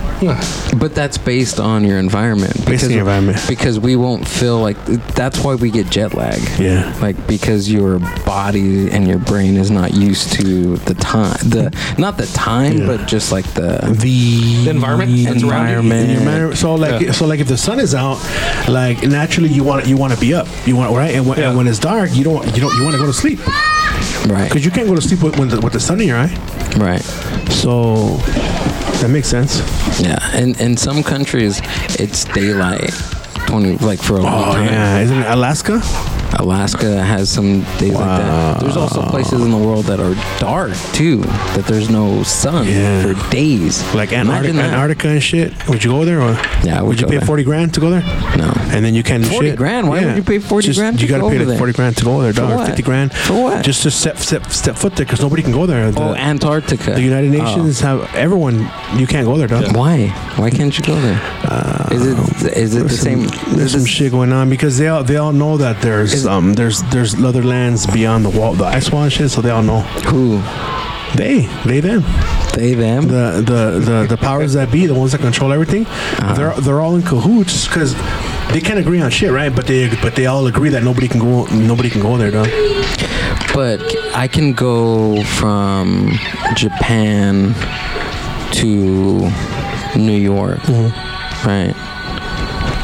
[SPEAKER 4] But that's based on your environment.
[SPEAKER 1] Based on your environment.
[SPEAKER 4] Because we won't feel like that's why we get jet lag.
[SPEAKER 1] Yeah.
[SPEAKER 4] Like because your body and your brain is not used to the time, the not the time,
[SPEAKER 1] Yeah.
[SPEAKER 4] but just like the
[SPEAKER 1] The
[SPEAKER 3] The environment that's around you.
[SPEAKER 4] environment.
[SPEAKER 1] You remember- so like
[SPEAKER 3] Yeah.
[SPEAKER 1] so like if the sun is out, like naturally you want you want to be up. You want right, and when,
[SPEAKER 3] Yeah.
[SPEAKER 1] and when it's dark, you don't you don't you want to go to sleep
[SPEAKER 4] Right.
[SPEAKER 1] because you can't go to sleep with, when the, with the sun in your eye.
[SPEAKER 4] Right.
[SPEAKER 1] So that makes sense.
[SPEAKER 4] Yeah. And in some countries, it's daylight. Twenty like for a long
[SPEAKER 1] Oh
[SPEAKER 4] time.
[SPEAKER 1] yeah, isn't it Alaska?
[SPEAKER 4] Alaska has some days like that. There's also places in the world that are dark too, that there's no sun
[SPEAKER 1] Yeah.
[SPEAKER 4] for days.
[SPEAKER 1] Like Antarctica,
[SPEAKER 4] Imagine that.
[SPEAKER 1] Antarctica and shit. Would you go there or?
[SPEAKER 4] Yeah, I would
[SPEAKER 1] Would you
[SPEAKER 4] go
[SPEAKER 1] pay
[SPEAKER 4] there.
[SPEAKER 1] forty grand to go there?
[SPEAKER 4] No.
[SPEAKER 1] And then you can't do
[SPEAKER 4] 40
[SPEAKER 1] shit.
[SPEAKER 4] grand? Why would you pay 40
[SPEAKER 1] Just-
[SPEAKER 4] grand
[SPEAKER 1] You
[SPEAKER 4] to
[SPEAKER 1] gotta
[SPEAKER 4] go
[SPEAKER 1] pay
[SPEAKER 4] over
[SPEAKER 1] like
[SPEAKER 4] there?
[SPEAKER 1] forty grand to go there, dog.
[SPEAKER 4] what?
[SPEAKER 1] Fifty grand
[SPEAKER 4] For what?
[SPEAKER 1] Just to step step step foot there because nobody can go there. The,
[SPEAKER 4] Oh, Antarctica.
[SPEAKER 1] the United Nations have everyone. You can't go there, dog.
[SPEAKER 4] Why? Why can't you go there? Is it is it the same?
[SPEAKER 1] Uh, There's some shit going on because they all they all know that there's
[SPEAKER 4] Is-
[SPEAKER 1] um there's there's other lands beyond the wall the ice wall and shit so they all know
[SPEAKER 4] Who?
[SPEAKER 1] they they them
[SPEAKER 4] They them?
[SPEAKER 1] the the the, the powers that be, the ones that control everything,
[SPEAKER 4] Uh-huh.
[SPEAKER 1] they're they're all in cahoots because they can't agree on shit, right? But they but they all agree that nobody can go nobody can go there, dog.
[SPEAKER 4] But I can go from Japan to New York,
[SPEAKER 1] Mm-hmm.
[SPEAKER 4] right?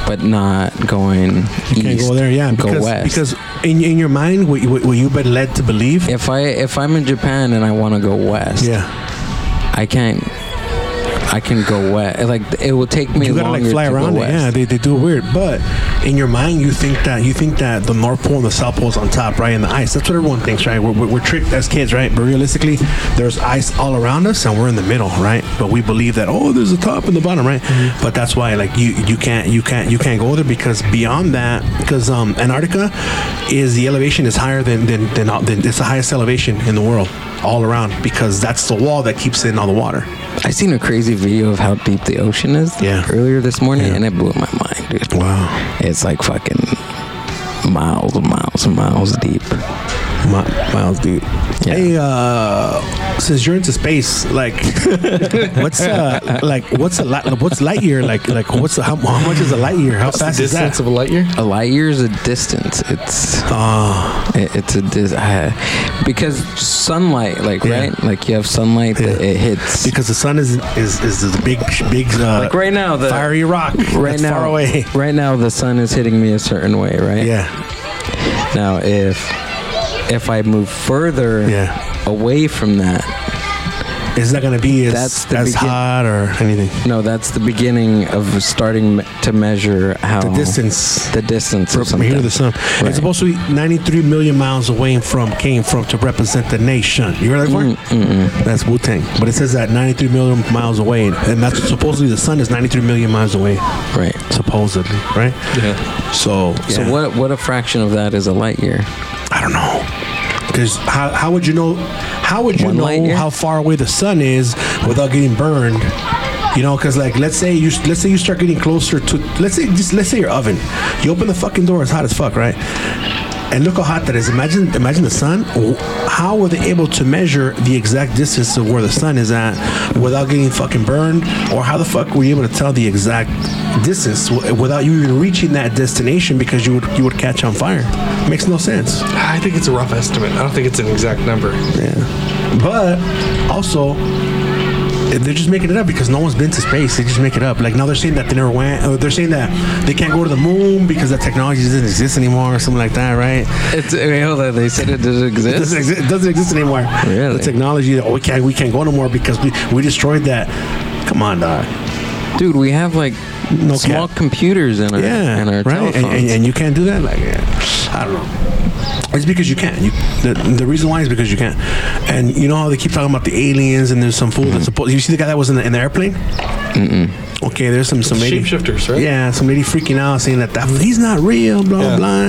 [SPEAKER 4] But not going
[SPEAKER 1] You can't
[SPEAKER 4] east.
[SPEAKER 1] go there, yeah, because
[SPEAKER 4] go west.
[SPEAKER 1] because in in your mind, what you, what you've been led to believe,
[SPEAKER 4] if I if I'm in Japan and I want to go west,
[SPEAKER 1] yeah,
[SPEAKER 4] I can't. I can go west. Like it will take me
[SPEAKER 1] you gotta
[SPEAKER 4] longer
[SPEAKER 1] like fly
[SPEAKER 4] to
[SPEAKER 1] around
[SPEAKER 4] go
[SPEAKER 1] it.
[SPEAKER 4] west.
[SPEAKER 1] Yeah, they, they do it weird, but in your mind, you think that you think that the North Pole and the South Pole is on top, right? And the ice. That's what everyone thinks, right? We're, we're, we're tricked as kids, right? But realistically, there's ice all around us, and we're in the middle, right? But we believe that oh, there's a top and the bottom, right?
[SPEAKER 4] Mm-hmm.
[SPEAKER 1] But that's why like you you can't you can't you can't go there because beyond that, because um Antarctica is the elevation is higher than than, than than it's the highest elevation in the world all around because that's the wall that keeps in all the water.
[SPEAKER 4] I seen a crazy video of how deep the ocean is
[SPEAKER 1] Yeah.
[SPEAKER 4] earlier this morning, and it blew my mind, dude.
[SPEAKER 1] Wow.
[SPEAKER 4] It's like fucking miles and miles and miles deep.
[SPEAKER 1] Mi- Miles, dude.
[SPEAKER 4] Yeah.
[SPEAKER 1] Hey, uh, since you're into space, like, what's uh, like, what's a light, what's light year like? Like, what's how, how much is a light year? How fast is
[SPEAKER 3] Distance
[SPEAKER 1] that?
[SPEAKER 3] of a light year?
[SPEAKER 4] A light year is a distance. It's
[SPEAKER 1] Oh,
[SPEAKER 4] it, it's a dis- uh, because sunlight, like
[SPEAKER 1] Yeah.
[SPEAKER 4] right, like you have sunlight that
[SPEAKER 1] Yeah.
[SPEAKER 4] it hits.
[SPEAKER 1] because the sun is is is the big big uh,
[SPEAKER 4] like right now, the
[SPEAKER 1] fiery rock
[SPEAKER 4] right
[SPEAKER 1] that's
[SPEAKER 4] now,
[SPEAKER 1] far away.
[SPEAKER 4] right now the sun is hitting me a certain way, right?
[SPEAKER 1] Yeah,
[SPEAKER 4] Now if if I move further
[SPEAKER 1] yeah.
[SPEAKER 4] away from that,
[SPEAKER 1] Is that gonna be as
[SPEAKER 4] That's the
[SPEAKER 1] as
[SPEAKER 4] begin-
[SPEAKER 1] hot or anything?
[SPEAKER 4] no, that's the beginning of starting me- to measure how
[SPEAKER 3] Uh-huh.
[SPEAKER 1] The distance.
[SPEAKER 4] the distance or
[SPEAKER 1] From here to
[SPEAKER 4] something.
[SPEAKER 1] the sun,
[SPEAKER 4] Right.
[SPEAKER 1] it's supposed to be 93 million miles away from came from to represent the nation. You heard that before? That's Wu Tang. But it says that 93 million miles away, and that's supposedly the sun is 93 million miles away,
[SPEAKER 4] Right.
[SPEAKER 1] supposedly, right?
[SPEAKER 3] Yeah.
[SPEAKER 1] So,
[SPEAKER 4] So
[SPEAKER 1] yeah,
[SPEAKER 4] what what a fraction of that is a light year?
[SPEAKER 1] I don't know. Because how, how would you know? How would you
[SPEAKER 4] One light
[SPEAKER 1] know
[SPEAKER 4] year?
[SPEAKER 1] how far away the sun is without getting burned? You know, because like let's say you let's say you start getting closer to let's say just let's say your oven. You open the fucking door, it's hot as fuck, right? And look how hot that is. Imagine imagine the sun. W- How were they able to measure the exact distance of where the sun is at without getting fucking burned? Or how the fuck were you able to tell the exact distance w- without you even reaching that destination because you would you would catch on fire? Makes no sense.
[SPEAKER 3] I think it's a rough estimate. I don't think it's an exact number.
[SPEAKER 1] Yeah. But also, they're just making it up because no one's been to space. They just make it up. Like now they're saying that they never went. Or they're saying that they can't go to the moon because that technology doesn't exist anymore or something like that, right?
[SPEAKER 4] It's I mean, hold on, they said it doesn't
[SPEAKER 1] It
[SPEAKER 4] exist.
[SPEAKER 1] doesn't, exist, it doesn't exist anymore.
[SPEAKER 4] Really?
[SPEAKER 1] The technology that we can't we can't go no more because we, we destroyed that. Come on, dog.
[SPEAKER 4] Dude, we have like
[SPEAKER 1] No
[SPEAKER 4] small
[SPEAKER 1] cap.
[SPEAKER 4] computers in our
[SPEAKER 1] Yeah,
[SPEAKER 4] in our
[SPEAKER 1] right. And,
[SPEAKER 4] telephones.
[SPEAKER 1] and, and you can't do that. Like, yeah. I don't know. It's because you can't. You, the, the reason why is because you can't. And you know how they keep talking about the aliens and there's some fool
[SPEAKER 4] Mm-hmm.
[SPEAKER 1] that's supposed. You see the guy that was in the, in the airplane. Mm-mm. Okay, there's some some lady.
[SPEAKER 3] Shapeshifters, right?
[SPEAKER 1] Yeah, some lady freaking out saying that, that he's not real, blah
[SPEAKER 3] Yeah.
[SPEAKER 1] blah.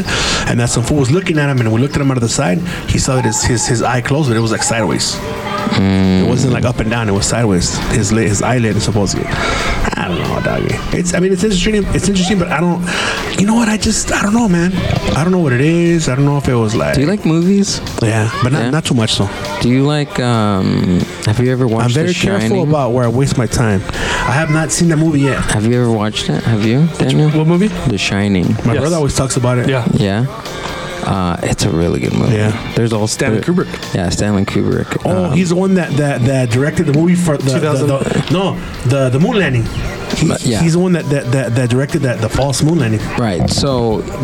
[SPEAKER 1] And that some fool was looking at him, and we looked at him out of the side. He saw that his his, his eye closed, but it was like sideways. It wasn't like up and down. It was sideways. His li- his eyelid is supposed to. Get, I don't know, doggy. It's. I mean, it's interesting. It's interesting, but I don't. You know what? I just. I don't know, man. I don't know what it is. I don't know if it was like.
[SPEAKER 4] Do you like movies?
[SPEAKER 1] Yeah, but not,
[SPEAKER 4] Yeah?
[SPEAKER 1] not too much though.
[SPEAKER 4] Do you like um have you ever watched
[SPEAKER 1] I'm very
[SPEAKER 4] The
[SPEAKER 1] careful
[SPEAKER 4] Shining?
[SPEAKER 1] about where I waste my time. I have not seen that movie yet.
[SPEAKER 4] have you ever watched it? Have you, Daniel?
[SPEAKER 3] What movie?
[SPEAKER 4] The Shining.
[SPEAKER 1] My
[SPEAKER 3] Yes.
[SPEAKER 1] brother always talks about it.
[SPEAKER 3] Yeah.
[SPEAKER 4] Yeah. Uh, it's a really good movie.
[SPEAKER 1] Yeah.
[SPEAKER 4] There's all
[SPEAKER 3] Stanley
[SPEAKER 4] there-
[SPEAKER 3] Kubrick.
[SPEAKER 4] Yeah, Stanley Kubrick.
[SPEAKER 1] Oh,
[SPEAKER 4] Um,
[SPEAKER 1] he's the one that, that, that directed the movie for the, the,
[SPEAKER 3] 2000.
[SPEAKER 1] the no the the moon landing. He-
[SPEAKER 4] But, yeah.
[SPEAKER 1] He's the one that, that, that, that directed that the false moon landing.
[SPEAKER 4] Right. So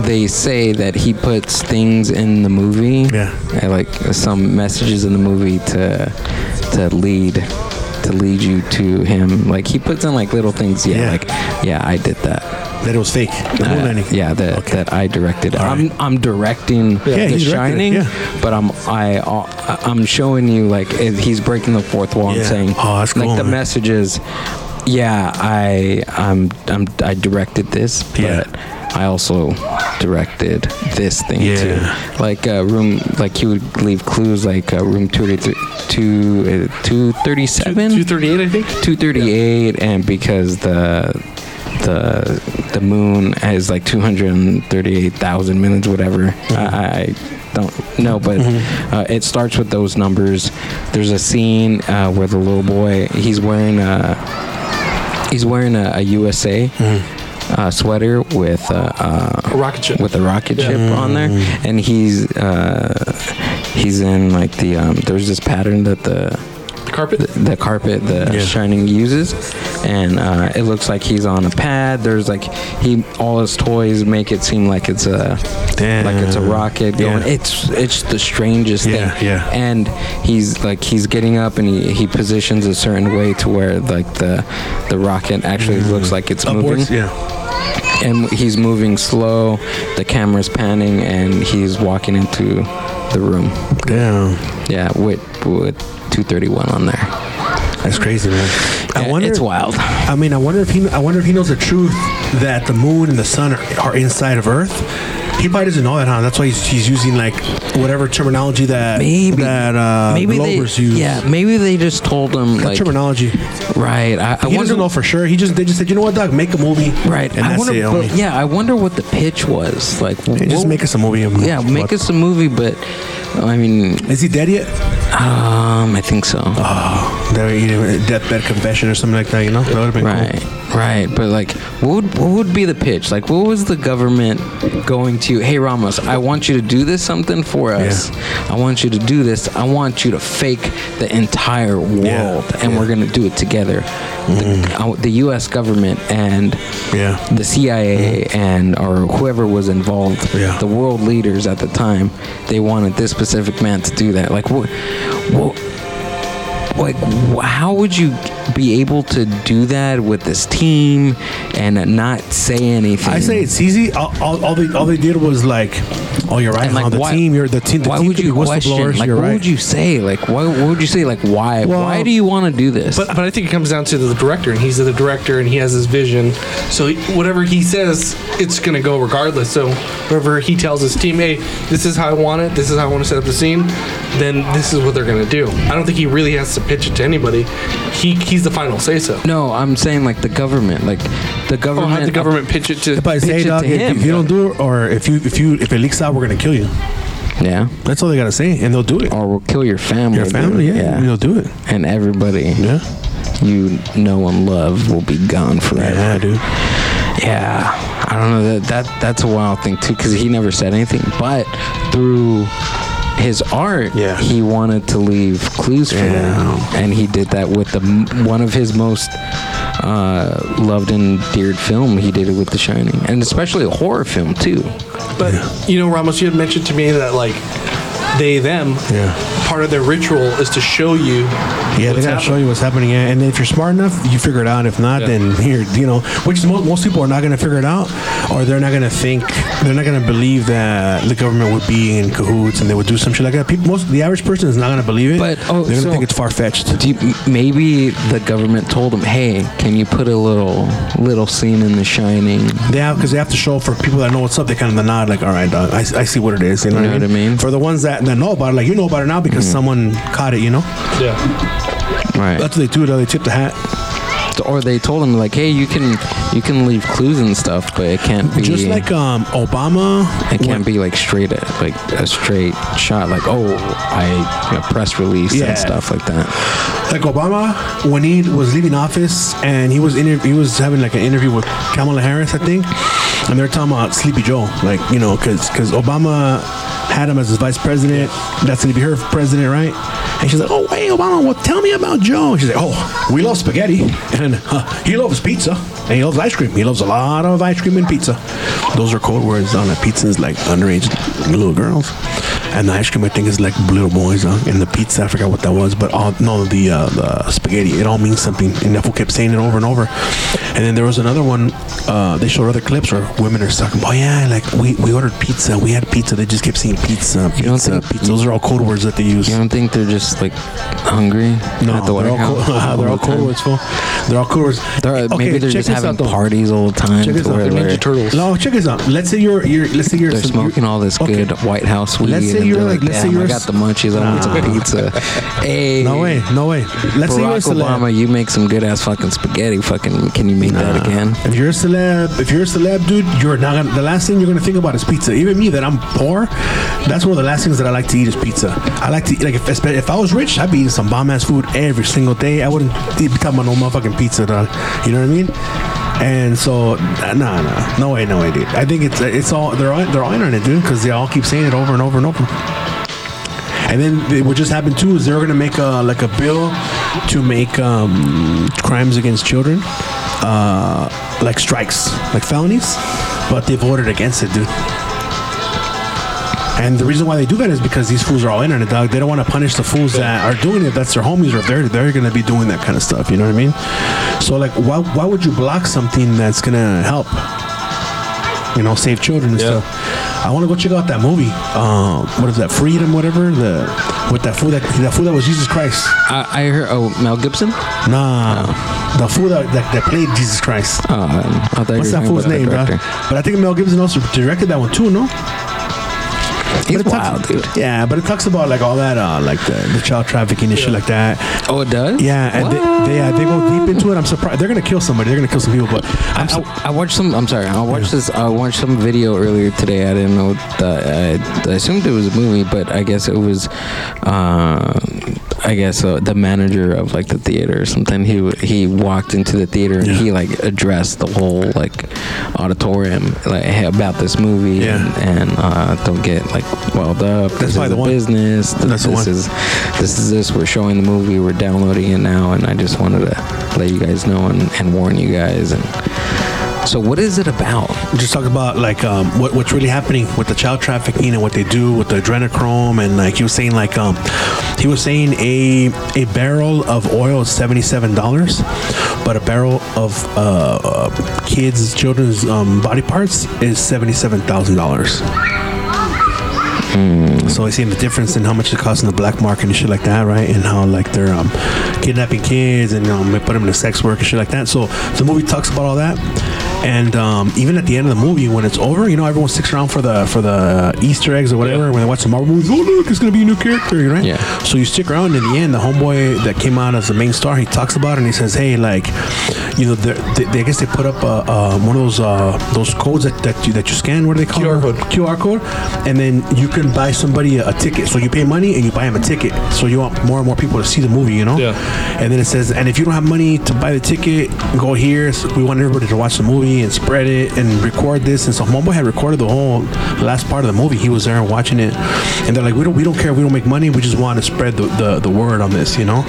[SPEAKER 4] they say that he puts things in the movie.
[SPEAKER 1] Yeah.
[SPEAKER 4] uh, like some messages in the movie to to lead to lead you to him. Like he puts in like little things. Yeah.
[SPEAKER 1] Yeah.
[SPEAKER 4] Like yeah, I did that.
[SPEAKER 1] that it was fake. The moon
[SPEAKER 4] Uh,
[SPEAKER 1] landing.
[SPEAKER 4] yeah, that,
[SPEAKER 1] Okay.
[SPEAKER 4] that I directed.
[SPEAKER 1] All
[SPEAKER 4] I'm I'm directing
[SPEAKER 1] Yeah,
[SPEAKER 4] The
[SPEAKER 1] he directed it,
[SPEAKER 4] Shining,
[SPEAKER 1] yeah.
[SPEAKER 4] but I'm I uh, I'm showing you like if he's breaking the fourth wall and
[SPEAKER 1] Yeah.
[SPEAKER 4] saying
[SPEAKER 1] Oh, that's cool,
[SPEAKER 4] like the
[SPEAKER 1] man.
[SPEAKER 4] message is, yeah, I I'm, I'm I directed this, but
[SPEAKER 1] Yeah.
[SPEAKER 4] I also directed this thing
[SPEAKER 1] Yeah.
[SPEAKER 4] too. Like uh, room, like he would leave clues like uh, room two thirty two uh, two thirty seven.
[SPEAKER 3] 238, I think.
[SPEAKER 4] 238 and because the the the moon is like 238,000 minutes whatever I, I don't know but uh, it starts with those numbers there's a scene uh, where the little boy he's wearing a he's wearing a, a USA uh, sweater with uh, uh,
[SPEAKER 3] A rocket ship.
[SPEAKER 4] with a rocket ship on there, and he's uh, he's in like the um, there's this pattern that the
[SPEAKER 3] the carpet.
[SPEAKER 4] the carpet the
[SPEAKER 1] Yeah.
[SPEAKER 4] shining uses and uh, it looks like he's on a pad there's like he all his toys make it seem like it's a
[SPEAKER 1] Damn.
[SPEAKER 4] like it's a rocket going
[SPEAKER 1] Yeah.
[SPEAKER 4] it's it's the strangest
[SPEAKER 1] Yeah,
[SPEAKER 4] thing
[SPEAKER 1] yeah.
[SPEAKER 4] and he's like he's getting up and he, he positions a certain way to where like the the rocket actually looks like it's
[SPEAKER 1] Mm-hmm. Upwards,
[SPEAKER 4] moving
[SPEAKER 1] yeah.
[SPEAKER 4] and he's moving slow the camera's panning and he's walking into the room
[SPEAKER 1] Damn,
[SPEAKER 4] yeah with with 231 on there
[SPEAKER 1] that's crazy, man. I
[SPEAKER 4] Yeah,
[SPEAKER 1] wonder.
[SPEAKER 4] it's wild
[SPEAKER 1] I mean, I wonder if he. I wonder if he knows the truth that the moon and the sun are, are inside of Earth. He probably doesn't know that, huh? That's why he's, he's using like whatever terminology that
[SPEAKER 4] Maybe.
[SPEAKER 1] that uh,
[SPEAKER 4] maybe they,
[SPEAKER 1] Globers use.
[SPEAKER 4] yeah, maybe they just told him
[SPEAKER 1] That
[SPEAKER 4] like,
[SPEAKER 1] terminology.
[SPEAKER 4] right. I, I
[SPEAKER 1] He doesn't
[SPEAKER 4] wonder,
[SPEAKER 1] know for sure. He just they just said, you know what, Doug, make a movie,
[SPEAKER 4] right?
[SPEAKER 1] And
[SPEAKER 4] I
[SPEAKER 1] that's
[SPEAKER 4] wonder,
[SPEAKER 1] it.
[SPEAKER 4] but-
[SPEAKER 1] Homie.
[SPEAKER 4] yeah, I wonder what the pitch was. Like,
[SPEAKER 1] Hey, just
[SPEAKER 4] what-
[SPEAKER 1] make us a movie.
[SPEAKER 4] yeah, make us a movie. But I mean,
[SPEAKER 1] Is he dead yet?
[SPEAKER 4] um, I think so.
[SPEAKER 1] Uh-huh. There, you know, deathbed confession or something like that. You know, that would have been
[SPEAKER 4] Right, right, but like, what would what would be the pitch? Like, what was the government going to? Hey, Ramos, I want you to do this something for us. I want you to do this. I want you to fake the entire world, and
[SPEAKER 1] yeah.
[SPEAKER 4] we're gonna do it together. The, I w- the U.S. government and
[SPEAKER 1] cool. Yeah,
[SPEAKER 4] the CIA and or whoever was involved,
[SPEAKER 1] Yeah.
[SPEAKER 4] the world leaders at the time, they wanted this specific man to do that. Like what? what like wh- how would you be able to do that with this team and not say anything?
[SPEAKER 1] I say it's easy. All, all, all they all they did was like, oh, you're right.
[SPEAKER 4] And,
[SPEAKER 1] huh? the team, you're the team. The
[SPEAKER 4] why
[SPEAKER 1] team
[SPEAKER 4] would
[SPEAKER 1] could
[SPEAKER 4] you
[SPEAKER 1] be
[SPEAKER 4] question?
[SPEAKER 1] whistleblowers,
[SPEAKER 4] Like,
[SPEAKER 1] you're
[SPEAKER 4] what
[SPEAKER 1] right.
[SPEAKER 4] would you say? Like, why? What would you say? Like, why?
[SPEAKER 1] Well,
[SPEAKER 4] why do you want to do this?
[SPEAKER 3] But, but I think it comes down to the director, and he's the director, and he has his vision. So whatever he says, it's gonna go regardless. So whatever he tells his team, hey, this is how I want it. This is how I want to set up the scene. Then this is what they're gonna do. I don't think he really has to pitch it to anybody. He he's the final say so.
[SPEAKER 4] no, I'm saying like the government, like the
[SPEAKER 1] Oh,
[SPEAKER 3] Or
[SPEAKER 4] government.
[SPEAKER 3] have the government pitch it to.
[SPEAKER 1] If I say,
[SPEAKER 4] pitch it
[SPEAKER 1] dog,
[SPEAKER 4] to
[SPEAKER 1] if,
[SPEAKER 4] him,
[SPEAKER 1] if you
[SPEAKER 4] though.
[SPEAKER 1] don't do it, or if you if you if it leaks out, we're gonna kill you.
[SPEAKER 4] Yeah.
[SPEAKER 1] That's all they gotta say, and they'll do it.
[SPEAKER 4] or will kill your family.
[SPEAKER 1] Your
[SPEAKER 4] dude.
[SPEAKER 1] family, yeah, they'll do it.
[SPEAKER 4] And everybody
[SPEAKER 1] Yeah,
[SPEAKER 4] you know and love will be gone forever.
[SPEAKER 1] yeah, dude.
[SPEAKER 4] Yeah. I don't know that that that's a wild thing too because he never said anything, but through his art,
[SPEAKER 1] Yeah.
[SPEAKER 4] he wanted to leave clues for them, and he did that with the m- one of his most uh, loved and endeared film. He did it with The Shining, and especially a horror film too.
[SPEAKER 3] But you know, Ramos, you had mentioned to me that like they them
[SPEAKER 1] Yeah.
[SPEAKER 3] part of their ritual is to show you.
[SPEAKER 1] Yeah, they
[SPEAKER 3] what's
[SPEAKER 1] gotta
[SPEAKER 3] happening.
[SPEAKER 1] show you what's happening, yeah. and if you're smart enough, you figure it out. If not,
[SPEAKER 3] Yeah.
[SPEAKER 1] then here, you know, which is most, most people are not gonna figure it out, or they're not gonna think, they're not gonna believe that the government would be in cahoots and they would do some shit like that. People, most the average person is not gonna believe it.
[SPEAKER 4] But, oh,
[SPEAKER 1] they're gonna
[SPEAKER 4] so-
[SPEAKER 1] think it's far fetched.
[SPEAKER 4] Do you, m- maybe the government told him, "Hey, can you put a little little scene in The Shining?"
[SPEAKER 1] They have because they have to show for people that know what's up. They kind of nod like, all right, dog, I, I see what it is. You know,
[SPEAKER 4] You
[SPEAKER 1] what, I mean? For the ones that, that know about it, like you know about it now because someone caught it. You know,
[SPEAKER 3] Yeah.
[SPEAKER 4] Right.
[SPEAKER 1] that's what they do. Though they tip the hat.
[SPEAKER 4] or they told him like, "Hey, you can you can leave clues and stuff, but it can't be
[SPEAKER 1] Just like um, Obama.
[SPEAKER 4] it can't be like straight like a straight shot. Like, oh, I you know, press release
[SPEAKER 1] Yeah.
[SPEAKER 4] and stuff like that.
[SPEAKER 1] like Obama when he was leaving office and he was inter- he was having like an interview with Kamala Harris, I think, and they're talking about Sleepy Joe, like you know, because Obama had him as his vice president, that's gonna be her president, right? And she's like, oh hey Obama, well tell me about Joe. And she's like, oh, we love spaghetti and uh, he loves pizza and he loves ice cream. He loves a lot of ice cream and pizza. Those are code words on a pizza is like underage little girls. And the ice cream, I think, is like little boys. Huh? And the pizza, I forgot what that was, but all, no, the uh, the spaghetti. It all means something. And Nepo kept saying it over and over. And then there was another one. Uh, they showed other clips where women are talking. Oh yeah, like we, we ordered pizza. We had pizza. They just kept saying pizza,
[SPEAKER 4] You don't
[SPEAKER 1] pizza,
[SPEAKER 4] think-
[SPEAKER 1] pizza. Those are all code words that they use.
[SPEAKER 4] You don't think they're just like hungry
[SPEAKER 1] No,
[SPEAKER 4] at
[SPEAKER 1] they're
[SPEAKER 4] the White
[SPEAKER 1] all,
[SPEAKER 4] House?
[SPEAKER 1] cool, they're all
[SPEAKER 4] the time?
[SPEAKER 1] code words, fool. They're all code words.
[SPEAKER 4] They're- uh,
[SPEAKER 1] Okay,
[SPEAKER 4] maybe they're
[SPEAKER 1] check
[SPEAKER 4] just
[SPEAKER 1] this
[SPEAKER 4] having
[SPEAKER 1] out, though.
[SPEAKER 4] parties all the time.
[SPEAKER 1] Check this
[SPEAKER 4] to
[SPEAKER 1] out,
[SPEAKER 4] where
[SPEAKER 1] they're
[SPEAKER 4] they're,
[SPEAKER 3] Ninja Turtles.
[SPEAKER 1] No, check this out. Let's say you're, you're let's say you're
[SPEAKER 4] they're
[SPEAKER 1] so you're-
[SPEAKER 4] smoking all this
[SPEAKER 1] okay.
[SPEAKER 4] good White House weed.
[SPEAKER 1] Let's say
[SPEAKER 4] and
[SPEAKER 1] you're
[SPEAKER 4] they're
[SPEAKER 1] like- let's say
[SPEAKER 4] "Damn,
[SPEAKER 1] you're
[SPEAKER 4] I got the munchies. I want some pizza. hey,
[SPEAKER 1] No way, no way. Let's say you're a
[SPEAKER 4] Barack
[SPEAKER 1] celeb.
[SPEAKER 4] Obama, you make some good ass fucking spaghetti. Fucking, can you make that again?
[SPEAKER 1] If you're a celeb, if you're a celeb, dude, you're not gonna, the last thing you're gonna think about is pizza. Even me, that I'm poor, that's one of the last things that I like to eat is pizza. I like to eat like if if I was rich, I'd be eating some bomb ass food every single day. I wouldn't be talking about no motherfucking pizza, dog. You know what I mean? And so, nah, nah, no way, no way, dude. I think it's it's all they're all, they're all in on it, dude, because they all keep saying it over and over and over. And then they- what just happened too is they're gonna make a like a bill to make um, crimes against children, uh, like strikes, like felonies, but they voted against it, dude. And the reason why they do that is because these fools are all in on it, dog. They don't want to punish the fools that are doing it. That's their homies, or if they're they're gonna be doing that kind of stuff. You know what I mean? So like, why why would you block something that's gonna help? You know, save children and
[SPEAKER 2] Yeah.
[SPEAKER 1] stuff. I want to go check out that movie. Um, what is that? Freedom, whatever. The with that fool that that fool that was Jesus Christ.
[SPEAKER 4] I, I heard. Oh, Mel Gibson.
[SPEAKER 1] Nah, the fool that, that that played Jesus Christ.
[SPEAKER 4] Oh, I thought you were
[SPEAKER 1] What's that
[SPEAKER 4] talking
[SPEAKER 1] fool's
[SPEAKER 4] about the
[SPEAKER 1] name, bro?
[SPEAKER 4] director.
[SPEAKER 1] But I think Mel Gibson also directed that one too, no?
[SPEAKER 4] He's
[SPEAKER 1] But it
[SPEAKER 4] wild,
[SPEAKER 1] talks-
[SPEAKER 4] dude.
[SPEAKER 1] Yeah, but it talks about like all that, uh, like the, the child trafficking and shit like that.
[SPEAKER 4] Oh, it does.
[SPEAKER 1] Yeah, and they they, uh, they go deep into it. I'm surprised they're gonna kill somebody. They're gonna kill some people, but
[SPEAKER 4] I'm
[SPEAKER 1] I'm
[SPEAKER 4] so,
[SPEAKER 1] su-
[SPEAKER 4] I watched some. I'm sorry. I watched this. I watched some video earlier today. I didn't know. The, I, I assumed it was a movie, but I guess it was. Uh, I guess uh, the manager of like the theater or something. He he walked into the theater and
[SPEAKER 1] Yeah.
[SPEAKER 4] he like addressed the whole like auditorium like hey, about this movie
[SPEAKER 1] Yeah.
[SPEAKER 4] and, and uh, don't get like welled up. this
[SPEAKER 1] probably
[SPEAKER 4] is
[SPEAKER 1] the
[SPEAKER 4] a
[SPEAKER 1] one.
[SPEAKER 4] business. Th-
[SPEAKER 1] That's the
[SPEAKER 4] this
[SPEAKER 1] one.
[SPEAKER 4] is this is this. We're showing the movie. We're downloading it now, and I just wanted to let you guys know and, and warn you guys and. So what is it about?
[SPEAKER 1] just talk about like um, what, what's really happening with the child trafficking and what they do with the adrenochrome and like he was saying like um, he was saying a a barrel of oil is seventy seven dollars, but a barrel of uh, uh, kids children's um, body parts is seventy seven thousand dollars. So I seen the difference in how much it costs in the black market and shit like that, right? And how like they're um, kidnapping kids and um, they put them into sex work and shit like that. So the movie talks about all that, and um, even at the end of the movie when it's over, you know everyone sticks around for the for the Easter eggs or whatever. When they watch the Marvel movies, oh look, it's gonna be a new character, right?
[SPEAKER 4] Yeah.
[SPEAKER 1] So you stick around in the end. The homeboy that came out as the main star, he talks about it and he says, "Hey, like, you know, they're- they, they, I guess they put up uh, uh, one of those uh, those codes that, that you that you scan. What are they called?
[SPEAKER 3] QR code.
[SPEAKER 1] QR code, and then you can buy somebody a, a ticket. So you pay money and you buy them a ticket. So you want more and more people to see the movie, you know?
[SPEAKER 3] Yeah.
[SPEAKER 1] And then it says, and if you don't have money to buy the ticket, go here. So we want everybody to watch the movie and spread it and record this. And so Mumbo had recorded the whole last part of the movie. He was there watching it, and they're like, we don't, we don't care. We don't make money. We just want to spread the, the, the word on this, you know?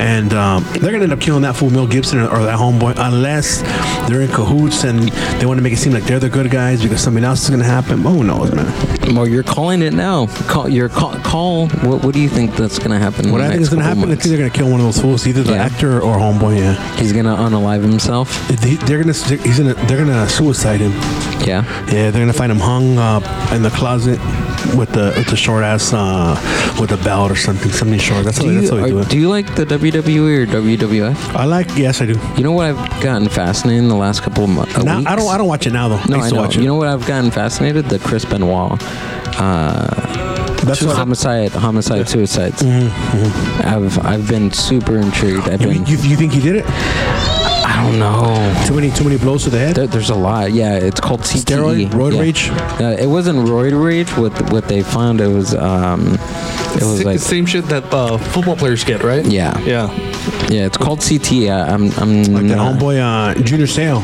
[SPEAKER 1] And um, they're gonna end up killing that fool Mel Gibson or, or that homeboy unless they're in cahoots and they want to make it seem like they're the good guys because something else is gonna happen. But who knows, man?
[SPEAKER 4] Well, you're calling it now. Call your call. call what, what do you think that's gonna happen? in
[SPEAKER 1] What
[SPEAKER 4] the
[SPEAKER 1] I think
[SPEAKER 4] next
[SPEAKER 1] is gonna
[SPEAKER 4] couple
[SPEAKER 1] happen is
[SPEAKER 4] months?
[SPEAKER 1] they're gonna kill one of those fools, either the
[SPEAKER 4] Yeah.
[SPEAKER 1] actor or homeboy. Yeah,
[SPEAKER 4] He's gonna unalive himself.
[SPEAKER 1] They- they're gonna he's gonna they're gonna suicide him.
[SPEAKER 4] Yeah.
[SPEAKER 1] Yeah, they're gonna find him hung up in the closet with the with the short ass uh, with a belt or something, something short. That's how,
[SPEAKER 4] Do you,
[SPEAKER 1] that's how they
[SPEAKER 4] are-
[SPEAKER 1] do it.
[SPEAKER 4] do you like the WWE or WWF?
[SPEAKER 1] I like yes, I do.
[SPEAKER 4] You know what I've gotten fascinated in the last couple of months.
[SPEAKER 1] Now I don't I don't watch it now though.
[SPEAKER 4] No,
[SPEAKER 1] I
[SPEAKER 4] I
[SPEAKER 1] used to
[SPEAKER 4] know.
[SPEAKER 1] watch it.
[SPEAKER 4] You know what I've gotten fascinated? The Chris Benoit. Uh,
[SPEAKER 1] that's what I'm, Mm-hmm,
[SPEAKER 4] homicide, homicide, suicides. I've I've been super intrigued. I've
[SPEAKER 1] you,
[SPEAKER 4] been.
[SPEAKER 1] you, you think he did it?
[SPEAKER 4] I don't know.
[SPEAKER 1] Too many too many blows to the head.
[SPEAKER 4] There, there's a lot. Yeah, it's called CTE.
[SPEAKER 1] Steroid, roid
[SPEAKER 4] yeah.
[SPEAKER 1] rage?
[SPEAKER 4] Uh, it wasn't roid rage. What what they found it was um, it was
[SPEAKER 3] Sa-
[SPEAKER 4] like
[SPEAKER 3] same shit that uh, football players get, right?
[SPEAKER 4] yeah
[SPEAKER 3] Yeah.
[SPEAKER 4] yeah. It's called CTE. I, I'm I'm
[SPEAKER 1] Like that
[SPEAKER 4] not-
[SPEAKER 1] homeboy uh, Junior Sale.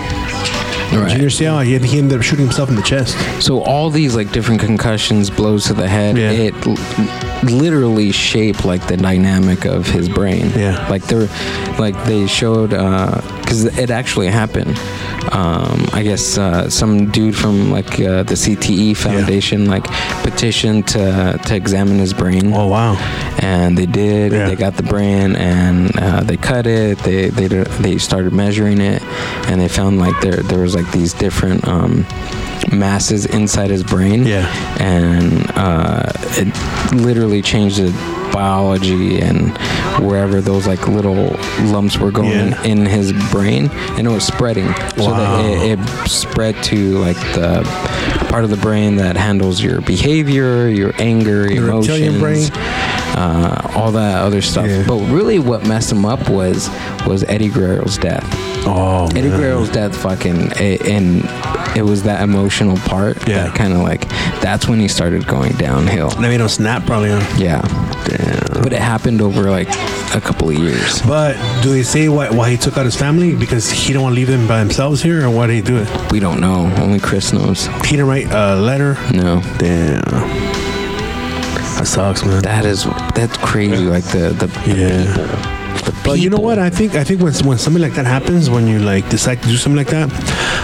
[SPEAKER 1] Junior
[SPEAKER 4] right.
[SPEAKER 1] Sale, he, he ended up shooting himself in the chest.
[SPEAKER 4] So all these like different concussions, blows to the head.
[SPEAKER 1] Yeah.
[SPEAKER 4] It l- literally shaped like the dynamic of his brain.
[SPEAKER 1] Yeah.
[SPEAKER 4] uh, Like they were, like they showed because it actually happened. um, I guess uh, some dude from like uh, the CTE Foundation like petitioned to to examine his brain.
[SPEAKER 1] Oh wow.
[SPEAKER 4] And they did.
[SPEAKER 1] Yeah.
[SPEAKER 4] They got the brain and uh, they cut it. They they they started measuring it, and they found like there there was like these different um, masses inside his brain.
[SPEAKER 1] Yeah.
[SPEAKER 4] And uh, it literally changed the biology and wherever those like little lumps were going
[SPEAKER 1] Yeah.
[SPEAKER 4] in his brain, and it was spreading. So that
[SPEAKER 1] Wow.
[SPEAKER 4] it, it spread to like the part of the brain that handles your behavior, your anger, your
[SPEAKER 5] reptilian
[SPEAKER 4] emotions,
[SPEAKER 5] brain?
[SPEAKER 4] uh, all that other stuff.
[SPEAKER 5] Yeah.
[SPEAKER 4] But really, what messed him up was was Eddie Guerrero's death.
[SPEAKER 1] Oh.
[SPEAKER 4] Eddie
[SPEAKER 1] man.
[SPEAKER 4] Guerrero's death, fucking, it, and it was that emotional part
[SPEAKER 1] Yeah.
[SPEAKER 4] that kind of like that's when he started going downhill.
[SPEAKER 1] They made him snap probably. Huh?
[SPEAKER 4] Yeah, but it happened over like a couple of years.
[SPEAKER 1] But do they say why, why he took out his family because he didn't want to leave them by themselves here, or why did he do it?
[SPEAKER 4] We don't know. Only Chris knows.
[SPEAKER 1] He didn't write a letter.
[SPEAKER 4] No.
[SPEAKER 1] Damn. That sucks, man.
[SPEAKER 4] That is that's crazy. Like the the, the
[SPEAKER 1] Yeah.
[SPEAKER 4] people. The
[SPEAKER 1] But you know
[SPEAKER 4] people.
[SPEAKER 1] what? I think I think when when something like that happens, when you like decide to do something like that,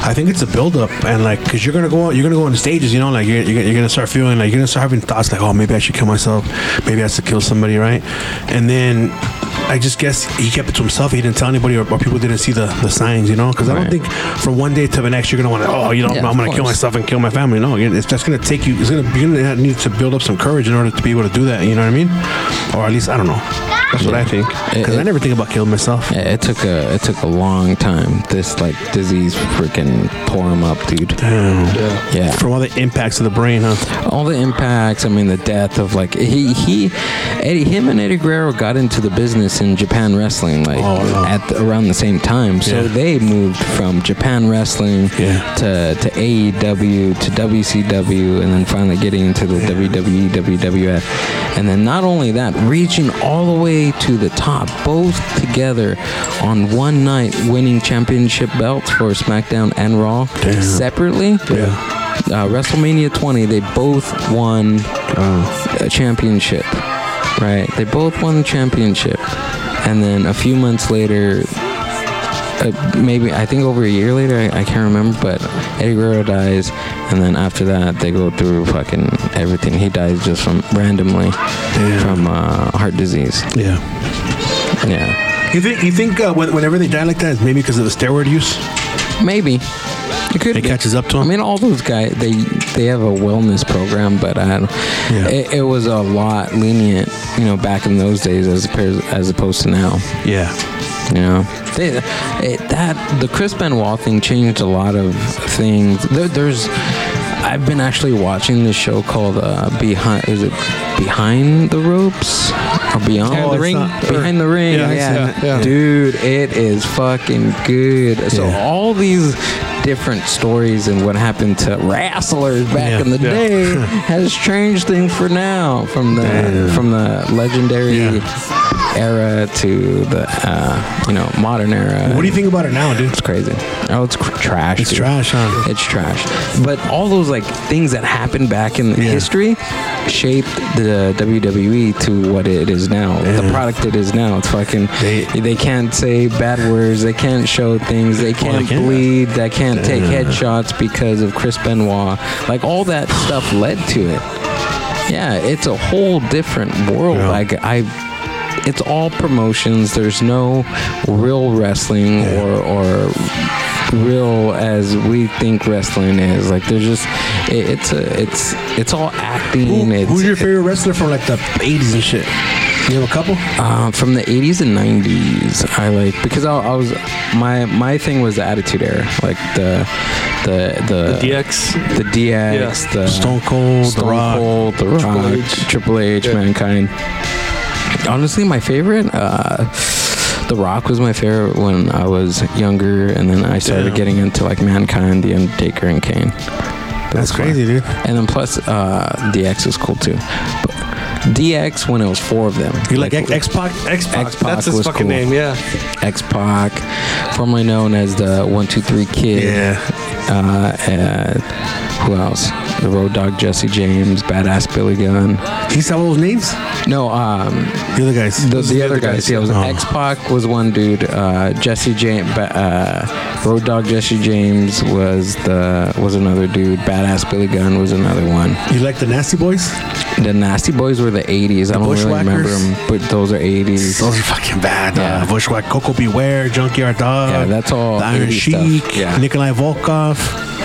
[SPEAKER 1] I think it's a buildup and like because you're gonna go out, you're gonna go on stages, you know, like you're, you're, gonna- you're gonna start feeling like you're gonna start having thoughts like, oh, maybe I should kill myself, maybe I should kill somebody, right? And then I just guess he kept it to himself. He didn't tell anybody, or, or people didn't see the, the signs, you know, because I don't
[SPEAKER 4] Right.
[SPEAKER 1] think from one day to the next you're gonna want to, oh, you know,
[SPEAKER 4] Yeah,
[SPEAKER 1] I'm
[SPEAKER 4] of
[SPEAKER 1] gonna kill
[SPEAKER 4] course.
[SPEAKER 1] myself and kill my family. No, you're- it's just gonna take you. It's gonna you're gonna need to build up some courage in order to be able to do that. You know what I mean? Or at least I don't know. That's what I think.
[SPEAKER 4] It-
[SPEAKER 1] Because I
[SPEAKER 4] it-
[SPEAKER 1] never think about killing myself.
[SPEAKER 4] It it took a it took a long time. This like disease freaking tore him up, dude.
[SPEAKER 1] Damn.
[SPEAKER 3] Yeah.
[SPEAKER 4] Yeah,
[SPEAKER 1] From all the impacts of the brain, huh?
[SPEAKER 4] all the impacts. I mean, the death of like he he, Eddie, him and Eddie Guerrero got into the business in Japan wrestling like
[SPEAKER 1] Oh, wow.
[SPEAKER 4] at the, around the same time. So
[SPEAKER 1] Yeah.
[SPEAKER 4] they moved from Japan wrestling
[SPEAKER 1] Yeah.
[SPEAKER 4] to to AEW to WCW, and then finally getting into the E, WWE, WWF, and then not only that, reaching all the way to the top, both together on one night, winning championship belts for SmackDown and Raw
[SPEAKER 1] Damn.
[SPEAKER 4] separately.
[SPEAKER 1] Yeah.
[SPEAKER 4] Uh, WrestleMania 20, they both won um, a championship, right? They both won the championship. And then a few months later, uh, maybe, I think over a year later, I, I can't remember, but Eddie Guerrero dies. And then after that, they go through fucking everything. He dies just from randomly from uh, heart disease.
[SPEAKER 1] Yeah.
[SPEAKER 4] Yeah.
[SPEAKER 1] You think you think uh, when, whenever they die like that, it's maybe because of the steroid use?
[SPEAKER 4] Maybe. It could
[SPEAKER 1] It
[SPEAKER 4] be.
[SPEAKER 1] catches up to
[SPEAKER 4] I
[SPEAKER 1] them.
[SPEAKER 4] mean, all those guys they they have a wellness program, but I don't,
[SPEAKER 1] Yeah.
[SPEAKER 4] it, it was a lot lenient, you know, back in those days as opposed, as opposed to now.
[SPEAKER 1] Yeah.
[SPEAKER 4] You know, they, it, that the Chris Benoit thing changed a lot of things. There, there's, I've been actually watching this show called uh, Behind. Is it Behind the Ropes or Beyond
[SPEAKER 2] Behind the
[SPEAKER 4] It's
[SPEAKER 2] Ring?
[SPEAKER 4] not- Behind the Ring.
[SPEAKER 1] Yeah,
[SPEAKER 4] Yeah,
[SPEAKER 1] I've seen that, yeah.
[SPEAKER 4] dude, it is fucking good. So
[SPEAKER 1] Yeah.
[SPEAKER 4] all these different stories and what happened to wrestlers back
[SPEAKER 1] Yeah,
[SPEAKER 4] in the
[SPEAKER 1] yeah.
[SPEAKER 4] day has changed things for now from the
[SPEAKER 1] Damn.
[SPEAKER 4] from the legendary
[SPEAKER 1] Yeah.
[SPEAKER 4] era to the uh, you know modern era.
[SPEAKER 1] What do you think about it now, dude?
[SPEAKER 4] It's crazy. Oh, it's cr- trash.
[SPEAKER 1] It's
[SPEAKER 4] dude.
[SPEAKER 1] trash, huh?
[SPEAKER 4] It's trash. But all those like things that happened back in
[SPEAKER 1] Yeah.
[SPEAKER 4] history shaped the WWE to what it is now. The
[SPEAKER 1] Yeah.
[SPEAKER 4] product it is now. It's fucking.
[SPEAKER 1] They-
[SPEAKER 4] They, can't say bad words. They can't show things. They can't
[SPEAKER 1] Oh, can't.
[SPEAKER 4] bleed. They can't take
[SPEAKER 1] Yeah.
[SPEAKER 4] headshots because of Chris Benoit. Like all that stuff led to it. Yeah, it's a whole different world.
[SPEAKER 1] Yeah.
[SPEAKER 4] Like I. It's all promotions. There's no real wrestling
[SPEAKER 1] Yeah.
[SPEAKER 4] or, or real as we think wrestling is. Like there's just it, it's a it's it's all acting.
[SPEAKER 1] Who,
[SPEAKER 4] it's
[SPEAKER 1] who's your favorite wrestler from like the 80s and shit? You have a couple?
[SPEAKER 4] uh, from the 80s and 90s. I like because I, I was my my thing was the Attitude Era, like the the the
[SPEAKER 3] DX.
[SPEAKER 4] the DX, the
[SPEAKER 1] Stone Cold,
[SPEAKER 4] Stone
[SPEAKER 1] The Rock.
[SPEAKER 4] Cold, The Rock,
[SPEAKER 3] Triple
[SPEAKER 4] Triple
[SPEAKER 3] H.
[SPEAKER 4] H, Mankind. Honestly, my favorite, uh, The Rock was my favorite when I was younger, and then I started
[SPEAKER 1] Damn.
[SPEAKER 4] getting into like Mankind, The Undertaker, and Kane.
[SPEAKER 1] That's crazy, dude.
[SPEAKER 4] And then plus, uh, DX was cool too. But DX when it was four of them.
[SPEAKER 1] You like, X Pac? X Pac.
[SPEAKER 4] X-Pac
[SPEAKER 3] That's his
[SPEAKER 4] was
[SPEAKER 3] fucking
[SPEAKER 4] cool.
[SPEAKER 3] name. Yeah.
[SPEAKER 4] X Pac, formerly known as the One Two Three Kid.
[SPEAKER 1] Yeah.
[SPEAKER 4] Uh, uh, Who else? The Road Dog Jesse James, Badass Billy Gunn.
[SPEAKER 1] You saw all those names?
[SPEAKER 4] No, um,
[SPEAKER 1] The other guys.
[SPEAKER 4] the, the other guys. Yeah, it was
[SPEAKER 1] Oh.
[SPEAKER 4] X Pac was one dude. Uh, Jesse James, uh, Road Dog Jesse James was the was another dude. Badass Billy Gunn was another one.
[SPEAKER 1] You like the Nasty Boys?
[SPEAKER 4] The Nasty Boys were the Oh. '80s. I don't really remember
[SPEAKER 1] Bushwhackers?
[SPEAKER 4] them, but those are '80s.
[SPEAKER 1] Those are fucking bad.
[SPEAKER 4] Yeah.
[SPEAKER 1] Uh, Bushwhack, Coco Beware, Junkyard Dog.
[SPEAKER 4] Yeah, that's all
[SPEAKER 1] The Iron
[SPEAKER 4] 80s stuff.
[SPEAKER 1] Sheik,
[SPEAKER 4] Yeah.
[SPEAKER 1] Nikolai Volkov.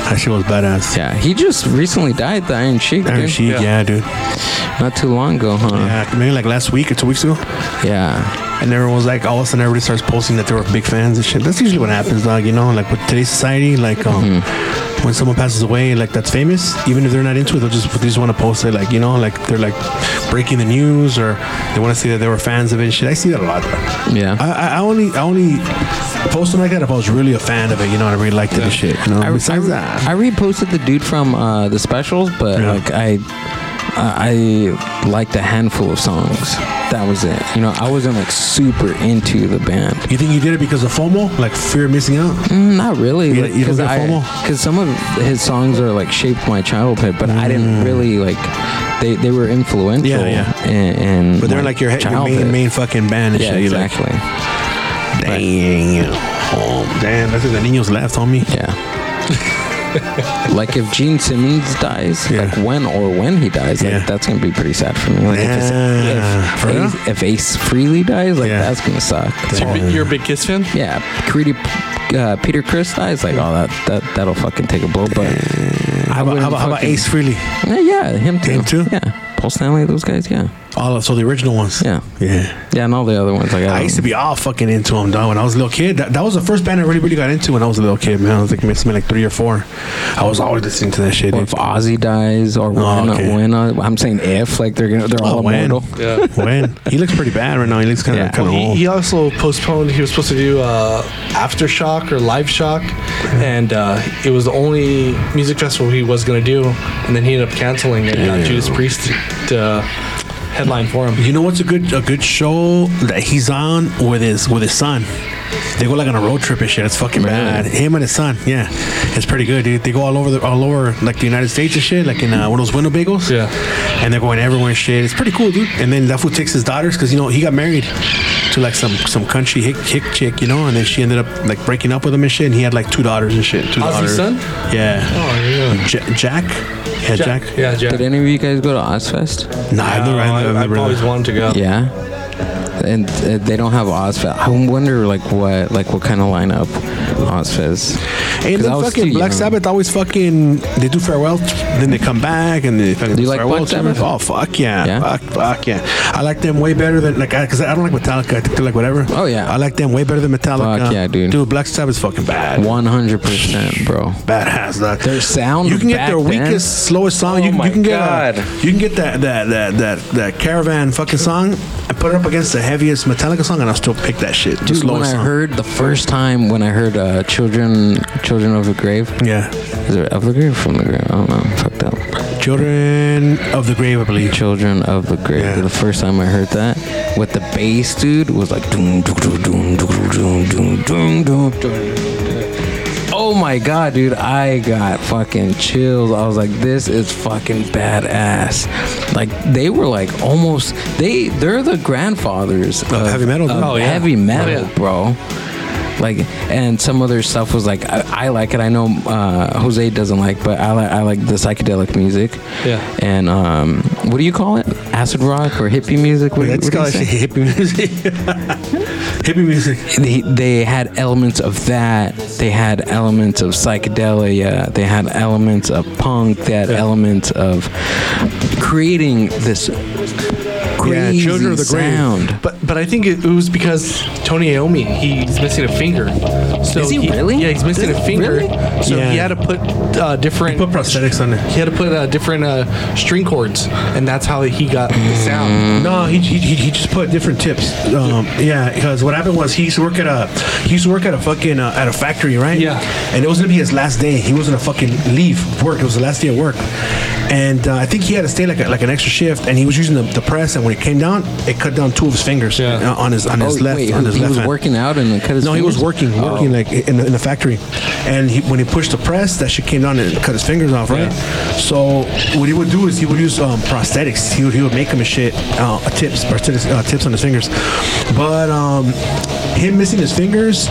[SPEAKER 1] That shit was badass.
[SPEAKER 4] yeah, he just recently died. The Iron Sheik,
[SPEAKER 1] Iron
[SPEAKER 4] dude.
[SPEAKER 1] Sheik, yeah. dude.
[SPEAKER 4] not too long ago, huh?
[SPEAKER 1] Yeah, maybe like last week or two weeks ago.
[SPEAKER 4] Yeah.
[SPEAKER 1] And everyone was like, all of a sudden, everybody starts posting that they were big fans and shit. That's usually what happens, dog. You know, like with today's society, like um,
[SPEAKER 4] Mm-hmm.
[SPEAKER 1] when someone passes away, like that's famous, even if they're not into it, they'll just they just want to post it, like you know, like they're like breaking the news or they want to say that they were fans of it and shit. I see that a lot. Bro.
[SPEAKER 4] Yeah.
[SPEAKER 1] I, I- I only I only post something like that if I was really a fan of it, you know, and I really liked it and shit. You know,
[SPEAKER 4] I, I,
[SPEAKER 1] besides that,
[SPEAKER 4] I reposted the dude from uh, the specials, but
[SPEAKER 1] Yeah.
[SPEAKER 4] like I, I I liked a handful of songs. That was it. You know, I wasn't like super into the band.
[SPEAKER 1] you think you did it because of FOMO, like fear of missing out?
[SPEAKER 4] Mm, Not really,
[SPEAKER 1] You- you
[SPEAKER 4] because
[SPEAKER 1] don't get FOMO?
[SPEAKER 4] because some of his songs are like shaped my childhood, but I didn't really like. They, they were influential.
[SPEAKER 1] Mm. Yeah, yeah.
[SPEAKER 4] In, in
[SPEAKER 1] But they're
[SPEAKER 4] my
[SPEAKER 1] like your, he- your
[SPEAKER 4] Mm-hmm. childhood.
[SPEAKER 1] main main fucking band and
[SPEAKER 4] Yeah,
[SPEAKER 1] shit. You're like,
[SPEAKER 4] exactly.
[SPEAKER 1] Damn. Oh, damn. That's the niños left, homie.
[SPEAKER 4] Yeah. like if Gene Simmons dies,
[SPEAKER 1] Yeah.
[SPEAKER 4] like when or when he dies, like
[SPEAKER 1] Yeah.
[SPEAKER 4] that's gonna be pretty sad for me. Like
[SPEAKER 1] Yeah,
[SPEAKER 4] if,
[SPEAKER 1] for
[SPEAKER 4] it's, if, Ace, if Ace Freely dies, like
[SPEAKER 1] Yeah.
[SPEAKER 4] that's gonna suck.
[SPEAKER 3] You're, a big- you're a big Kiss fan?
[SPEAKER 4] Yeah, Creedy, uh, Peter Chris dies, like all that that that'll fucking take a blow. But I
[SPEAKER 1] How about,
[SPEAKER 4] wouldn't
[SPEAKER 1] how about, how about
[SPEAKER 4] fucking-
[SPEAKER 1] Ace Freely?
[SPEAKER 4] Yeah, uh, yeah, him too.
[SPEAKER 1] Him too?
[SPEAKER 4] Yeah, Paul Stanley, those guys. Yeah,
[SPEAKER 1] All of, so the original ones.
[SPEAKER 4] yeah,
[SPEAKER 1] Yeah.
[SPEAKER 4] yeah, and all the other ones. Like I,
[SPEAKER 1] I used to be all fucking into them, dog. When I was a little kid, that, that was the first band I really, really got into when I was a little kid, man. I was like, maybe like three or four. I was always listening to that shit.
[SPEAKER 4] or
[SPEAKER 1] dude.
[SPEAKER 4] if Ozzy dies, or when,
[SPEAKER 1] Oh, okay.
[SPEAKER 4] when uh, I'm saying if, like they're gonna, they're
[SPEAKER 1] Oh,
[SPEAKER 4] all
[SPEAKER 1] when?
[SPEAKER 4] immortal.
[SPEAKER 3] Yeah.
[SPEAKER 1] When he looks pretty bad right now, he looks kind of
[SPEAKER 4] Yeah.
[SPEAKER 1] kind of
[SPEAKER 3] He,
[SPEAKER 1] old.
[SPEAKER 3] he also postponed. He was supposed to do uh, aftershock or live shock, and uh, it was the only music festival he was going to do. And then he ended up canceling it. and Got Judas Priest to uh, headline for him.
[SPEAKER 1] You know what's a good a good show that he's on with his with his son? They go like on a road trip and shit. It's fucking
[SPEAKER 4] Man.
[SPEAKER 1] bad. Him and his son, yeah, it's pretty good, dude. They go all over the all over like the United States and shit, like in uh, one of those Winnebagos.
[SPEAKER 3] Yeah.
[SPEAKER 1] and they're going everywhere and shit. It's pretty cool, dude. And then that fool takes his daughters because you know he got married to like some some country hick, hick chick, you know, and then she ended up like breaking up with him and shit. And he had like two daughters and shit. Two daughters.
[SPEAKER 3] Ozzy's son?
[SPEAKER 1] Yeah.
[SPEAKER 3] Oh yeah.
[SPEAKER 1] Ja- Jack. Yeah, Jack.
[SPEAKER 3] Yeah, Jack. Uh,
[SPEAKER 4] Did any of you guys go to Ozfest?
[SPEAKER 1] Nah, I've never, I've
[SPEAKER 3] I,
[SPEAKER 1] never,
[SPEAKER 3] have always wanted to go.
[SPEAKER 4] Yeah. And uh, they don't have Ozfest. I wonder, like, what, like, what kind of lineup Ozfest?
[SPEAKER 1] And
[SPEAKER 4] 'Cause I
[SPEAKER 1] then
[SPEAKER 4] was
[SPEAKER 1] fucking
[SPEAKER 4] too
[SPEAKER 1] Black
[SPEAKER 4] young.
[SPEAKER 1] Sabbath always fucking they do farewell, t- then they come back and they fucking
[SPEAKER 4] Do you
[SPEAKER 1] do
[SPEAKER 4] like
[SPEAKER 1] farewell
[SPEAKER 4] Black
[SPEAKER 1] tours.
[SPEAKER 4] Sabbath?
[SPEAKER 1] Oh fuck yeah.
[SPEAKER 4] Yeah?
[SPEAKER 1] fuck fuck yeah. I like them way better than like because I, don't like Metallica. I think they're like whatever.
[SPEAKER 4] Oh, yeah.
[SPEAKER 1] I like them way better than Metallica.
[SPEAKER 4] Fuck yeah, dude.
[SPEAKER 1] Dude, Black Sabbath's fucking bad.
[SPEAKER 4] 100%, bro.
[SPEAKER 1] Badass. Dog.
[SPEAKER 4] Their sound
[SPEAKER 1] You can get
[SPEAKER 4] back
[SPEAKER 1] their
[SPEAKER 4] then-
[SPEAKER 1] weakest, slowest song. you,
[SPEAKER 4] Oh
[SPEAKER 1] can-
[SPEAKER 4] my
[SPEAKER 1] you can get
[SPEAKER 4] God.
[SPEAKER 1] A, you can get that that that that that caravan fucking song and put it up against the heaviest Metallica song, and I'll still pick that shit. the
[SPEAKER 4] Dude, when
[SPEAKER 1] slowest
[SPEAKER 4] I
[SPEAKER 1] song.
[SPEAKER 4] heard the first time when I heard uh, "Children, Children of the Grave,"
[SPEAKER 1] yeah,
[SPEAKER 4] is it of the grave or from the grave? I don't know. Fucked up.
[SPEAKER 1] Children of the Grave, I believe.
[SPEAKER 4] Children of the Grave.
[SPEAKER 1] Yeah.
[SPEAKER 4] The first time I heard that, with the bass, dude, was like doom, doom, doom, doom, doom, doom, doom, doom, doom. Oh my god, dude! I got fucking chills. I was like, "This is fucking badass!" Like they were like almost they they're the grandfathers of,
[SPEAKER 1] heavy metal, dude.
[SPEAKER 4] of
[SPEAKER 1] Oh, yeah.
[SPEAKER 4] heavy metal,
[SPEAKER 3] yeah.
[SPEAKER 4] bro. Like, and some of their stuff was like, I, I like it. I know uh, Jose doesn't like, but I like I like the psychedelic music.
[SPEAKER 3] Yeah.
[SPEAKER 4] And um, what do you call it? Acid rock or hippie music? What,
[SPEAKER 1] Let's
[SPEAKER 4] what do
[SPEAKER 1] call
[SPEAKER 4] you
[SPEAKER 1] it
[SPEAKER 4] say?
[SPEAKER 1] hippie music. hippie music.
[SPEAKER 4] They, they had elements of that. They had elements of psychedelia. They had elements of punk. They had elements of creating this crazy
[SPEAKER 1] Children of the Grave.
[SPEAKER 4] sound.
[SPEAKER 3] But but I think it, it was because Tony Iommi he's missing a finger. So
[SPEAKER 4] Is he really?
[SPEAKER 3] Yeah, he's missing a finger.
[SPEAKER 4] Really?
[SPEAKER 3] So he
[SPEAKER 1] Yeah.
[SPEAKER 3] had to put uh, different.
[SPEAKER 1] Put prosthetics on it.
[SPEAKER 3] He had to put uh, different uh, string chords, and that's how he got the sound.
[SPEAKER 1] No, he, he, he he just put different tips. Um, yeah, because what happened was he used to work at a he used to work at a fucking uh, at a factory, right?
[SPEAKER 3] Yeah.
[SPEAKER 1] And it was gonna be his last day. He was gonna fucking leave work. It was the last day of work. and uh, I think he had to stay like a, like an extra shift, and he was using the, the press, and when it came down, it cut down two of his fingers
[SPEAKER 3] Yeah.
[SPEAKER 1] uh, on his on his
[SPEAKER 4] Oh,
[SPEAKER 1] left
[SPEAKER 4] wait,
[SPEAKER 1] on
[SPEAKER 4] who-
[SPEAKER 1] his
[SPEAKER 4] he
[SPEAKER 1] left
[SPEAKER 4] was
[SPEAKER 1] hand.
[SPEAKER 4] working out and it cut his
[SPEAKER 1] No, he was
[SPEAKER 4] fingers? Oh.
[SPEAKER 1] working, working like in the, in the factory, and he, when he pushed the press, that shit came down and cut his fingers off, right? So what he would do is he would use um, prosthetics. He would, he would make him a shit uh, tips, prosthetics, uh, tips on his fingers. But um, him missing his fingers,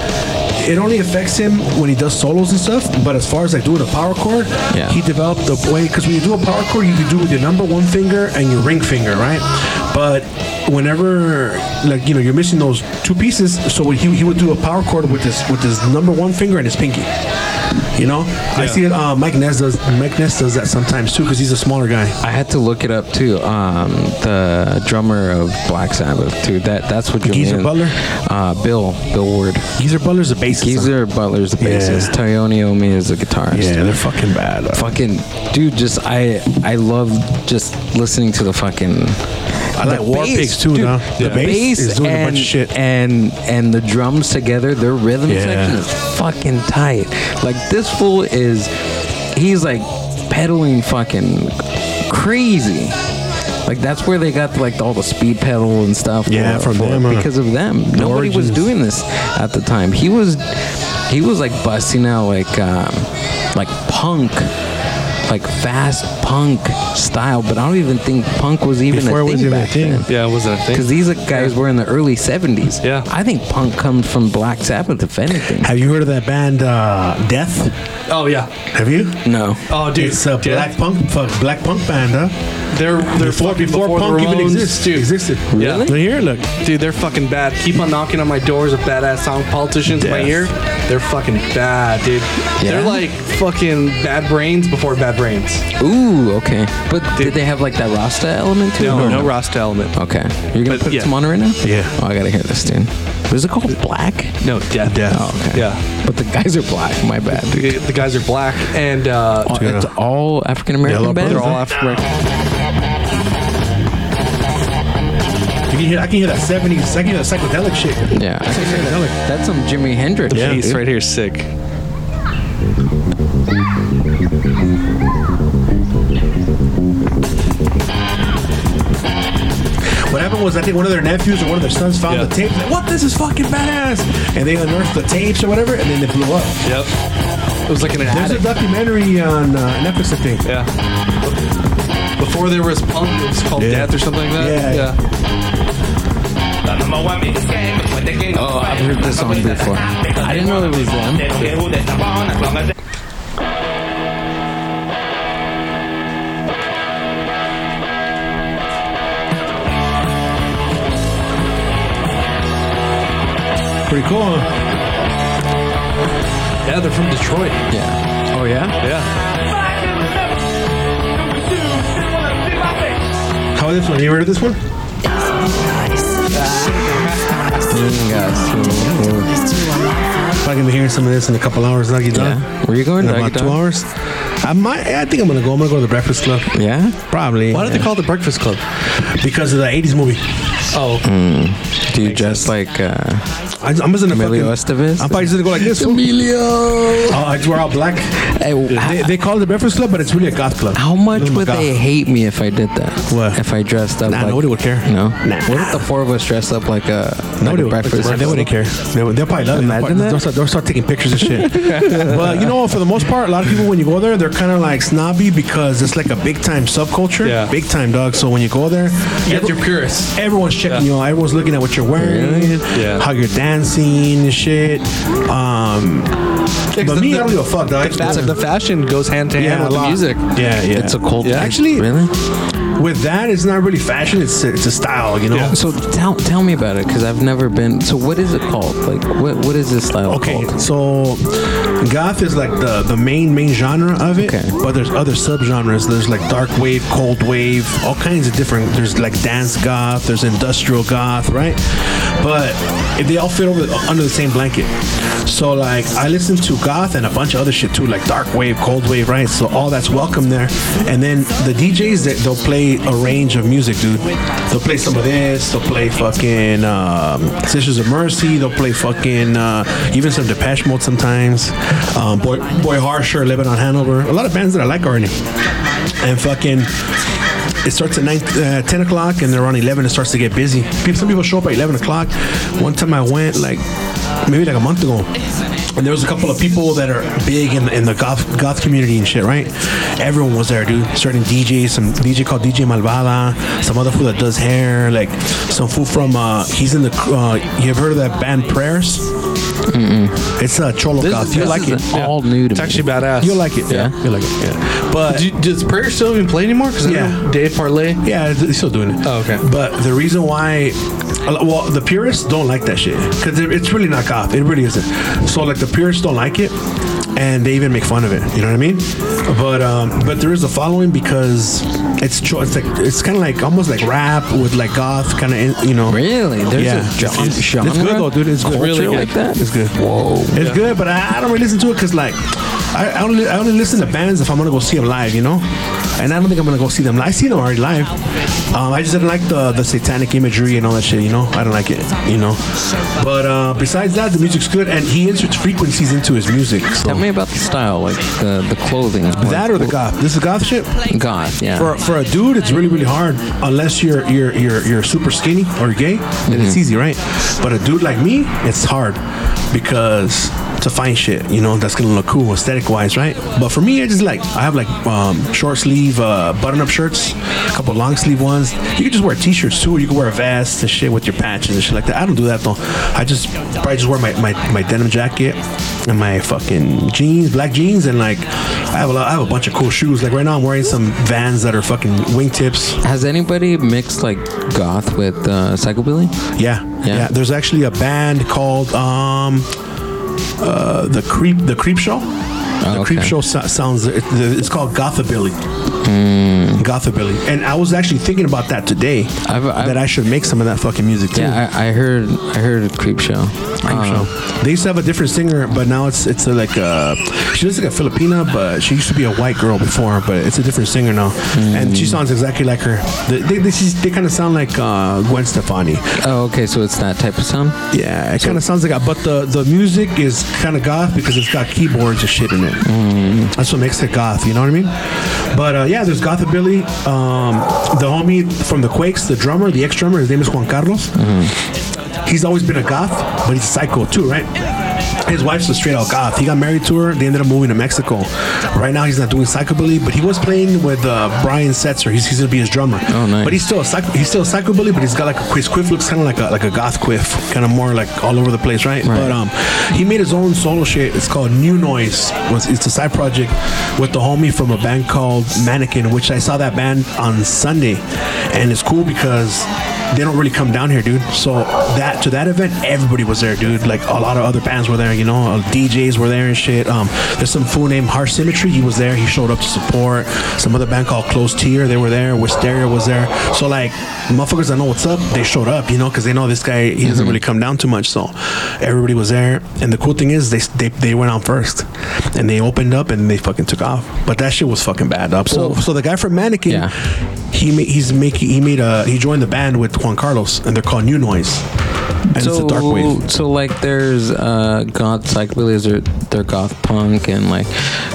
[SPEAKER 1] it only affects him when he does solos and stuff. But as far as like doing a power chord,
[SPEAKER 4] Yeah.
[SPEAKER 1] he developed the way because when you do a power chord, you can do with your number one finger and your ring finger, right? But whenever like you know you're missing those two pieces, so he, he would do a power chord with his with his number one finger and his pinky. You know, I see uh, Mike Ness does Mike Ness does that sometimes too because he's a smaller guy.
[SPEAKER 4] I had to look it up too. Um, the drummer of Black Sabbath, too. That that's what your
[SPEAKER 1] Geezer
[SPEAKER 4] man-
[SPEAKER 1] Butler?
[SPEAKER 4] Uh, Bill, Bill Ward.
[SPEAKER 1] Geezer Butler's a bassist.
[SPEAKER 4] Geezer Butler's the
[SPEAKER 1] Yeah.
[SPEAKER 4] bassist. Tony Iommi is the guitarist.
[SPEAKER 1] yeah, they're fucking bad. uh.
[SPEAKER 4] Fucking dude, just I I love just listening to the fucking.
[SPEAKER 1] I like War Pigs too,
[SPEAKER 4] dude,
[SPEAKER 1] now. The
[SPEAKER 4] The
[SPEAKER 1] bass
[SPEAKER 4] bass,
[SPEAKER 1] is doing a
[SPEAKER 4] and,
[SPEAKER 1] bunch of shit.
[SPEAKER 4] and and the drums together, their rhythm
[SPEAKER 1] Yeah.
[SPEAKER 4] section is fucking tight. Like this fool is, he's like pedaling fucking crazy. Like that's where they got like all the speed pedal and stuff.
[SPEAKER 1] Yeah, from them, huh?
[SPEAKER 4] because of them. Nobody
[SPEAKER 1] origins.
[SPEAKER 4] was doing this at the time. He was, he was like busting out like, um, like punk. Like fast punk style, but I don't even think punk was even
[SPEAKER 1] Before it
[SPEAKER 4] a
[SPEAKER 1] was
[SPEAKER 4] thing
[SPEAKER 1] even a
[SPEAKER 4] back
[SPEAKER 1] thing.
[SPEAKER 4] then.
[SPEAKER 3] Yeah, it wasn't a thing.
[SPEAKER 4] Because these guys were in the early 70s.
[SPEAKER 3] Yeah.
[SPEAKER 4] I think punk comes from Black Sabbath, if anything.
[SPEAKER 1] Have you heard of that band uh, Death?
[SPEAKER 3] Oh yeah.
[SPEAKER 1] Have you?
[SPEAKER 4] No.
[SPEAKER 3] Oh dude,
[SPEAKER 1] It's a
[SPEAKER 3] dude,
[SPEAKER 1] black punk, fuck, black punk band, huh?
[SPEAKER 3] They're they're
[SPEAKER 1] Before,
[SPEAKER 3] fucking
[SPEAKER 1] before,
[SPEAKER 3] the
[SPEAKER 1] punk even
[SPEAKER 3] Ramones,
[SPEAKER 1] exists,
[SPEAKER 3] dude.
[SPEAKER 1] existed.
[SPEAKER 3] Yeah.
[SPEAKER 4] Really?
[SPEAKER 1] Here, look.
[SPEAKER 3] Dude, they're fucking bad. Keep on knocking on my doors of badass song politicians in my
[SPEAKER 1] Death.
[SPEAKER 3] ear. They're fucking bad, dude. They're
[SPEAKER 4] Yeah?
[SPEAKER 3] like fucking bad brains before bad brains.
[SPEAKER 4] Ooh, okay. But did they have like that Rasta element to it? or
[SPEAKER 3] no Rasta element.
[SPEAKER 4] Okay. You're going
[SPEAKER 3] But,
[SPEAKER 4] to put
[SPEAKER 3] yeah.
[SPEAKER 4] some on right now?
[SPEAKER 1] Yeah.
[SPEAKER 4] Oh, I got to hear this, dude. Was it called Black?
[SPEAKER 3] No death.
[SPEAKER 1] Death.
[SPEAKER 4] Oh, okay.
[SPEAKER 3] Yeah.
[SPEAKER 4] But the guys are black. My bad, dude.
[SPEAKER 3] The, the guys are black and uh,
[SPEAKER 4] Oh, It's all African
[SPEAKER 1] Yellow
[SPEAKER 4] American bands.
[SPEAKER 1] Brothers, huh? You can hear, I can hear that 70s, I can hear that psychedelic shit.
[SPEAKER 4] Yeah.
[SPEAKER 1] Psychedelic.
[SPEAKER 4] That's some Jimi Hendrix.
[SPEAKER 1] Yeah.
[SPEAKER 4] dude.
[SPEAKER 1] Bass
[SPEAKER 3] right here is sick.
[SPEAKER 1] What happened was, I think one of their nephews or one of their sons found
[SPEAKER 3] Yeah.
[SPEAKER 1] the tape. Like, what? This is fucking badass. And they unearthed the tapes or whatever, and then they blew up.
[SPEAKER 3] Yep. It was like an
[SPEAKER 1] There's
[SPEAKER 3] attic.
[SPEAKER 1] a documentary on uh, Netflix, I think.
[SPEAKER 3] yeah. Before there was punk, it was called
[SPEAKER 1] Yeah.
[SPEAKER 3] death or something like
[SPEAKER 1] Yeah.
[SPEAKER 3] that. yeah.
[SPEAKER 4] Oh, I've heard this song before. I didn't know it was them.
[SPEAKER 1] Pretty cool, huh?
[SPEAKER 3] Yeah, they're from Detroit.
[SPEAKER 4] Yeah. Oh, yeah?
[SPEAKER 3] Yeah.
[SPEAKER 1] How about this one? You ever heard of this one? Probably gonna be hearing some of this in a couple hours, Nuggy Dog.
[SPEAKER 4] Yeah. Where you going,
[SPEAKER 1] In
[SPEAKER 4] Doggy
[SPEAKER 1] about two
[SPEAKER 4] Dog?
[SPEAKER 1] hours. I might. I think I'm gonna go. I'm gonna go to the Breakfast Club.
[SPEAKER 4] Yeah?
[SPEAKER 1] Probably.
[SPEAKER 3] Why did they call it the Breakfast Club?
[SPEAKER 1] Because of the '80s movie.
[SPEAKER 3] Oh,
[SPEAKER 4] Do you dress like uh,
[SPEAKER 1] I, I'm just gonna
[SPEAKER 4] Emilio
[SPEAKER 1] fucking.
[SPEAKER 4] Estevez?
[SPEAKER 1] I'm probably just gonna go like this. fool.
[SPEAKER 4] Emilio!
[SPEAKER 1] Oh, I wear all black.
[SPEAKER 4] Hey, wh-
[SPEAKER 1] They, they call it the Breakfast Club, but it's really a goth club.
[SPEAKER 4] Oh. how much
[SPEAKER 1] Little
[SPEAKER 4] would
[SPEAKER 1] goth.
[SPEAKER 4] they hate me if I did that?
[SPEAKER 1] What?
[SPEAKER 4] If I dressed up
[SPEAKER 1] Nah,
[SPEAKER 4] like...
[SPEAKER 1] nobody would care.
[SPEAKER 4] No?
[SPEAKER 1] Nah.
[SPEAKER 4] What if the four of us dressed up like a, like
[SPEAKER 1] Nobody
[SPEAKER 4] a
[SPEAKER 1] would-
[SPEAKER 4] breakfast?
[SPEAKER 1] They wouldn't care. They would, they'll probably love
[SPEAKER 4] Imagine
[SPEAKER 1] it. They'll,
[SPEAKER 4] that.
[SPEAKER 1] They'll, start, they'll start taking pictures and shit. but you know, for the most part, a lot of people when you go there, they're kind of like snobby because it's like a big time subculture.
[SPEAKER 3] Yeah.
[SPEAKER 1] Big time, dog. So when you go there,
[SPEAKER 3] yeah,
[SPEAKER 1] every-
[SPEAKER 3] they're purists.
[SPEAKER 1] Everyone's checking you out. Everyone's looking at what you're wearing,
[SPEAKER 3] Yeah.
[SPEAKER 1] how you're dancing and shit. Um, but me, I don't give a fuck, dog.
[SPEAKER 3] the fashion goes hand to hand
[SPEAKER 1] Yeah, a
[SPEAKER 3] with the
[SPEAKER 1] lot.
[SPEAKER 3] music.
[SPEAKER 1] Yeah, yeah.
[SPEAKER 4] It's a cult.
[SPEAKER 3] Yeah.
[SPEAKER 1] Actually-
[SPEAKER 4] Really?
[SPEAKER 1] With that, it's not really fashion. It's a, it's a style, you know.
[SPEAKER 4] So tell, tell me about it, because I've never been... So what is it called? Like, what, what is this style
[SPEAKER 1] Okay,
[SPEAKER 4] called?
[SPEAKER 1] so goth is like the the main main genre of it,
[SPEAKER 4] Okay.
[SPEAKER 1] but there's other subgenres. There's like dark wave, cold wave, all kinds of different. There's like dance goth, there's industrial goth, right? But they all fit over under the same blanket. So like I listen to goth and a bunch of other shit too, like dark wave, cold wave, right? So all that's welcome there. And then the DJs that they'll play a range of music, dude. They'll play some of this. They'll play fucking um, Sisters of Mercy. They'll play fucking uh, even some Depeche Mode sometimes. Um, Boy Boy Harsher, Lebanon Hanover. A lot of bands that I like already. and fucking it starts at nine, uh, 10 o'clock and they're on 11 it starts to get busy people, some people show up at 11 o'clock one time i went like maybe like a month ago and there was a couple of people that are big in, in the goth, goth community and shit right everyone was there dude certain djs some dj called dj malvada some other fool that does hair like some fool from uh, he's in the uh, you ever heard of that band prayers it's a uh, cholo goth you
[SPEAKER 4] this
[SPEAKER 1] like
[SPEAKER 4] is
[SPEAKER 1] it
[SPEAKER 4] all new to
[SPEAKER 2] It's
[SPEAKER 4] me.
[SPEAKER 2] actually badass.
[SPEAKER 1] You'll like it.
[SPEAKER 4] Yeah.
[SPEAKER 1] You'll like it. Yeah. But
[SPEAKER 3] Do, does prayer still even play anymore? Because
[SPEAKER 1] Yeah.
[SPEAKER 3] I know Dave Parlay.
[SPEAKER 1] yeah, they're still doing it.
[SPEAKER 3] Oh, okay.
[SPEAKER 1] But the reason why, well, the purists don't like that shit because it's really not goth. It really isn't. So like the purists don't like it, and they even make fun of it. You know what I mean? But um, but there is a following because it's cho- it's like it's kind of like almost like rap with like goth kind of you know.
[SPEAKER 4] Really? There's
[SPEAKER 1] Yeah.
[SPEAKER 4] a gen-
[SPEAKER 1] It's- it's
[SPEAKER 4] genre?
[SPEAKER 1] good though, dude. It's good.
[SPEAKER 4] Culture
[SPEAKER 1] Really good.
[SPEAKER 4] like that?
[SPEAKER 1] It's good.
[SPEAKER 4] Whoa.
[SPEAKER 1] It's good, but I, I don't really listen to it because like I, I only I only listen to bands if I'm gonna go see them live, you know. And I don't think I'm gonna go see them. live. I see them already live. Um, I just didn't like the the satanic imagery and all that shit, you know. I don't like it, you know. But uh, besides that, the music's good, and he inserts frequencies into his music. So
[SPEAKER 4] Tell me about the style, like the, the clothing. is more
[SPEAKER 1] that or the goth. This is goth shit.
[SPEAKER 4] goth, yeah.
[SPEAKER 1] For, for a dude, it's really really hard unless you're you're you're, you're super skinny or gay, then it's easy, right? But a dude like me, it's hard because to find shit, you know, that's gonna look cool aesthetic wise, right? But for me, I just like I have like um, short sleeve uh, button up shirts, a couple long sleeve ones. You can just wear t-shirts too, or you can wear a vest and shit with your patches and shit like that. I don't do that though. I just probably just wear my my, my denim jacket and my fucking jeans, black jeans, and like I have a lot, I have a bunch of cool shoes. Like right now, I'm wearing some Vans that are fucking wingtips.
[SPEAKER 4] Has anybody mixed like goth with uh, psychobilly?
[SPEAKER 1] Yeah, yeah. There's actually a band called um, uh, the Creep the Creep Show. The
[SPEAKER 4] Oh, okay.
[SPEAKER 1] Creep Show so- sounds it- it's called Gothabilly. Gothabilly, and I was actually thinking about that today.
[SPEAKER 4] Hmm. I've- I've-
[SPEAKER 1] that I should make some of that fucking music too.
[SPEAKER 4] Yeah, I, I heard I heard Creep Show. Uh,
[SPEAKER 1] Creep show. They used to have a different singer, but now it's it's a, like a she looks like a Filipina, but she used to be a white girl before, but it's a different singer now, and
[SPEAKER 4] Hmm.
[SPEAKER 1] she sounds exactly like her. They they, they, they kind of sound like uh, Gwen Stefani.
[SPEAKER 4] Oh, okay, so it's that type of sound.
[SPEAKER 1] Yeah, it kind of sounds like that, but the the music is kind of goth because it's got keyboards and shit in it. That's what makes it goth. You know what I mean? But uh, yeah, there's Gothabilly. Um, the homie from the Quakes, the drummer, the ex drummer, his name is Juan Carlos. He's always been a goth, but he's a psycho too, right? His wife's a straight out goth. He got married to her. They ended up moving to Mexico. Right now, he's not doing psychobilly, but he was playing with uh, Brian Setzer. He's, he's gonna be his drummer.
[SPEAKER 4] Oh, nice.
[SPEAKER 1] But he's still a psycho, he's still a psychobilly, but he's got like a his quiff looks kind of like a like a goth quiff, kind of more like all over the place, right? But um, he made his own solo shit. It's called New Noise. Was it's a side project with the homie from a band called Mannequin, which I saw that band on Sunday, and it's cool because they don't really come down here, dude. So that to that event, everybody was there, dude. Like a lot of other bands were there, you know. uh, DJs were there and shit. Um, there's some fool named Harsh Symmetry. He was there. He showed up to support. Some other band called Close Tier. They were there. Wisteria was there. So like, motherfuckers that know what's up, they showed up, you know, because they know this guy. He doesn't really come down too much. So everybody was there. And the cool thing is, they they, they went out first, and they opened up and they fucking took off. But that shit was fucking bad up. So so the guy from Mannequin,
[SPEAKER 4] Yeah.
[SPEAKER 1] he ma- he's making he made a he joined the band with Juan Carlos, and they're called New Noise. And it's a dark wave.
[SPEAKER 4] so like there's uh, goth psychobilly. Is there they're goth punk and like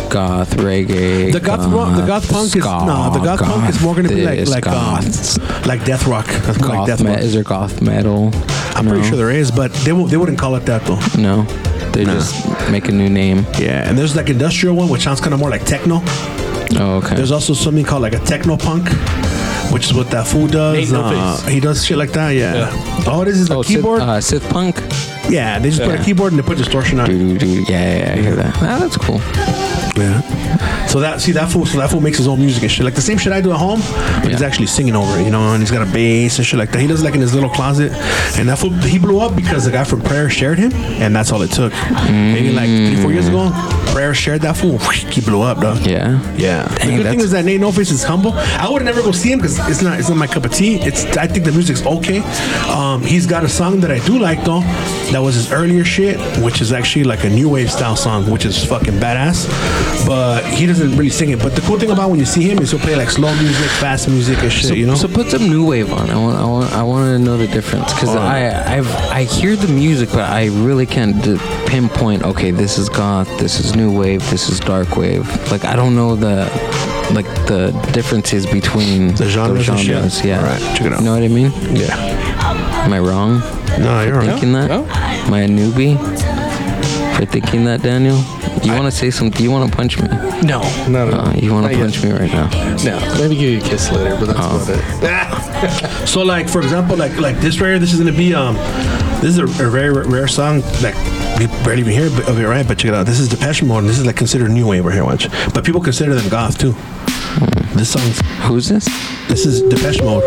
[SPEAKER 4] goth reggae.
[SPEAKER 1] The goth, rock, the goth punk is
[SPEAKER 4] ska,
[SPEAKER 1] no, the goth, punk is more gonna be like
[SPEAKER 4] this,
[SPEAKER 1] like um,
[SPEAKER 4] goth,
[SPEAKER 1] like death rock. That's more like
[SPEAKER 4] goth
[SPEAKER 1] death
[SPEAKER 4] me-
[SPEAKER 1] rock.
[SPEAKER 4] is there goth metal?
[SPEAKER 1] I'm pretty sure there is, but they won't, they wouldn't call it that though.
[SPEAKER 4] No, they just make a new name.
[SPEAKER 1] Yeah, and there's like industrial one, which sounds kind of more like techno.
[SPEAKER 4] Oh, okay.
[SPEAKER 1] There's also something called like a techno punk, which is what that fool does.
[SPEAKER 3] Nate No
[SPEAKER 1] Uh, he does shit like that. Yeah. All it is is a
[SPEAKER 4] oh, Sith,
[SPEAKER 1] keyboard.
[SPEAKER 4] uh, Sith punk.
[SPEAKER 1] yeah, they just put a keyboard and they put distortion on. it.
[SPEAKER 4] Doo, doo, doo. Yeah, yeah, I hear that. Ah, that's cool.
[SPEAKER 1] Yeah. So that see that fool, so that fool makes his own music and shit. Like the same shit I do at home, but he's
[SPEAKER 4] Yeah.
[SPEAKER 1] actually singing over it, you know. And he's got a bass and shit like that. He does like in his little closet. And that fool, he blew up because the guy from Prayer shared him, and that's all it took. Maybe like three, four years ago, Prayer shared that fool. He blew up, dog.
[SPEAKER 4] Yeah.
[SPEAKER 1] Yeah.
[SPEAKER 4] Dang,
[SPEAKER 1] the good thing
[SPEAKER 4] that's-
[SPEAKER 1] is that Nate No Face is humble. I would never go see him because it's not it's not my cup of tea. It's I think the music's okay. Um, he's got a song that I do like though. That was his earlier shit, which is actually like a new wave style song, which is fucking badass. But he doesn't really sing it. But the cool thing about when you see him is he'll play like slow music, fast music, and shit.
[SPEAKER 4] So,
[SPEAKER 1] you know.
[SPEAKER 4] so put some new wave on. I want, I want, I want to know the difference because I, I've, I hear the music, but I really can't d- pinpoint. Okay, this is goth. This is new new wave. This is dark wave. Like I don't know the like the differences between
[SPEAKER 5] The genres and shit?
[SPEAKER 4] Yeah,
[SPEAKER 5] Alright, check it out.
[SPEAKER 4] You know what I mean?
[SPEAKER 5] Yeah.
[SPEAKER 4] Am I wrong
[SPEAKER 5] No, you're right.
[SPEAKER 4] thinking that?
[SPEAKER 2] no.
[SPEAKER 4] Am I a newbie for thinking that, Daniel? You want to say something? You want to punch me?
[SPEAKER 3] No, not at all.
[SPEAKER 4] Uh, you want
[SPEAKER 3] Not
[SPEAKER 4] to
[SPEAKER 3] yet.
[SPEAKER 4] punch me right now?
[SPEAKER 3] No, maybe give you a kiss later, but that's
[SPEAKER 4] Oh.
[SPEAKER 3] about it.
[SPEAKER 1] So like for example, like like this right here, this is gonna be um, this is a, a very r- rare song like we barely even hear of it, right? But check it out. This is Depeche Mode. And this is like considered new wave right here. Watch, but people consider them goth too. This song's
[SPEAKER 4] Who's this?
[SPEAKER 1] this is Depeche Mode.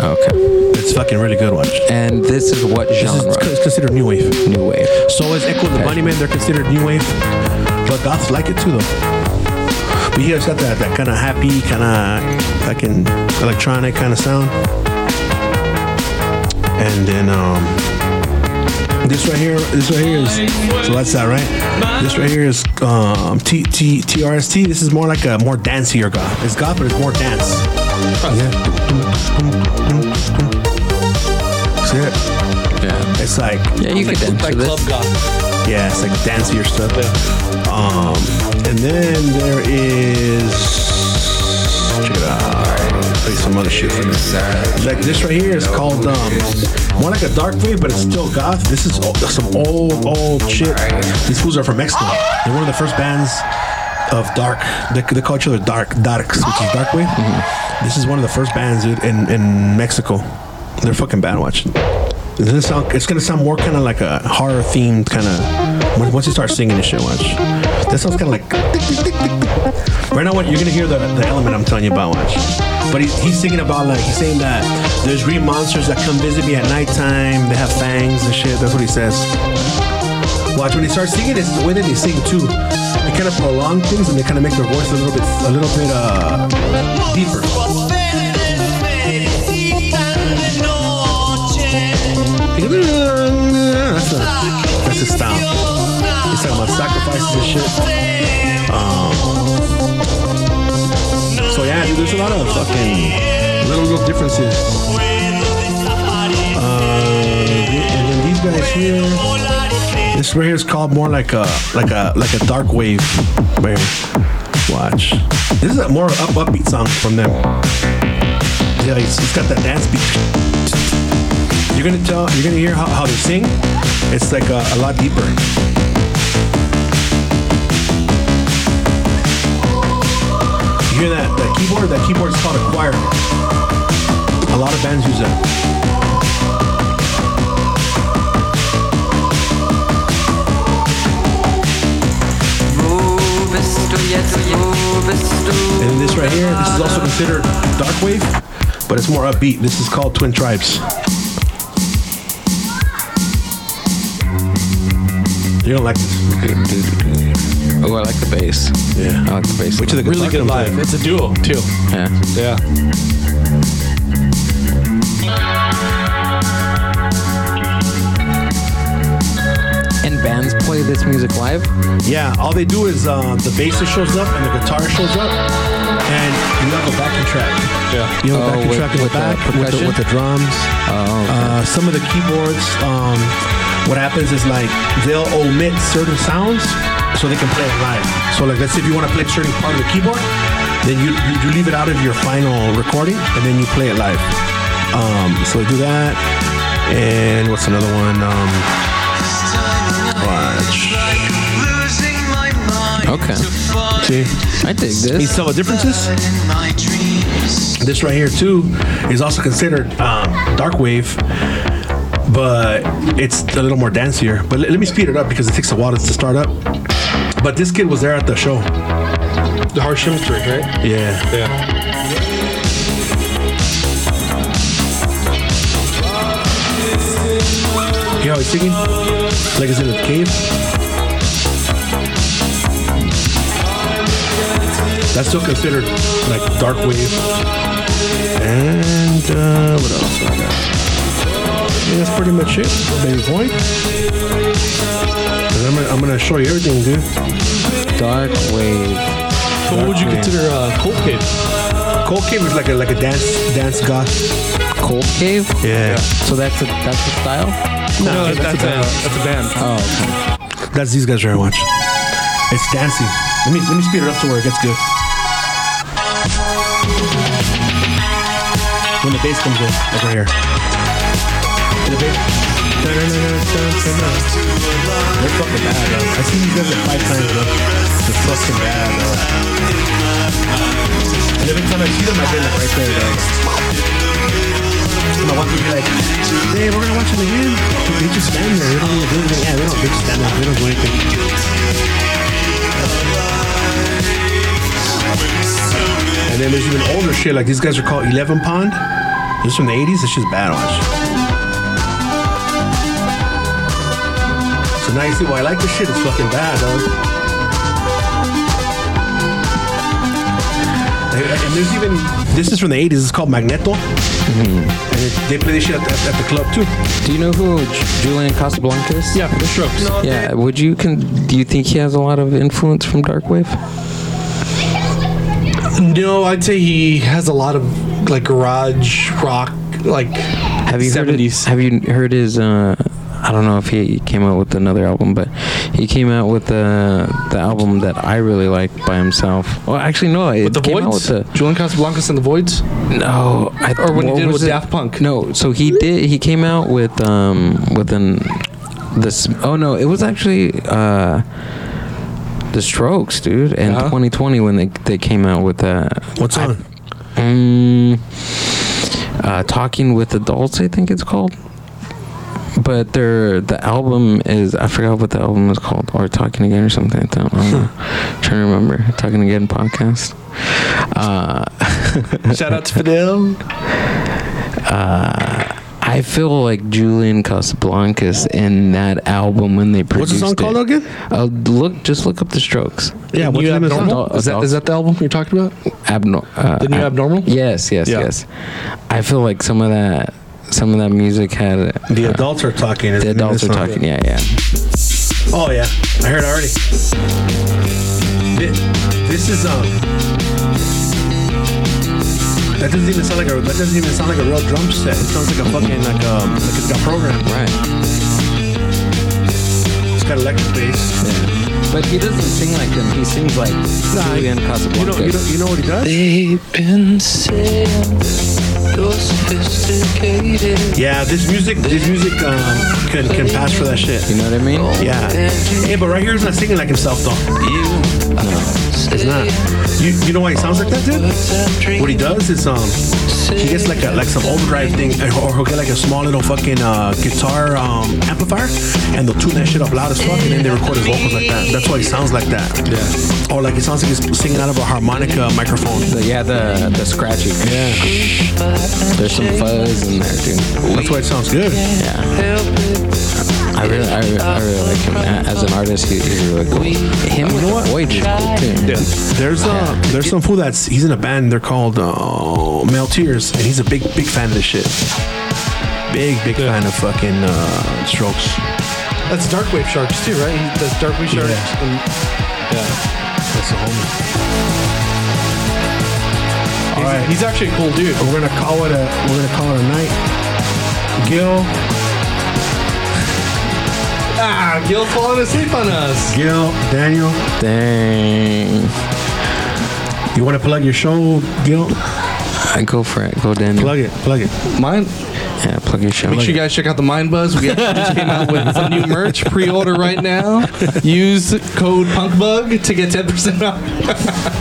[SPEAKER 4] Okay.
[SPEAKER 1] It's fucking really good. Watch.
[SPEAKER 4] And this is what
[SPEAKER 1] This is
[SPEAKER 4] genre?
[SPEAKER 1] it's it's considered new wave.
[SPEAKER 4] New wave.
[SPEAKER 1] So is Echo and the
[SPEAKER 4] Okay.
[SPEAKER 1] Bunny Man. They're considered new wave, but goths like it too though. But you guys got that that kind of happy, kind of fucking electronic kind of sound. And then um, this right here, this right here is so that's that right. This right here is um T T T R S T. This is more like a more dancier goth. It's goth, but it's more dance. See it?
[SPEAKER 4] Yeah.
[SPEAKER 1] It's like
[SPEAKER 4] Yeah, you could dance to
[SPEAKER 2] Like club
[SPEAKER 4] this.
[SPEAKER 2] goth.
[SPEAKER 1] yeah, it's like dancier stuff. Um, and then there is check it out. Play some other shit for me. Like this right here is called um, more like a dark wave, but it's still goth. This is o- some old old shit. These fools are from Mexico. They're one of the first bands of dark. They, they call each other dark darks, which is dark wave. This is one of the first bands dude, in in Mexico. They're fucking bad. Watch. It's gonna sound, it's gonna sound more kind of like a horror themed kind of. When, once you start singing this shit, watch. That sounds kind of like. Right now, what you're gonna hear the, the element I'm telling you about, watch. But he's, he's singing about like he's saying that there's green monsters that come visit me at nighttime. They have fangs and shit. That's what he says. Watch when he starts singing, it's the way that they sing too. They kind of prolong things and they kind of make their voice a little bit, a little bit uh, deeper. That's, a, that's his style. He's talking about sacrifices and shit. Um, so yeah, dude, there's a lot of fucking little little differences. Uh, and then these guys here, this right here is called more like a like a like a dark wave. Right here. Watch. This is a more up upbeat song from them. Yeah, he's, he's got that dance beat you're gonna tell you're gonna hear how, how they sing it's like a, a lot deeper you hear that that keyboard that keyboard is called a choir a lot of bands use that and then this right here this is also considered dark wave but it's more upbeat this is called twin tribes you don't like this
[SPEAKER 4] Oh, I like the bass.
[SPEAKER 1] Yeah.
[SPEAKER 4] I like the bass.
[SPEAKER 1] Which is a good
[SPEAKER 2] Really good
[SPEAKER 1] song.
[SPEAKER 2] live. It's a duo too.
[SPEAKER 4] yeah.
[SPEAKER 2] Yeah.
[SPEAKER 4] And bands play this music live.
[SPEAKER 1] Yeah, all they do is uh, the bassist shows up and the guitar shows up, and you have a backing track.
[SPEAKER 2] Yeah.
[SPEAKER 1] You have a
[SPEAKER 4] Oh,
[SPEAKER 1] backing
[SPEAKER 4] with-
[SPEAKER 1] track in the
[SPEAKER 4] with the
[SPEAKER 1] back with, the,
[SPEAKER 4] percussion?
[SPEAKER 1] with the drums.
[SPEAKER 4] Oh,
[SPEAKER 1] uh, some of the keyboards. Um, what happens is like they'll omit certain sounds so they can play it live. So like let's say if you want to play a certain part of the keyboard, then you, you you leave it out of your final recording and then you play it live. Um, so they do that. And what's another one? Um, watch.
[SPEAKER 4] Okay.
[SPEAKER 1] See.
[SPEAKER 4] I dig
[SPEAKER 1] You
[SPEAKER 4] this.
[SPEAKER 1] tell the differences? This right here too is also considered um, dark wave, but it's a little more dancier. But let, let me speed it up because it takes a while to start up. But this kid was there at the show.
[SPEAKER 3] The harsh trick, right?
[SPEAKER 1] Yeah.
[SPEAKER 3] Yeah.
[SPEAKER 1] You know how he's singing? Like it's in a cave. That's still considered like dark wave. And uh, what else do I got? Yeah, that's pretty much it, baby boy. 'Cause I'm gonna, I'm gonna show you everything, dude.
[SPEAKER 4] Dark wave.
[SPEAKER 3] But what would you consider uh, cool kid?
[SPEAKER 1] Cold Cave is like a like a dance dance goth.
[SPEAKER 4] Cold cave.
[SPEAKER 1] Yeah.
[SPEAKER 4] So that's a that's the style.
[SPEAKER 3] No, that's, a, that's a band.
[SPEAKER 4] Oh.
[SPEAKER 1] That's these guys right watch. It's dancing. Let me let me speed it up to where it gets good. When the bass comes in, like right here. When the bass. They're fucking bad, though. I've seen these guys like five times, though. They're fucking bad, though. And every time I see them, I've been like right there, though. And I want to be like, hey, we're gonna watch them again. But They just stand there. They don't really do anything. Yeah, they don't. They just stand there. They don't do anything. And then there's even older shit like these guys are called Eleven Pond. This is from the 80s. This shit's bad on So now you see why I like this shit. It's fucking bad, dog. And and there's even this is from the 80s. It's called Magneto. And it, they play this shit at the, at the club too.
[SPEAKER 4] Do you know who J- Julian Casablancas? is?
[SPEAKER 3] Yeah, the strokes.
[SPEAKER 4] Yeah. Would you can? Do you think he has a lot of influence from dark wave?
[SPEAKER 3] No, I'd say he has a lot of like garage rock, like
[SPEAKER 4] Have you heard? It,
[SPEAKER 3] 70s.
[SPEAKER 4] have you heard his? Uh, I don't know if he came out with another album, but he came out with the the album that I really like by himself. Well, actually, no, it
[SPEAKER 3] with the
[SPEAKER 4] came out with
[SPEAKER 3] Voids?
[SPEAKER 4] the
[SPEAKER 3] Julian Casablancas and the Voids?
[SPEAKER 4] no. I,
[SPEAKER 3] Or when he
[SPEAKER 4] what
[SPEAKER 3] did it
[SPEAKER 4] was
[SPEAKER 3] with Daft Punk?
[SPEAKER 4] No, so he did. He came out with um with an this. Oh no, it was actually uh the Strokes, dude, in
[SPEAKER 3] Uh-huh.
[SPEAKER 4] 2020 when they they came out with that.
[SPEAKER 1] What's on?
[SPEAKER 4] Mm, uh, Talking with Adults, I think it's called. But their the album is I forgot what the album is called or Talking Again or something like that. I don't know. trying to remember Talking Again podcast. Uh,
[SPEAKER 3] Shout out to Fidel.
[SPEAKER 4] Uh, I feel like Julian Casablancas in that album when they
[SPEAKER 1] What's
[SPEAKER 4] produced
[SPEAKER 1] the song
[SPEAKER 4] it.
[SPEAKER 1] called again?
[SPEAKER 4] Uh, look, just look up the Strokes.
[SPEAKER 1] Yeah, what's
[SPEAKER 3] New
[SPEAKER 1] the name of the song?
[SPEAKER 3] Abnormal? Is that, is that the album you're talking about?
[SPEAKER 4] Abno- uh,
[SPEAKER 3] The new
[SPEAKER 4] ab-
[SPEAKER 3] Abnormal?
[SPEAKER 4] Yes, yes,
[SPEAKER 3] Yeah.
[SPEAKER 4] yes. I feel like some of that, some of that music had
[SPEAKER 1] The adults are talking. is
[SPEAKER 4] the
[SPEAKER 1] name of
[SPEAKER 4] adults
[SPEAKER 1] the
[SPEAKER 4] are
[SPEAKER 1] song.
[SPEAKER 4] talking. Yeah, yeah.
[SPEAKER 1] Oh yeah, I heard already. Thi- This is um. That doesn't even sound like a. That doesn't even sound like a real drum set. It sounds like a fucking like um like it's got programmed.
[SPEAKER 4] Right.
[SPEAKER 1] It's got electric bass.
[SPEAKER 4] But he doesn't sing like them. He sings like Julian Casablancas.
[SPEAKER 1] You know, you know, you know what he does?
[SPEAKER 6] They've been saying you're sophisticated
[SPEAKER 1] Yeah, this music, this music um can can pass for that shit.
[SPEAKER 4] You know what I mean?
[SPEAKER 1] Yeah. Hey, but right here he's not singing like himself though.
[SPEAKER 6] It's
[SPEAKER 1] Not. You you know why he sounds like that, dude? What he does is um he gets like a like some overdrive thing or he'll get like a small little fucking uh, guitar um, amplifier and they'll tune that shit up loud as fuck and then they record his vocals like that. That's why he sounds like that. Yeah. Or like he sounds like he's singing out of a harmonica microphone.
[SPEAKER 4] The, yeah, the the scratchy. Yeah. There's some fuzz in there, dude.
[SPEAKER 1] That's why it sounds good.
[SPEAKER 4] I really, I, re- I really like him A- as an artist. He, he's really cool. Him with the Voyage is cool too.
[SPEAKER 1] There's uh there's some fool that's he's in a band they're called uh, Male Tears and he's a big big fan of this shit. Big big fan of fucking uh, Strokes.
[SPEAKER 3] That's Darkwave Sharks too, right? He- That's Darkwave Sharks. And
[SPEAKER 1] That's the homie.
[SPEAKER 3] he's, he's actually a cool dude.
[SPEAKER 1] We're gonna call it a we're gonna call it a night. Gil,
[SPEAKER 3] Ah, Gil's falling asleep on us.
[SPEAKER 1] Gil, Daniel.
[SPEAKER 4] Dang.
[SPEAKER 1] You want to plug your show, Gil?
[SPEAKER 4] I go for it. Go Daniel.
[SPEAKER 1] Plug it, plug it.
[SPEAKER 3] Mine.
[SPEAKER 4] Yeah, plug your show.
[SPEAKER 3] Make sure you guys check out the Mind Buzz. We actually just came out with some new merch. Pre-order right now. Use code PunkBug to get 10% off.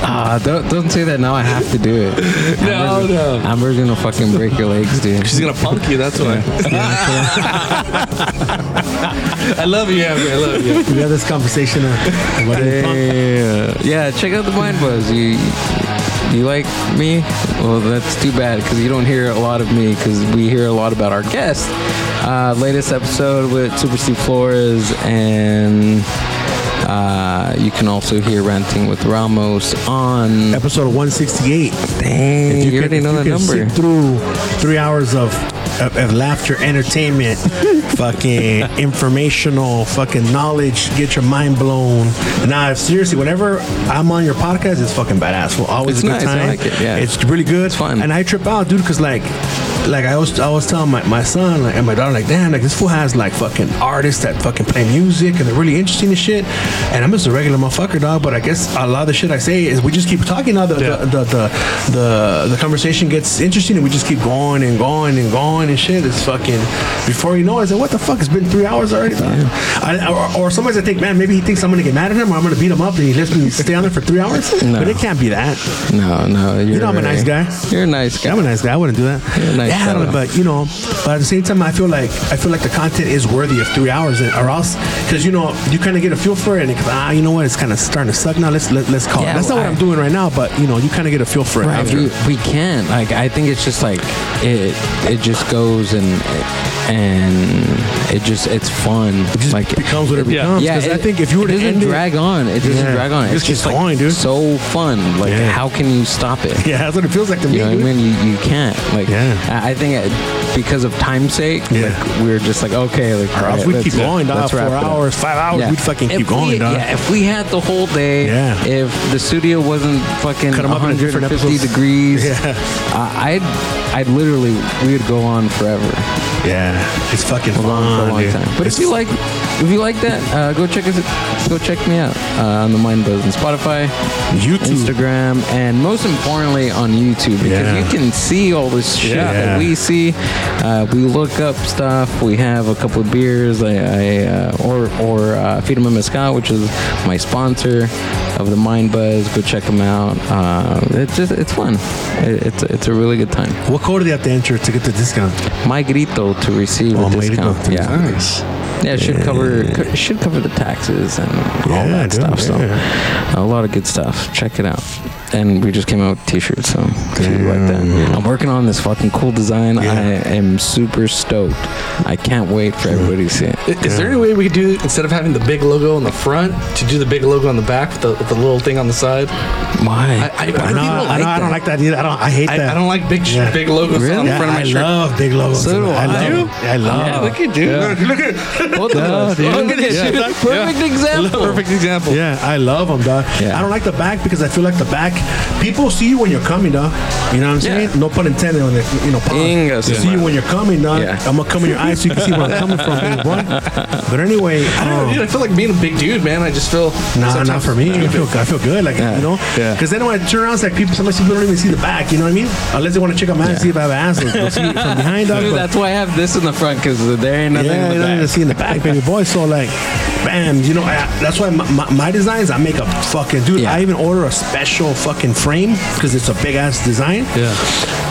[SPEAKER 4] Ah, don't don't say that now. I have to do it.
[SPEAKER 3] No, no.
[SPEAKER 4] Amber's gonna fucking break your legs, dude.
[SPEAKER 3] She's gonna punk you. That's why. I love you, Amber. I love you.
[SPEAKER 1] We got this conversation. Uh, what is punk?
[SPEAKER 4] Yeah, yeah. Check out the Mind Buzz. You you like me? Well, that's too bad because you don't hear a lot of me because we hear a lot about our guest. Uh, latest episode with Super Steve Flores and. Uh, you can also hear Ranting with Ramos on.
[SPEAKER 1] episode 168.
[SPEAKER 4] Dang, you,
[SPEAKER 1] can-
[SPEAKER 4] already know
[SPEAKER 1] if you
[SPEAKER 4] the
[SPEAKER 1] can
[SPEAKER 4] number.
[SPEAKER 1] Sit through three hours of of, of laughter, entertainment, fucking informational, fucking knowledge. Get your mind blown. Nah, seriously, whenever I'm on your podcast, it's fucking badass. Well, always
[SPEAKER 4] It's
[SPEAKER 1] a good
[SPEAKER 4] nice, I
[SPEAKER 1] time.
[SPEAKER 4] like it, yeah.
[SPEAKER 1] it's really good. It's
[SPEAKER 4] fun.
[SPEAKER 1] And I trip out, dude, because like, like I always, I was telling my, my son like, and my daughter, like, damn, like this fool has like fucking artists that fucking play music and they're really interesting and shit. And I'm just a regular motherfucker, dog. But I guess a lot of the shit I say is we just keep talking. Now the, the, the, the the the conversation gets interesting and we just keep going and going and going and shit. It's fucking. Before you know it, I said, what the fuck? It's been three hours already. dog." I, or, or sometimes I think, man, maybe he thinks I'm gonna get mad at him or I'm gonna beat him up and he lets me stay on there for three hours.
[SPEAKER 4] No.
[SPEAKER 1] But it can't be that.
[SPEAKER 4] No, no. You're,
[SPEAKER 1] know I'm a nice guy.
[SPEAKER 4] You're a nice guy.
[SPEAKER 1] I'm a nice guy. I wouldn't do that.
[SPEAKER 4] You're a nice
[SPEAKER 1] yeah, I don't know,
[SPEAKER 4] fella.
[SPEAKER 1] but you know, but at the same time, I feel like I feel like the content is worthy of three hours, and- or else because you know you kind of get a feel for it, and it goes, ah, you know what, it's kind of starting to suck now. Let's let, let's call.
[SPEAKER 4] Yeah,
[SPEAKER 1] it. That's not
[SPEAKER 4] I-
[SPEAKER 1] what I'm doing right now, but you know, you kind of get a feel for it
[SPEAKER 4] Right,
[SPEAKER 1] after.
[SPEAKER 4] we, we can't. Like, I think it's just like it. It just goes and and it just it's fun.
[SPEAKER 1] It just
[SPEAKER 4] like
[SPEAKER 1] becomes what it becomes.
[SPEAKER 4] yeah,
[SPEAKER 1] because I
[SPEAKER 4] it-
[SPEAKER 1] think if you were
[SPEAKER 4] it
[SPEAKER 1] to
[SPEAKER 4] doesn't
[SPEAKER 1] end it-
[SPEAKER 4] drag on, it doesn't
[SPEAKER 1] Yeah,
[SPEAKER 4] drag on.
[SPEAKER 1] it
[SPEAKER 4] It's
[SPEAKER 1] just keeps
[SPEAKER 4] just like
[SPEAKER 1] going, dude.
[SPEAKER 4] so fun. Like,
[SPEAKER 1] Yeah.
[SPEAKER 4] how can you stop it?
[SPEAKER 1] yeah, that's what it feels like to me.
[SPEAKER 4] You know what I
[SPEAKER 1] dude.
[SPEAKER 4] mean? You, you can't. Like,
[SPEAKER 1] Yeah.
[SPEAKER 4] I, I think I, because of time's sake,
[SPEAKER 1] Yeah.
[SPEAKER 4] like, we were just like, okay, like,
[SPEAKER 1] Or
[SPEAKER 4] all
[SPEAKER 1] else
[SPEAKER 4] right,
[SPEAKER 1] we'd
[SPEAKER 4] let's-
[SPEAKER 1] keep going, dog.
[SPEAKER 4] let's
[SPEAKER 1] Four
[SPEAKER 4] wrap it up.
[SPEAKER 1] hours, five hours,
[SPEAKER 4] Yeah.
[SPEAKER 1] we'd fucking
[SPEAKER 4] If
[SPEAKER 1] keep going,
[SPEAKER 4] we,
[SPEAKER 1] dog.
[SPEAKER 4] Yeah, if we had the whole day,
[SPEAKER 1] Yeah.
[SPEAKER 4] if the studio wasn't fucking
[SPEAKER 1] Cut 'em up into different
[SPEAKER 4] 150
[SPEAKER 1] episodes.
[SPEAKER 4] degrees,
[SPEAKER 1] Yeah.
[SPEAKER 4] uh, I'd, I'd literally, we would go on forever,
[SPEAKER 1] Yeah, it's fucking
[SPEAKER 4] go on for a
[SPEAKER 1] fun,
[SPEAKER 4] long
[SPEAKER 1] dude.
[SPEAKER 4] time. But
[SPEAKER 1] It's
[SPEAKER 4] if you like, if you like that, uh, go check us, go check me out uh, on the Mind Buzz and Spotify,
[SPEAKER 1] YouTube.
[SPEAKER 4] Instagram, and most importantly on YouTube because
[SPEAKER 1] Yeah.
[SPEAKER 4] you can see all this shit
[SPEAKER 1] Yeah.
[SPEAKER 4] that we see. Uh, we look up stuff. We have a couple of beers, I, I, uh, or or uh, Feed 'em a Mescal, which is my sponsor of the Mind Buzz. Go check them out. Uh, it's just it's fun. It, it's it's a really good time.
[SPEAKER 1] What code do they have to enter to get the discount?
[SPEAKER 4] My grito to receive
[SPEAKER 1] Oh,
[SPEAKER 4] a
[SPEAKER 1] my
[SPEAKER 4] discount.
[SPEAKER 1] grito to
[SPEAKER 4] yeah. Yeah, it should cover co- it should cover the taxes and all
[SPEAKER 1] Yeah,
[SPEAKER 4] that
[SPEAKER 1] dude,
[SPEAKER 4] stuff. So
[SPEAKER 1] yeah.
[SPEAKER 4] a lot of good stuff. Check it out. And we just came out with t-shirts, so if you like that. I'm working on this fucking cool design. I am super stoked. I can't wait for everybody to see it.
[SPEAKER 3] I- Is there any way we could do instead of having the big logo on the front to do the big logo on the back with the, with the little thing on the side?
[SPEAKER 4] Why?
[SPEAKER 3] I, I,
[SPEAKER 1] I know, I, know I don't like that either. I don't. I hate
[SPEAKER 3] I,
[SPEAKER 1] that.
[SPEAKER 3] I don't like big sh- big logos on
[SPEAKER 4] Really?
[SPEAKER 3] the
[SPEAKER 1] Yeah,
[SPEAKER 3] front of
[SPEAKER 1] I
[SPEAKER 3] my shirt.
[SPEAKER 1] love big logos.
[SPEAKER 4] So do I.
[SPEAKER 1] love.
[SPEAKER 4] Do you?
[SPEAKER 1] it. I love.
[SPEAKER 4] Yeah.
[SPEAKER 1] it.
[SPEAKER 4] Look at you.
[SPEAKER 3] Look at
[SPEAKER 4] Both of us.
[SPEAKER 3] dude.
[SPEAKER 4] oh, Look at this.
[SPEAKER 3] Yeah.
[SPEAKER 4] dude. Perfect example.
[SPEAKER 3] perfect example.
[SPEAKER 1] Yeah, I love them, dog.
[SPEAKER 4] Yeah.
[SPEAKER 1] I don't like the back because I feel like the back people see you when you're coming, dog. You know what I'm
[SPEAKER 4] Yeah.
[SPEAKER 1] saying? No pun intended on it. You know, pun.
[SPEAKER 4] Inga,
[SPEAKER 1] they
[SPEAKER 4] so
[SPEAKER 1] see you
[SPEAKER 4] much.
[SPEAKER 1] when you're coming, dog.
[SPEAKER 4] Yeah.
[SPEAKER 1] I'm gonna come in your eyes so you can see where I'm coming from, baby boy. But anyway, um,
[SPEAKER 3] Dude, I feel like being a big dude, man. I just feel
[SPEAKER 1] Nah,
[SPEAKER 3] sometimes-
[SPEAKER 1] not for me. I feel, I feel good, like you know,
[SPEAKER 4] Yeah.
[SPEAKER 1] because then when I turn around, it's like people, sometimes people don't even see the back. You know what I mean? Unless they want to check out my ass, see if I have an ass, they'll see it from behind. Dog,
[SPEAKER 4] Dude,
[SPEAKER 1] but-
[SPEAKER 4] that's why I have this in the front because there ain't nothing
[SPEAKER 1] yeah,
[SPEAKER 4] in
[SPEAKER 1] you
[SPEAKER 4] the
[SPEAKER 1] don't even
[SPEAKER 4] back.
[SPEAKER 1] see in the back, baby boy. So like, bam, you know, I, that's why my, my, my designs I make a fucking dude.
[SPEAKER 4] Yeah.
[SPEAKER 1] I even order a special fucking frame because it's a big ass design. Yeah.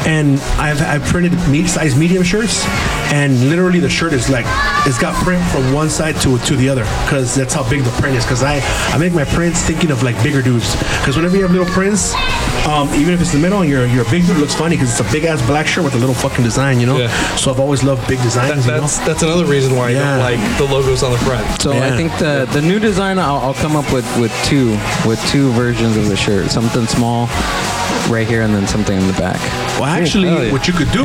[SPEAKER 1] And I've I printed me size medium shirts, and literally the shirt is like it's got print from one side to to the other because that's how big the print is. Because I I make my prints thinking of like bigger dudes because whenever you have little prints. Um, even if it's the middle and you're, you're a big dude, it looks funny because it's a big ass black shirt with a little fucking design, you know?
[SPEAKER 3] Yeah.
[SPEAKER 1] So I've always loved big designs. you know?
[SPEAKER 3] That's that's another reason why
[SPEAKER 1] Yeah.
[SPEAKER 3] I don't like the logos on the front.
[SPEAKER 4] So
[SPEAKER 1] Yeah.
[SPEAKER 4] I think the the new design I'll, I'll come up with with two with two versions of the shirt. Something small right here and then something in the back.
[SPEAKER 1] Well, actually,
[SPEAKER 3] hell yeah.
[SPEAKER 1] what you could do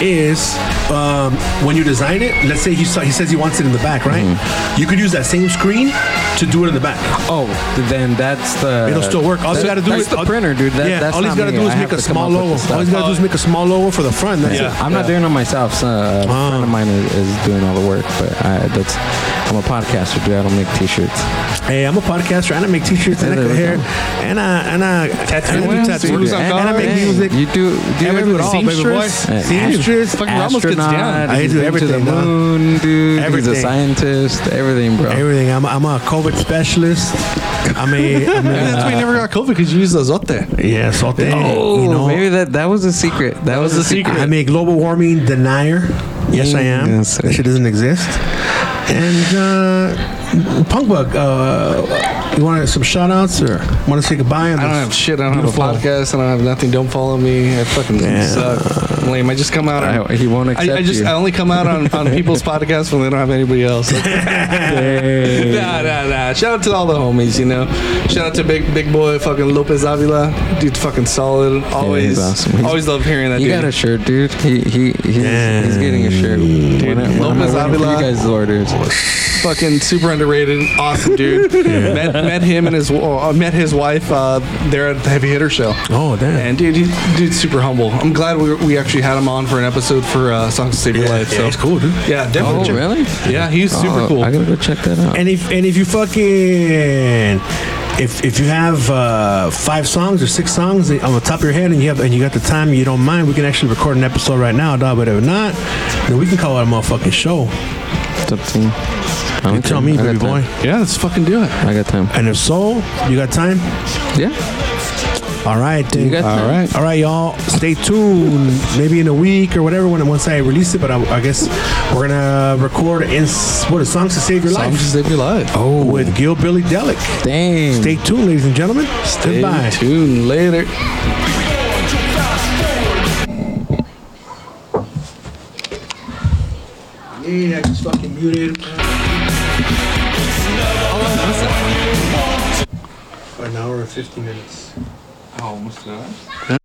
[SPEAKER 1] is um, when you design it, let's say he, saw, he says he wants it in the back, right?
[SPEAKER 4] Mm-hmm.
[SPEAKER 1] You could use that same screen to do it in the back.
[SPEAKER 4] Oh, then that's the
[SPEAKER 1] It'll still work. All you
[SPEAKER 4] Uh, that-
[SPEAKER 1] got to do
[SPEAKER 4] that's
[SPEAKER 1] is
[SPEAKER 4] the
[SPEAKER 1] all-
[SPEAKER 4] printer, dude. That,
[SPEAKER 1] yeah,
[SPEAKER 4] that's
[SPEAKER 1] all he's
[SPEAKER 4] not
[SPEAKER 1] got to
[SPEAKER 4] me.
[SPEAKER 1] do
[SPEAKER 4] I
[SPEAKER 1] is
[SPEAKER 4] have
[SPEAKER 1] make a
[SPEAKER 4] to come
[SPEAKER 1] small
[SPEAKER 4] up with
[SPEAKER 1] logo.
[SPEAKER 4] the stuff.
[SPEAKER 1] All he's got to do is make a small logo for the front. That's
[SPEAKER 3] Yeah.
[SPEAKER 1] it.
[SPEAKER 4] I'm not doing it myself. So a
[SPEAKER 1] Ah.
[SPEAKER 4] friend of mine is, is doing all the work, but I, that's I'm a podcaster, dude. I don't make t-shirts.
[SPEAKER 1] Hey, I'm a podcaster and I make T-shirts and I
[SPEAKER 4] There
[SPEAKER 1] cut
[SPEAKER 4] we
[SPEAKER 1] hair
[SPEAKER 4] go.
[SPEAKER 1] and I and I
[SPEAKER 3] Tattoos.
[SPEAKER 1] and
[SPEAKER 3] What
[SPEAKER 1] I do
[SPEAKER 3] else do you
[SPEAKER 1] tattoos
[SPEAKER 3] do?
[SPEAKER 1] and I make
[SPEAKER 4] Hey,
[SPEAKER 1] music.
[SPEAKER 4] You do, do
[SPEAKER 1] I do it all, baby boy. Seamstress,
[SPEAKER 4] fucking
[SPEAKER 3] Ramos gets down.
[SPEAKER 1] I do
[SPEAKER 4] To
[SPEAKER 1] everything,
[SPEAKER 4] the
[SPEAKER 1] dog.
[SPEAKER 4] moon, dude. He's
[SPEAKER 1] Everything.
[SPEAKER 4] a scientist. Everything, bro.
[SPEAKER 1] Everything. I'm, I'm a COVID specialist. I'm a, I'm
[SPEAKER 3] Maybe
[SPEAKER 1] a
[SPEAKER 3] that's why you never got COVID because you used those up there.
[SPEAKER 1] yeah, saute.
[SPEAKER 4] Oh,
[SPEAKER 1] you know,
[SPEAKER 4] maybe that that was a secret. That, was, a secret.
[SPEAKER 1] I'm a global warming denier. Yes, I am.
[SPEAKER 4] Yes,
[SPEAKER 1] that shit doesn't exist. And uh, Punk Bug, uh, you want some shout outs or want to say goodbye?
[SPEAKER 3] I don't have shit. I don't have a podcast. I don't have nothing. Don't follow me. I fucking suck. lame. I just come out. On,
[SPEAKER 4] I- he won't accept
[SPEAKER 3] I, I just
[SPEAKER 4] you.
[SPEAKER 3] I only come out on, on people's podcasts when they don't have anybody else. nah, nah, nah. Shout out to all the homies, you know. Shout out to big big boy fucking Lopez Avila. Dude, fucking solid. Always,
[SPEAKER 4] awesome. He's-
[SPEAKER 3] always love hearing that.
[SPEAKER 4] You
[SPEAKER 3] dude.
[SPEAKER 4] got a shirt, dude. He he he's, he's getting a shirt. When I- when I'm
[SPEAKER 3] Lopez
[SPEAKER 4] waiting for
[SPEAKER 3] Avila.
[SPEAKER 4] You guys orders.
[SPEAKER 3] fucking super underrated, awesome dude. met, met him and his uh, met his wife uh, there at the Heavy Hitter show.
[SPEAKER 1] Oh damn!
[SPEAKER 3] And dude, he- dude's super humble. I'm glad we, we actually had him on for an episode for uh, Songs to Save Your Life.
[SPEAKER 1] yeah,
[SPEAKER 3] So
[SPEAKER 1] he's cool, dude. Uh,
[SPEAKER 3] Yeah, definitely.
[SPEAKER 4] Oh
[SPEAKER 3] check-
[SPEAKER 4] really?
[SPEAKER 3] Yeah, he's super
[SPEAKER 4] Oh,
[SPEAKER 3] cool.
[SPEAKER 4] I gotta go check that out.
[SPEAKER 1] And if and if you fucking if if you have uh, five songs or six songs on the top of your head and you have and you got the time and you don't mind, we can actually record an episode right now, dog. But if not, then we can call it a motherfucking show.
[SPEAKER 4] It's up to you. I don't
[SPEAKER 1] You tell me,
[SPEAKER 4] care. I got
[SPEAKER 1] baby
[SPEAKER 4] time.
[SPEAKER 1] boy.
[SPEAKER 3] yeah, let's fucking do it.
[SPEAKER 4] I got time.
[SPEAKER 1] And if so, you got time.
[SPEAKER 4] Yeah,
[SPEAKER 1] All right,
[SPEAKER 4] you
[SPEAKER 1] dude.
[SPEAKER 4] got time.
[SPEAKER 2] All right.
[SPEAKER 1] All right, y'all. Stay tuned. Maybe in a week or whatever. When once I release it, but I, I guess we're gonna record in s- what is songs to save your
[SPEAKER 3] Songs to
[SPEAKER 1] life
[SPEAKER 3] Save Your Life.
[SPEAKER 1] oh. with Gil Billy Delic.
[SPEAKER 4] Dang.
[SPEAKER 1] Stay tuned, ladies and gentlemen. Stay by.
[SPEAKER 3] tuned later.
[SPEAKER 1] Yeah, I just fucking muted. For an hour and 50 minutes.
[SPEAKER 3] Oh, almost done.